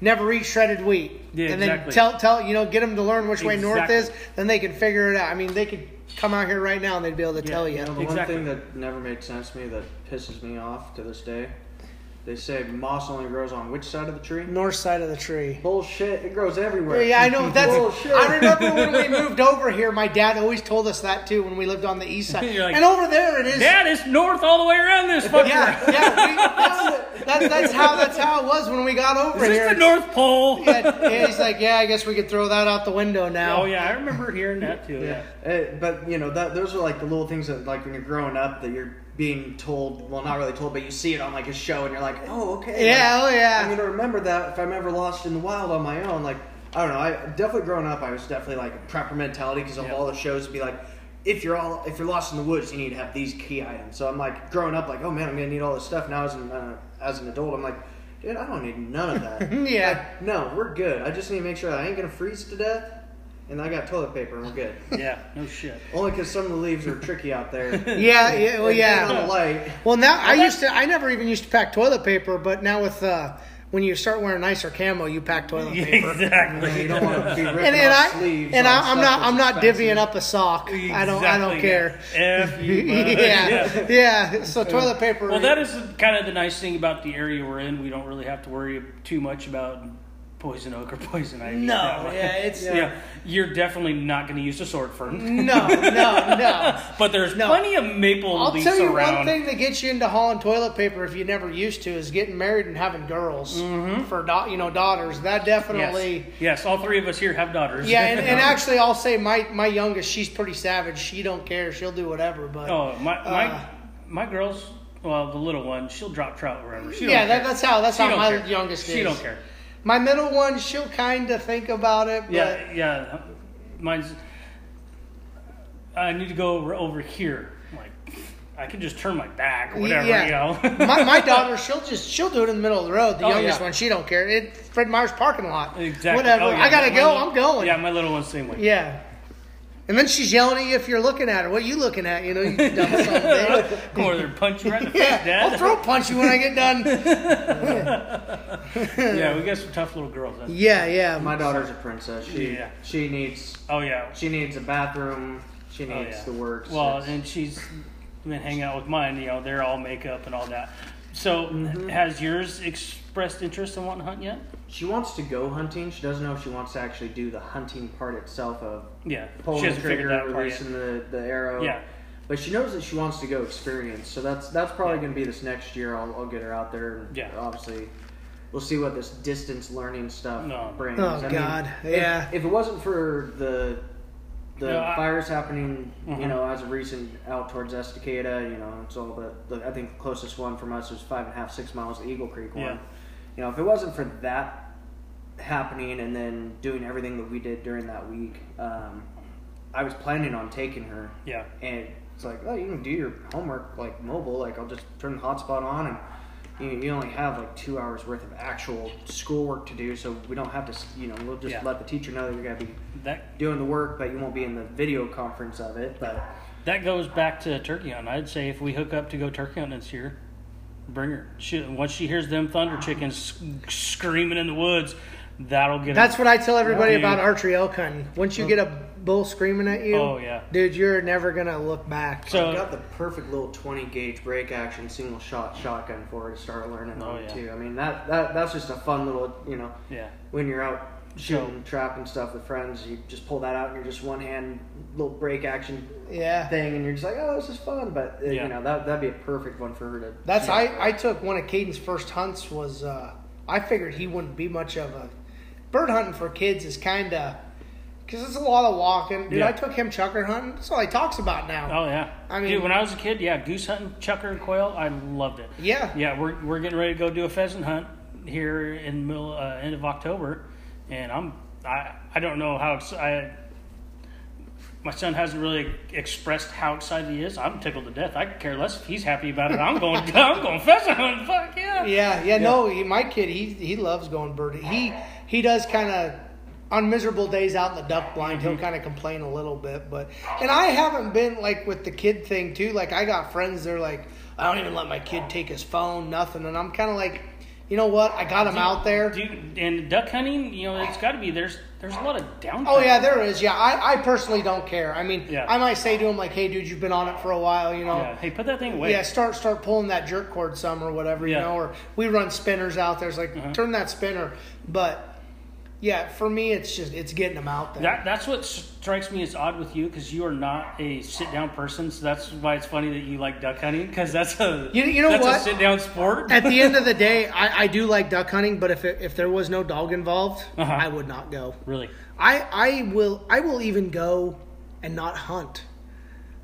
Speaker 3: never eat shredded wheat.
Speaker 1: Yeah,
Speaker 3: and then
Speaker 1: exactly.
Speaker 3: tell tell you know get them to learn which way north
Speaker 1: Exactly.
Speaker 3: is, then they can figure it out. I mean, they could come out here right now and they'd be able to
Speaker 1: Yeah,
Speaker 3: tell you.
Speaker 1: yeah.
Speaker 2: You know, the
Speaker 1: Exactly.
Speaker 2: one thing that never made sense to me that pisses me off to this day, they say moss only grows on which side of the tree?
Speaker 3: North side of the tree.
Speaker 2: Bullshit! It grows everywhere.
Speaker 3: Yeah, I know. That's.
Speaker 2: bullshit.
Speaker 3: I remember when we moved over here. My dad always told us that too when we lived on the east side.
Speaker 1: You're like,
Speaker 3: and over there it is.
Speaker 1: Dad, it's north all the way around this fucking.
Speaker 3: yeah, yeah. We, that's, that's, that's how that's how it was when we got over
Speaker 1: Is
Speaker 3: here.
Speaker 1: this the North Pole?
Speaker 3: yeah, yeah, he's like, yeah, I guess we could throw that out the window now.
Speaker 1: Oh yeah, I remember hearing that too. Yeah.
Speaker 2: Eh, but you know, that, those are like the little things that, like, when you're growing up, that you're being told. Well, not really told, but you see it on like a show, and you're like, oh, okay.
Speaker 3: Yeah,
Speaker 2: Like,
Speaker 3: oh yeah.
Speaker 2: I'm gonna remember that if I'm ever lost in the wild on my own. Like, I don't know. I definitely growing up, I was definitely like a prepper mentality because of
Speaker 1: Yeah.
Speaker 2: all the shows. Be like, if you're all if you're lost in the woods, you need to have these key items. So I'm like growing up, like, oh man, I'm gonna need all this stuff. Now as an uh, as an adult, I'm like, dude, I don't need none of that.
Speaker 3: yeah.
Speaker 2: no, we're good. I just need to make sure that I ain't gonna freeze to death, and I got toilet paper, and we're good.
Speaker 1: Yeah. No shit.
Speaker 2: Only because some of the leaves are tricky out there.
Speaker 3: Yeah, yeah, well,
Speaker 2: They're
Speaker 3: yeah.
Speaker 2: thin on the light.
Speaker 3: Well, now I used to. I never even used to pack toilet paper, but now with uh, when you start wearing nicer camo, you pack toilet
Speaker 1: Yeah,
Speaker 3: paper.
Speaker 1: exactly.
Speaker 2: You don't want to be ripping
Speaker 3: And, and
Speaker 2: off
Speaker 3: I
Speaker 2: sleeves.
Speaker 3: and
Speaker 2: on
Speaker 3: I, I'm
Speaker 2: stuff
Speaker 3: not
Speaker 2: that's
Speaker 3: I'm not
Speaker 2: expensive.
Speaker 3: divvying up a sock. I don't I don't
Speaker 1: Exactly,
Speaker 3: care.
Speaker 1: yeah. F you, bud.
Speaker 3: yeah,
Speaker 1: Yeah.
Speaker 3: yeah. So toilet paper.
Speaker 1: Well, that is kind of the nice thing about the area we're in. We don't really have to worry too much about poison oak or poison ivy.
Speaker 3: no.
Speaker 1: That
Speaker 3: Yeah, it's
Speaker 1: way. Yeah, you're definitely not going to use a sword fern,
Speaker 3: no, no, no.
Speaker 1: but there's
Speaker 3: No.
Speaker 1: plenty of maple
Speaker 3: I'll
Speaker 1: leaves
Speaker 3: tell you
Speaker 1: around.
Speaker 3: one thing that gets you into hauling toilet paper if you never used to is getting married and having girls for da- you know daughters. That definitely.
Speaker 1: Mm-hmm. Yes. yes, all three of us here have daughters.
Speaker 3: Yeah, and, and actually, I'll say my my youngest, she's pretty savage. She don't care. She'll do whatever. But
Speaker 1: oh, my my
Speaker 3: Uh,
Speaker 1: my girls. Well, the little one, she'll drop trout wherever. She
Speaker 3: yeah,
Speaker 1: don't
Speaker 3: that,
Speaker 1: care.
Speaker 3: that's how that's
Speaker 1: She
Speaker 3: how
Speaker 1: don't
Speaker 3: my
Speaker 1: care.
Speaker 3: youngest is.
Speaker 1: She don't care.
Speaker 3: My middle one, she'll kind of think about it. But
Speaker 1: Yeah, yeah. Mine's. I need to go over, over here. I'm like, I can just turn my back, or whatever.
Speaker 3: Yeah.
Speaker 1: You know.
Speaker 3: my, my daughter, she'll just she'll do it in the middle of the road. The
Speaker 1: Oh,
Speaker 3: youngest
Speaker 1: yeah.
Speaker 3: one, she don't care. It Fred Meyer's parking lot.
Speaker 1: exactly.
Speaker 3: Whatever.
Speaker 1: Oh, yeah.
Speaker 3: I gotta
Speaker 1: My
Speaker 3: go.
Speaker 1: little-
Speaker 3: I'm going.
Speaker 1: Yeah, my little one's the same way.
Speaker 3: Yeah. And then she's yelling at you if you're looking at her. What are you looking at? You know, you dumb son of a bitch.
Speaker 1: Go over there and punch you right in the face,
Speaker 3: Yeah,
Speaker 1: Dad.
Speaker 3: I'll throw punch you when I get done.
Speaker 1: yeah, we got some tough little girls. That's,
Speaker 3: Yeah, yeah.
Speaker 2: My daughter's a princess. She
Speaker 1: Yeah.
Speaker 2: she needs
Speaker 1: oh yeah.
Speaker 2: she needs a bathroom. She
Speaker 1: Oh,
Speaker 2: needs
Speaker 1: yeah.
Speaker 2: the works.
Speaker 1: Well,
Speaker 2: It's-
Speaker 1: and she's been hanging out with mine. You know, they're all makeup and all that. So,
Speaker 3: Mm-hmm.
Speaker 1: has yours expressed interest in wanting to hunt yet?
Speaker 2: she wants to go hunting. She doesn't know if she wants to actually do the hunting part itself of
Speaker 1: Yeah,
Speaker 2: pulling
Speaker 1: she
Speaker 2: the
Speaker 1: hasn't figured
Speaker 2: trigger,
Speaker 1: that part yet.
Speaker 2: releasing the, the arrow.
Speaker 1: Yeah.
Speaker 2: But she knows that she wants to go experience, so that's that's probably
Speaker 1: Yeah.
Speaker 2: going to be this next year. I'll, I'll get her out there. And
Speaker 1: Yeah.
Speaker 2: Obviously, we'll see what this distance learning stuff
Speaker 1: No.
Speaker 2: brings.
Speaker 3: Oh, God.
Speaker 2: if-
Speaker 3: Yeah.
Speaker 2: If, it wasn't for the the
Speaker 1: No, I-
Speaker 2: fires happening,
Speaker 1: Mhm.
Speaker 2: you know, as of recent out towards Estacada, you know, it's all the, the I think the closest one from us was five and a half six miles, the Eagle Creek one.
Speaker 1: Yeah.
Speaker 2: You know, if it wasn't for that happening and then doing everything that we did during that week, um, I was planning on taking her,
Speaker 1: Yeah.
Speaker 2: and it's like, oh, you can do your homework like mobile. Like I'll just turn the hotspot on, and you, you only have like two hours worth of actual schoolwork to do, so we don't have to. s- You know, we'll just
Speaker 1: Yeah.
Speaker 2: let the teacher know that you're gonna be
Speaker 1: That
Speaker 2: doing the work, but you won't be in the video conference of it. But
Speaker 1: That goes back to turkey hunt. I'd say if we hook up to go turkey hunting this year, bring her. She, once she hears them thunder chickens sc- screaming in the woods, that'll get
Speaker 3: That's what I tell everybody
Speaker 1: Yeah.
Speaker 3: about archery elk hunting. Once you get a bull screaming at you,
Speaker 1: Oh, yeah.
Speaker 3: dude, you're never gonna look back.
Speaker 1: So-
Speaker 2: I've got the perfect little 20 gauge break action single shot shotgun for her to start learning
Speaker 1: Oh,
Speaker 2: on
Speaker 1: yeah.
Speaker 2: too. I mean that, that that's just a fun little you know
Speaker 1: her. Yeah.
Speaker 2: when you're out
Speaker 1: So-
Speaker 2: shooting trap and stuff with friends, you just pull that out and you're just one hand little break action
Speaker 3: yeah,
Speaker 2: thing, and you're just like, oh, this is fun. But uh,
Speaker 1: Yeah.
Speaker 2: you know that that'd be a perfect one for her to.
Speaker 3: that's I. I took one of Caden's first hunts was. Uh, I figured he wouldn't be much of a bird hunting for kids is kind of because it's a lot of walking. Dude,
Speaker 1: Yeah.
Speaker 3: I took him chucker hunting. That's all he talks about now.
Speaker 1: Oh yeah.
Speaker 3: I mean-
Speaker 1: Dude, when I was a kid, yeah, goose hunting, chucker and quail, I loved it.
Speaker 3: Yeah.
Speaker 1: Yeah, we're we're getting ready to go do a pheasant hunt here in middle uh, end of October, and I'm I I don't know how ex- I. My son hasn't really expressed how excited he is. I'm tickled to death. I could care less if he's happy about it. I'm going. I'm going pheasant hunting. Fuck yeah.
Speaker 3: Yeah, yeah, no, he, my kid, he he loves going birdie. He he does kind of on miserable days out in the duck blind, he'll
Speaker 1: Mm-hmm.
Speaker 3: kind of complain a little bit, but and I haven't been like with the kid thing too. Like I got friends, they're like, I don't even let my kid take his phone, nothing, and I'm kind of like. you know what? I got him out there.
Speaker 1: Do you, and duck hunting, you know, it's got to be there's there's a lot of downtime.
Speaker 3: Oh yeah, there is. Yeah, I, I personally don't care. I mean,
Speaker 1: Yeah.
Speaker 3: I might say to him like, "Hey, dude, you've been on it for a while, you know."
Speaker 1: Yeah.
Speaker 3: Yeah.
Speaker 1: Hey, put that thing away.
Speaker 3: start start pulling that jerk cord some or whatever, you
Speaker 1: Yeah. Uh-huh.
Speaker 3: know. Or we run spinners out there. It's like turn that spinner. But yeah, for me, it's just it's getting them out there.
Speaker 1: That that's what strikes me as odd with you because you are not a sit down person. So that's why it's funny that you like duck hunting because that's a
Speaker 3: You- you know
Speaker 1: that's
Speaker 3: what?
Speaker 1: a sit down sport.
Speaker 3: At the end of the day, I, I do like duck hunting, but if it, if there was no dog involved,
Speaker 1: Uh-huh.
Speaker 3: I would not go.
Speaker 1: really,
Speaker 3: I I will I will even go and not hunt.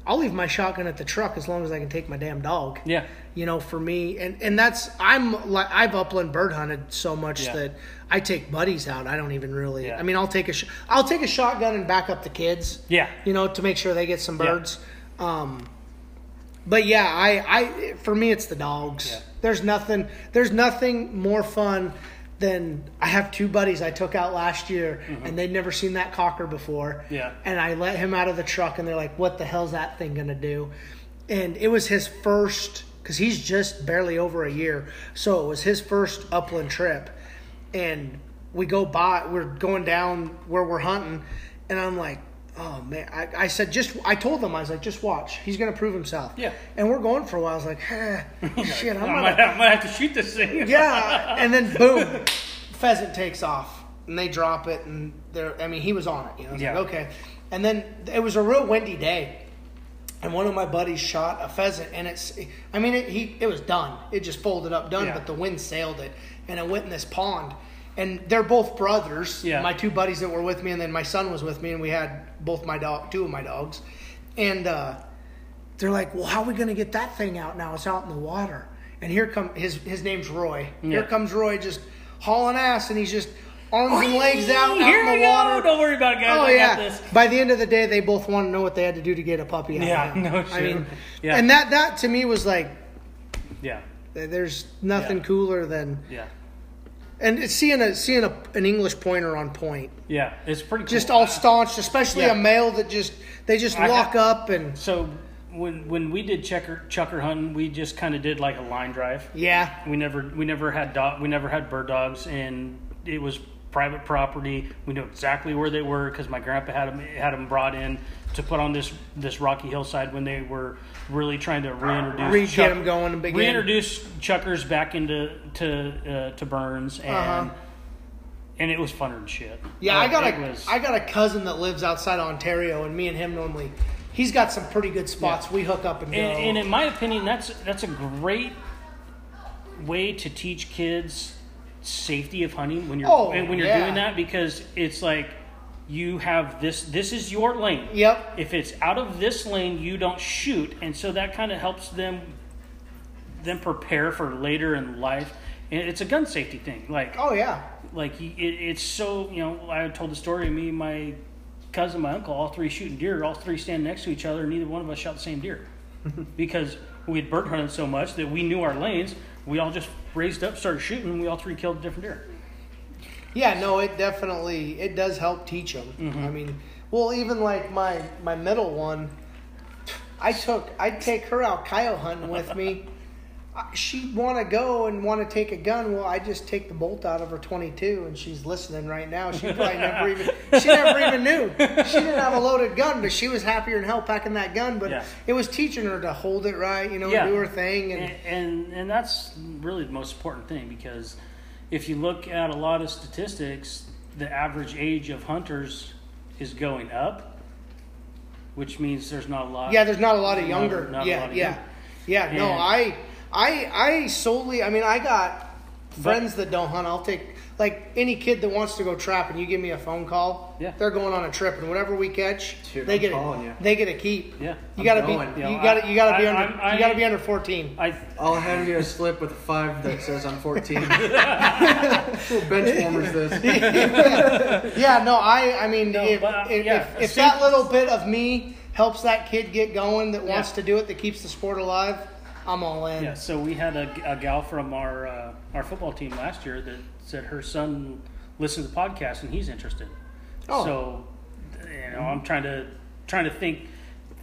Speaker 3: I'll leave my shotgun at the truck as long as I can take my damn dog.
Speaker 1: yeah.
Speaker 3: you know for me and and that's i'm like i've upland bird hunted so much
Speaker 1: Yeah.
Speaker 3: that i take buddies out i don't even really
Speaker 1: Yeah.
Speaker 3: i mean i'll take a sh- i'll take a shotgun and back up the kids
Speaker 1: Yeah.
Speaker 3: you know to make sure they get some
Speaker 1: Yeah.
Speaker 3: birds um but yeah i i for me it's the dogs
Speaker 1: Yeah.
Speaker 3: there's nothing there's nothing more fun than i have two buddies i took out last year and they'd never seen that cocker before
Speaker 1: Mm-hmm. Yeah.
Speaker 3: and I let him out of the truck, and they're like, "What the hell's that thing gonna do?" And it was his first, because he's just barely over a year, so it was his first upland trip. And we go by, we're going down where we're hunting, and I'm like, "Oh man!" I, I said, "Just," I told them, I was like, "Just watch, he's gonna prove himself."
Speaker 1: Yeah.
Speaker 3: And we're going for a while. I was like, eh, "Shit, I'm
Speaker 1: I
Speaker 3: gonna."
Speaker 1: might, I might have to shoot this thing.
Speaker 3: yeah, and then boom, pheasant takes off, and they drop it, and they're. I mean, he was on it. You know, I was like,
Speaker 1: Yeah.
Speaker 3: okay. And then it was a real windy day, and one of my buddies shot a pheasant, and it's. I mean, it, he it was done. It just folded up, done.
Speaker 1: Yeah.
Speaker 3: But the wind sailed it, and it went in this pond. And they're both brothers.
Speaker 1: Yeah.
Speaker 3: My two buddies that were with me, and then my son was with me, and we had both my dog, two of my dogs, and. uh they're like, well, how are we going to get that thing out now? It's out in the water. And here come his his name's Roy. Here
Speaker 1: Yeah.
Speaker 3: comes Roy just hauling ass, and he's just arms and legs out, out
Speaker 1: Here
Speaker 3: in the
Speaker 1: we go.
Speaker 3: water.
Speaker 1: Don't worry about it, guys.
Speaker 3: Oh
Speaker 1: I
Speaker 3: yeah!
Speaker 1: got this.
Speaker 3: By the end of the day, they both want to know what they had to do to get a puppy out.
Speaker 1: Yeah,
Speaker 3: of him.
Speaker 1: no
Speaker 3: I
Speaker 1: shit.
Speaker 3: mean,
Speaker 1: Yeah.
Speaker 3: and that that to me was like,
Speaker 1: Yeah,
Speaker 3: th- there's nothing
Speaker 1: Yeah.
Speaker 3: cooler than
Speaker 1: yeah,
Speaker 3: and it's seeing a seeing a, an English pointer on point,
Speaker 1: yeah. It's pretty cool.
Speaker 3: just all staunched, especially
Speaker 1: Yeah.
Speaker 3: a male that just they just
Speaker 1: I got-
Speaker 3: lock up and
Speaker 1: So when when we did checker chucker hunting, we just kind of did like a line drive.
Speaker 3: yeah,
Speaker 1: We never we never had dog we never had bird dogs, and it was private property. We knew exactly where they were because my grandpa had them had 'em brought in to put on this this rocky hillside when they were really trying to reintroduce
Speaker 3: Re- get 'em going and begin.
Speaker 1: reintroduce chuckers back into to uh, to burns and.
Speaker 3: Uh-huh.
Speaker 1: And it was funner than shit.
Speaker 3: Yeah,
Speaker 1: Like,
Speaker 3: I got
Speaker 1: Oh, it
Speaker 3: a
Speaker 1: was-
Speaker 3: I got a cousin that lives outside Ontario, and me and him normally, he's got some pretty good spots. We hook up and go.
Speaker 1: And, and in my opinion, that's that's a great way to teach kids safety of hunting when you're
Speaker 3: Oh,
Speaker 1: and when you're
Speaker 3: yeah.
Speaker 1: doing that because it's like you have this this is your lane.
Speaker 3: yep.
Speaker 1: If it's out of this lane, you don't shoot, and so that kind of helps them them prepare for later in life. And it's a gun safety thing. Like
Speaker 3: Oh yeah.
Speaker 1: like he, it, it's so you know i told the story me my cousin my uncle all three shooting deer all three standing next to each other and neither one of us shot the same deer because we had bird hunted so much that we knew our lanes we all just raised up started shooting and we all three killed different deer
Speaker 3: Yeah, no, it definitely it does help teach them.
Speaker 1: Mm-hmm.
Speaker 3: I mean, well, even like my my middle one, I took I'd take her out coyote hunting with me. I- She'd want to go and want to take a gun. Well, I just take the bolt out of her twenty-two, and she's listening right now. She probably never even she never even knew she didn't have a loaded gun, but she was happier than hell packing that gun. But
Speaker 1: Yeah.
Speaker 3: it was teaching her to hold it right, you know,
Speaker 1: Yeah.
Speaker 3: do her thing, and
Speaker 1: and, and and that's really the most important thing because if you look at a lot of statistics the average age of hunters is going up which means there's not a lot
Speaker 3: Yeah, there's not a lot of
Speaker 1: Not-
Speaker 3: younger.
Speaker 1: not a
Speaker 3: yeah,
Speaker 1: lot of
Speaker 3: yeah,
Speaker 1: younger.
Speaker 3: yeah. No,
Speaker 1: And-
Speaker 3: I, I, I solely. I mean, I got friends that don't hunt. I'll take like any kid that wants to go trapping. You give me a phone call.
Speaker 1: Yeah.
Speaker 3: they're going on a trip, and whatever we catch,
Speaker 2: Dude,
Speaker 3: they
Speaker 2: I'm
Speaker 3: get
Speaker 2: calling
Speaker 3: a,
Speaker 2: you.
Speaker 3: they get a keep.
Speaker 1: Yeah,
Speaker 3: you
Speaker 2: I'm
Speaker 3: gotta
Speaker 2: going.
Speaker 3: be.
Speaker 1: You
Speaker 3: You,
Speaker 1: know,
Speaker 3: gotta. You gotta
Speaker 1: I-
Speaker 3: be
Speaker 1: I-
Speaker 3: under.
Speaker 1: I'm-
Speaker 3: you gotta
Speaker 1: I-
Speaker 3: be under fourteen.
Speaker 1: i
Speaker 2: I'll hand you a slip with a five that says I'm 14. Little bench warmers this.
Speaker 3: yeah. No, I. I mean,
Speaker 1: No,
Speaker 3: if,
Speaker 1: but, uh,
Speaker 3: if,
Speaker 1: yeah,
Speaker 3: if, if
Speaker 1: see-
Speaker 3: that little bit of me helps that kid get going that wants
Speaker 1: Yeah.
Speaker 3: to do it, that keeps the sport alive, I'm all in.
Speaker 1: Yeah, so we had a, a gal from our uh, our football team last year that said her son listened to the podcast and he's interested.
Speaker 3: Oh.
Speaker 1: So, you know, I'm trying to trying to think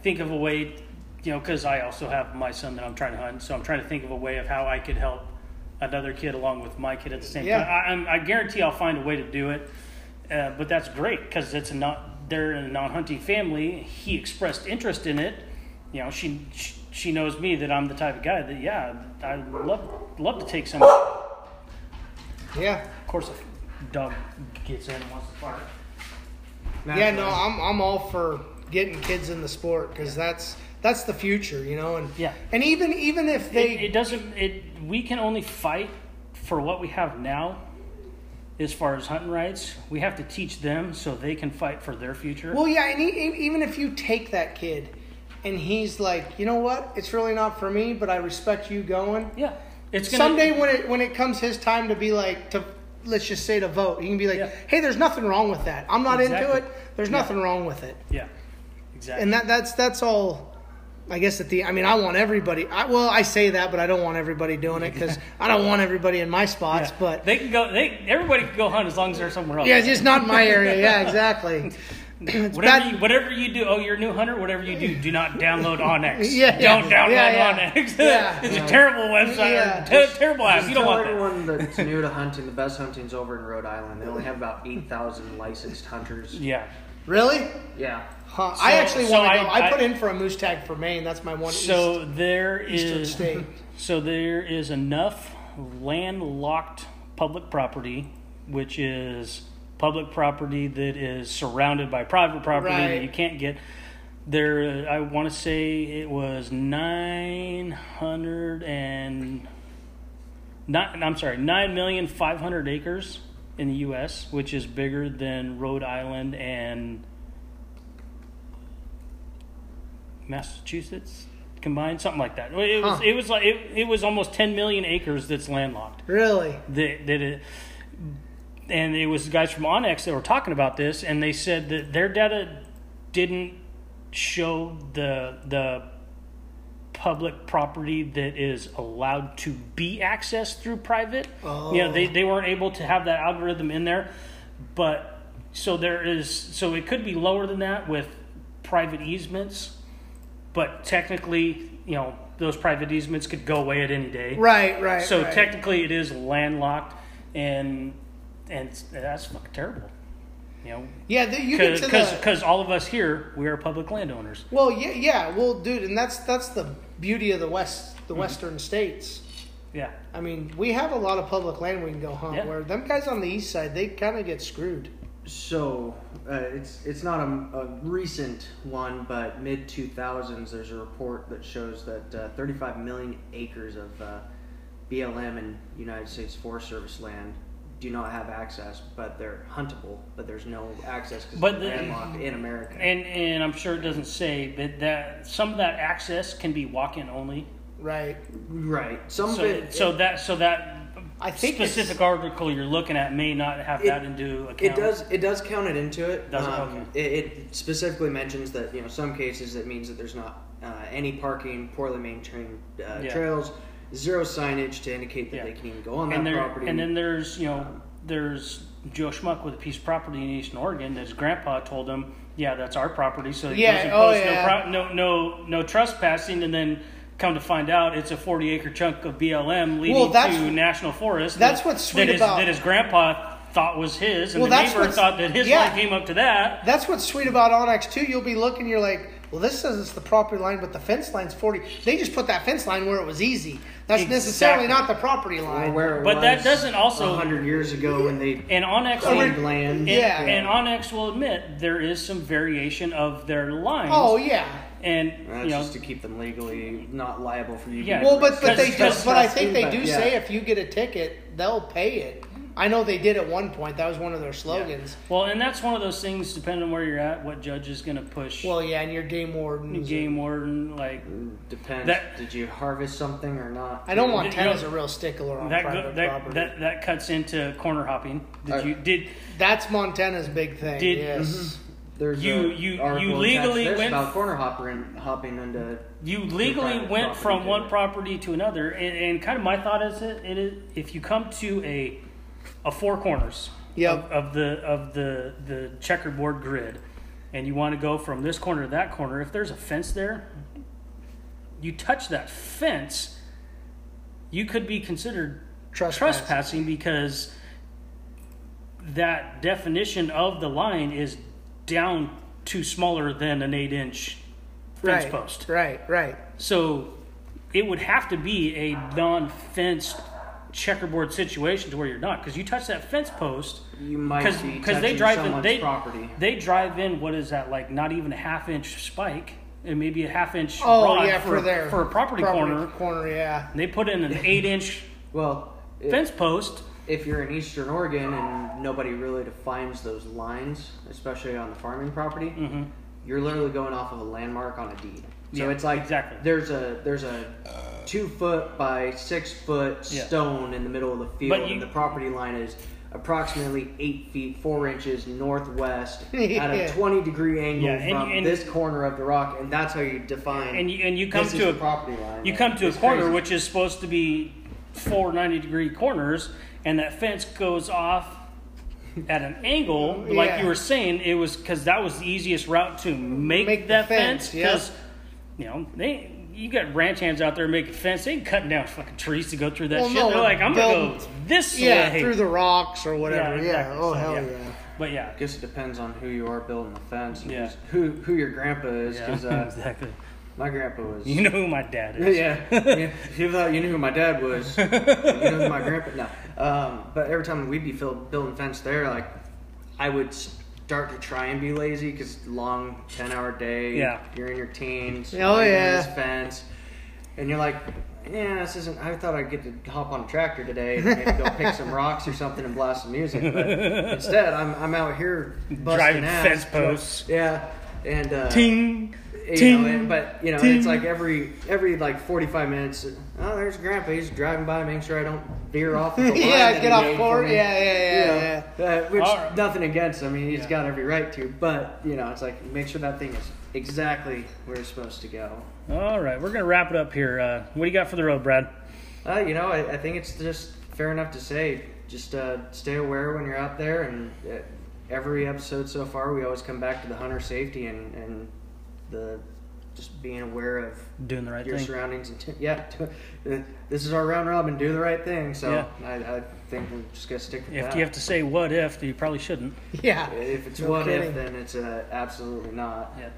Speaker 1: think of a way, you know, because I also have my son that I'm trying to hunt. So I'm trying to think of a way of how I could help another kid along with my kid at the same
Speaker 3: Yeah.
Speaker 1: time. I, I'm, I guarantee I'll find a way to do it. Uh, but that's great because it's a not they're in a non-hunting family. He expressed interest in it. You know, she she, she knows me that I'm the type of guy that yeah, I love love to take some. Of
Speaker 3: Yeah.
Speaker 1: course, a dog gets in and wants to bark.
Speaker 3: Yeah, no, I'm I'm all for getting kids in the sport because that's that's the future, you know, and
Speaker 1: Yeah.
Speaker 3: and even even if they
Speaker 1: it, it doesn't it we can only fight for what we have now as far as hunting rights we have to teach them so they can fight for their future
Speaker 3: Well, yeah, and e e- even if you take that kid and he's like, you know what, it's really not for me, but I respect you going.
Speaker 1: yeah it's gonna
Speaker 3: Someday when it when it comes his time to be like to let's just say to vote, he can be like,
Speaker 1: Yeah.
Speaker 3: hey, there's nothing wrong with that. I'm not into
Speaker 1: Exactly.
Speaker 3: it. There's
Speaker 1: Yeah.
Speaker 3: nothing wrong with it.
Speaker 1: yeah exactly
Speaker 3: And that that's that's all. I guess at the I mean I want everybody. I, well, I say that, but I don't want everybody doing it because I don't want everybody in my spots.
Speaker 1: Yeah.
Speaker 3: But
Speaker 1: they can go they everybody can go hunt as long as they're somewhere else
Speaker 3: yeah, it's just not in my area. Yeah, exactly. It's
Speaker 1: Whatever
Speaker 3: bad-
Speaker 1: you, whatever you do, oh, you're a new hunter. Whatever you do, do not download Onyx.
Speaker 3: Yeah, yeah.
Speaker 1: don't
Speaker 3: Yeah,
Speaker 1: download
Speaker 3: yeah.
Speaker 1: Onyx.
Speaker 3: Yeah.
Speaker 1: it's a terrible website.
Speaker 3: Yeah.
Speaker 1: Ter- terrible app.
Speaker 2: Just
Speaker 1: You don't
Speaker 2: tell
Speaker 1: want that.
Speaker 2: everyone that's new to hunting. The best hunting's over in Rhode Island. They only have about eight thousand licensed hunters.
Speaker 1: Yeah.
Speaker 3: really?
Speaker 2: Yeah,
Speaker 3: Huh. I
Speaker 1: So-
Speaker 3: actually
Speaker 1: so
Speaker 3: want to
Speaker 1: I-
Speaker 3: go. I, put
Speaker 1: I-
Speaker 3: in for a moose tag for Maine. That's my one.
Speaker 1: So there is
Speaker 3: Eastern state.
Speaker 1: So there is enough landlocked public property, which is public property that is surrounded by private property
Speaker 3: Right.
Speaker 1: that you can't get. There, uh, I want to say it was nine hundred and not. I'm sorry, nine million five hundred acres in the U.S., which is bigger than Rhode Island and Massachusetts combined, something like that. It was
Speaker 3: Huh.
Speaker 1: it was like it, it was almost 10 million acres that's landlocked.
Speaker 3: really
Speaker 1: That that it, and it was the guys from Onyx that were talking about this, and they said that their data didn't show the the public property that is allowed to be accessed through private. You know, they, they weren't able to have that algorithm in there. But so there is so it could be lower than that with private easements, but technically, you know, those private easements could go away at any day.
Speaker 3: right, right.
Speaker 1: So
Speaker 3: right.
Speaker 1: technically, it is landlocked, and and it's- that's fucking terrible. You know,
Speaker 3: yeah, th- you get to
Speaker 1: because
Speaker 3: the
Speaker 1: because all of us here we are public landowners.
Speaker 3: well, yeah, yeah, well, dude, and that's that's the beauty of the west,
Speaker 1: Mm-hmm.
Speaker 3: the western states.
Speaker 1: Yeah,
Speaker 3: I mean, we have a lot of public land we can go hunt.
Speaker 1: Yeah.
Speaker 3: Where them guys on the east side, they kind of get screwed.
Speaker 2: So uh, it's it's not a, a recent one, but mid two thousands. There's a report that shows that uh, 35 million acres of uh, BLM and United States Forest Service land do not have access, but they're huntable. But there's no access because
Speaker 1: But
Speaker 2: they're
Speaker 1: the-
Speaker 2: landlocked in America.
Speaker 1: and and I'm sure it doesn't say, but that some of that access can be walk-in only.
Speaker 3: Right.
Speaker 2: right. Some
Speaker 1: So
Speaker 2: of it.
Speaker 1: so
Speaker 2: it,
Speaker 1: that so that
Speaker 3: I think it's-
Speaker 1: specific article you're looking at may not have
Speaker 2: It-
Speaker 1: that into account.
Speaker 2: it does. It does count it into it. Um,
Speaker 1: Does it?
Speaker 2: it, it specifically mentions that you know some cases that means that there's not uh, any parking, poorly maintained uh,
Speaker 1: Yeah.
Speaker 2: trails, zero signage to indicate that
Speaker 1: Yeah.
Speaker 2: they can even go on
Speaker 1: and
Speaker 2: that
Speaker 1: there,
Speaker 2: property.
Speaker 1: and then there's you know there's Joe Schmuck with a piece of property in Eastern Oregon. His grandpa told him, "Yeah, that's our property." So he
Speaker 3: Yeah,
Speaker 1: goes and
Speaker 3: oh,
Speaker 1: posts
Speaker 3: yeah.
Speaker 1: no, pro- no, no, no trespassing, and then come to find out, it's a 40 acre chunk of BLM leading
Speaker 3: Well, that's-
Speaker 1: to national forest.
Speaker 3: that's
Speaker 1: that-
Speaker 3: what's sweet
Speaker 1: that his,
Speaker 3: about-
Speaker 1: that his grandpa thought was his, and
Speaker 3: Well,
Speaker 1: the
Speaker 3: that's
Speaker 1: neighbor
Speaker 3: what's-
Speaker 1: thought that his
Speaker 3: yeah.
Speaker 1: line came up to that.
Speaker 3: That's what's sweet about Onyx too. You'll be looking, you're like, well, this says it's the property line, but the fence line's forty. They just put that fence line where it was easy. That's necessarily
Speaker 1: Exactly.
Speaker 3: not the property
Speaker 2: or
Speaker 3: line.
Speaker 2: where it
Speaker 1: But that
Speaker 2: was
Speaker 1: doesn't also-
Speaker 2: 100 years ago when they
Speaker 1: And Onyx,
Speaker 2: claimed
Speaker 1: will-
Speaker 2: land.
Speaker 3: Yeah.
Speaker 1: and, and Onyx will admit there is some variation of their lines.
Speaker 3: Oh yeah.
Speaker 1: and
Speaker 2: That's
Speaker 1: you know,
Speaker 2: just to keep them legally not liable for you.
Speaker 1: Yeah.
Speaker 3: Well, but but
Speaker 1: Because-
Speaker 3: they
Speaker 1: because-
Speaker 3: just but I think they do
Speaker 2: Yeah.
Speaker 3: say if you get a ticket, they'll pay it. I know they did at one point. That was one of their slogans.
Speaker 1: Well, and that's one of those things, depending on where you're at, what judge is going to push
Speaker 3: Well, yeah, and your game warden.
Speaker 1: game warden. Like
Speaker 2: Depends.
Speaker 1: That-
Speaker 2: Did you harvest something or not?
Speaker 3: I know
Speaker 1: you
Speaker 3: Montana's
Speaker 1: know,
Speaker 3: a real stickler on
Speaker 1: that,
Speaker 3: private
Speaker 1: go, that,
Speaker 3: property.
Speaker 1: that that cuts into corner hopping. Did
Speaker 2: Uh,
Speaker 1: you did
Speaker 3: That's Montana's big thing.
Speaker 1: Did- Mm-hmm.
Speaker 3: yes.
Speaker 2: There's
Speaker 1: You-
Speaker 2: a
Speaker 1: you- you
Speaker 2: article attached
Speaker 1: legally
Speaker 2: to this
Speaker 1: went-
Speaker 2: about corner hopping hopping into
Speaker 1: you legally
Speaker 2: private
Speaker 1: went
Speaker 2: property,
Speaker 1: from
Speaker 2: didn't
Speaker 1: one
Speaker 2: it?
Speaker 1: property to another? And, and kind of my thought is it, it is if you come to a a four corners
Speaker 3: Yep.
Speaker 1: of, of the of the the checkerboard grid, and you want to go from this corner to that corner, if there's a fence there, you touch that fence, you could be considered
Speaker 3: Trespass.
Speaker 1: trespassing because that definition of the line is down to smaller than an eight inch fence
Speaker 3: right,
Speaker 1: post.
Speaker 3: Right, right.
Speaker 1: So it would have to be a non fenced checkerboard situation to where you're not because you touch that fence post
Speaker 2: You might
Speaker 1: because
Speaker 2: be
Speaker 1: because they
Speaker 2: touching
Speaker 1: drive in
Speaker 2: someone's
Speaker 1: they
Speaker 2: property.
Speaker 1: they drive in what is that like not even a half inch spike and maybe a half inch
Speaker 3: Oh
Speaker 1: rod
Speaker 3: yeah, for,
Speaker 1: for,
Speaker 3: their
Speaker 1: for a property, corner
Speaker 3: Corner, yeah.
Speaker 1: and they put in an eight inch
Speaker 2: Well, if,
Speaker 1: fence post
Speaker 2: if you're in Eastern Oregon and nobody really defines those lines, especially on the farming property, you're literally going off of a landmark on a deed. So
Speaker 1: Mm-hmm. Yeah,
Speaker 2: it's like
Speaker 1: exactly.
Speaker 2: there's a there's a two foot by six foot
Speaker 1: Yeah.
Speaker 2: stone in the middle of the field,
Speaker 1: But you-
Speaker 2: and the property line is approximately eight feet four inches northwest at
Speaker 3: Yeah.
Speaker 2: a twenty degree angle
Speaker 1: Yeah, and-
Speaker 2: from
Speaker 1: and-
Speaker 2: this corner of the rock, and that's how you define.
Speaker 1: and you, and you come
Speaker 2: this
Speaker 1: to
Speaker 2: is
Speaker 1: a
Speaker 2: the property line.
Speaker 1: You come to a
Speaker 2: It's
Speaker 1: corner
Speaker 2: crazy.
Speaker 1: which is supposed to be four 90 degree corners, and that fence goes off at an angle. Like
Speaker 3: Yeah.
Speaker 1: you were saying, it was because that was the easiest route to make,
Speaker 3: Make the
Speaker 1: that
Speaker 3: fence,
Speaker 1: fence.
Speaker 3: yeah.
Speaker 1: Because you know they. You got ranch hands out there making fence. They ain't cutting down fucking trees to go through that
Speaker 3: Well,
Speaker 1: shit.
Speaker 3: no,
Speaker 1: They're like, I'm gonna
Speaker 3: build-
Speaker 1: go this
Speaker 3: Yeah,
Speaker 1: way.
Speaker 3: through the rocks or whatever. Yeah.
Speaker 1: exactly.
Speaker 3: Oh
Speaker 1: So,
Speaker 3: hell yeah.
Speaker 1: But yeah,
Speaker 2: guess it depends on who you are building the fence and
Speaker 1: Yeah.
Speaker 2: who's- who who your grandpa is.
Speaker 1: yeah,
Speaker 2: Because uh,
Speaker 1: exactly.
Speaker 2: my grandpa was.
Speaker 1: You know who my dad is.
Speaker 2: yeah, yeah. If you thought you knew who my dad was, you know who my grandpa. No, um, but every time we'd be filled, building fence there, like I would start to try and be lazy because long ten hour day.
Speaker 1: Yeah.
Speaker 2: you're in your teens.
Speaker 3: Oh,
Speaker 2: you're in
Speaker 3: yeah.
Speaker 2: this fence, and you're like. Yeah, this isn't. I thought I'd get to hop on a tractor today and maybe go pick some rocks or something and blast some music. But instead, I'm, I'm out here busting
Speaker 1: Driving
Speaker 2: ass.
Speaker 1: fence posts.
Speaker 2: Yeah, and uh,
Speaker 1: Ting,
Speaker 2: you
Speaker 1: ting.
Speaker 2: know, and- but you know,
Speaker 1: ting.
Speaker 2: it's like every every like forty five minutes. Oh, there's Grandpa. He's driving by, making sure I don't veer off. The line
Speaker 3: Yeah,
Speaker 2: that
Speaker 3: get
Speaker 2: he
Speaker 3: off
Speaker 2: made
Speaker 3: course.
Speaker 2: for me.
Speaker 3: Yeah, yeah, yeah,
Speaker 2: You know, uh, which
Speaker 1: All right.
Speaker 2: nothing against him. I mean, he's
Speaker 1: Yeah.
Speaker 2: got every right to. But you know, it's like make sure that thing is exactly where it's supposed to go.
Speaker 1: All right, we're gonna wrap it up here. Uh, what do you got for the road, Brad?
Speaker 2: Uh, you know, I, I think it's just fair enough to say. Just uh, stay aware when you're out there. And uh, every episode so far, we always come back to the hunter safety and and the just being aware of
Speaker 1: Doing the right
Speaker 2: your
Speaker 1: thing.
Speaker 2: surroundings and t- yeah t- this is our round robin do the right thing so
Speaker 1: Yeah.
Speaker 2: I, I think we're just gonna stick with
Speaker 1: If
Speaker 2: that
Speaker 1: you have to say what if, then you probably shouldn't.
Speaker 3: Yeah.
Speaker 2: if it's
Speaker 3: No
Speaker 2: what
Speaker 3: kidding.
Speaker 2: if then it's uh, absolutely not
Speaker 1: Yeah.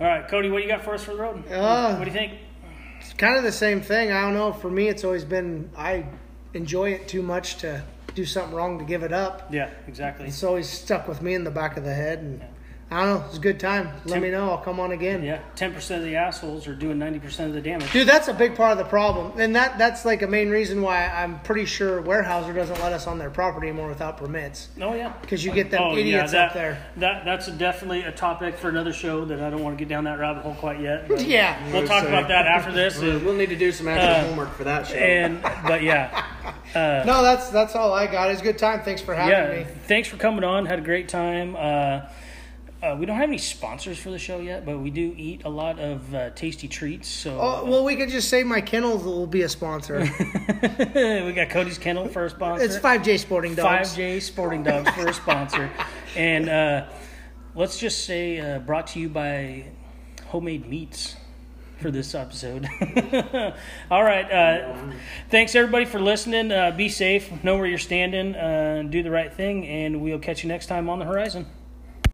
Speaker 1: All right, Cody, what do you got for us for the road?
Speaker 3: Uh,
Speaker 1: what do you think?
Speaker 3: It's kind of the same thing. I don't know. For me, it's always been I enjoy it too much to do something wrong to give it up.
Speaker 1: Yeah, exactly.
Speaker 3: It's always stuck with me in the back of the head, and I don't know. It's a good time. Let
Speaker 1: Tim-
Speaker 3: me know. I'll come on again.
Speaker 1: Yeah, ten percent of the assholes are doing ninety percent of the damage.
Speaker 3: Dude, that's a big part of the problem, and that that's like a main reason why I'm pretty sure Warehouser doesn't let us on their property anymore without permits
Speaker 1: Oh yeah.
Speaker 3: because you get them
Speaker 1: oh,
Speaker 3: idiots
Speaker 1: yeah, that,
Speaker 3: up there.
Speaker 1: That that's a definitely a topic for another show that I don't want to get down that rabbit hole quite yet. but
Speaker 3: Yeah,
Speaker 1: We'll talk about that after this.
Speaker 2: So we'll need to do some
Speaker 1: Uh,
Speaker 2: actual homework for that show
Speaker 1: And but yeah.
Speaker 3: no, that's that's all I got. It's a good time. Thanks for having
Speaker 1: yeah,
Speaker 3: me.
Speaker 1: thanks for coming on. Had a great time. Uh, uh, we don't have any sponsors for the show yet, but we do eat a lot of uh, tasty treats. So
Speaker 3: Oh, well, we could just say my kennel will be a sponsor.
Speaker 1: we got Cody's Kennel for a sponsor.
Speaker 3: it's 5J Sporting Dogs.
Speaker 1: Five J Sporting Dogs for a sponsor, and uh, let's just say uh, brought to you by Homemade Meats for this episode. All right, uh, thanks everybody for listening. Uh, be safe, know where you're standing, uh, do the right thing, and we'll catch you next time on the horizon.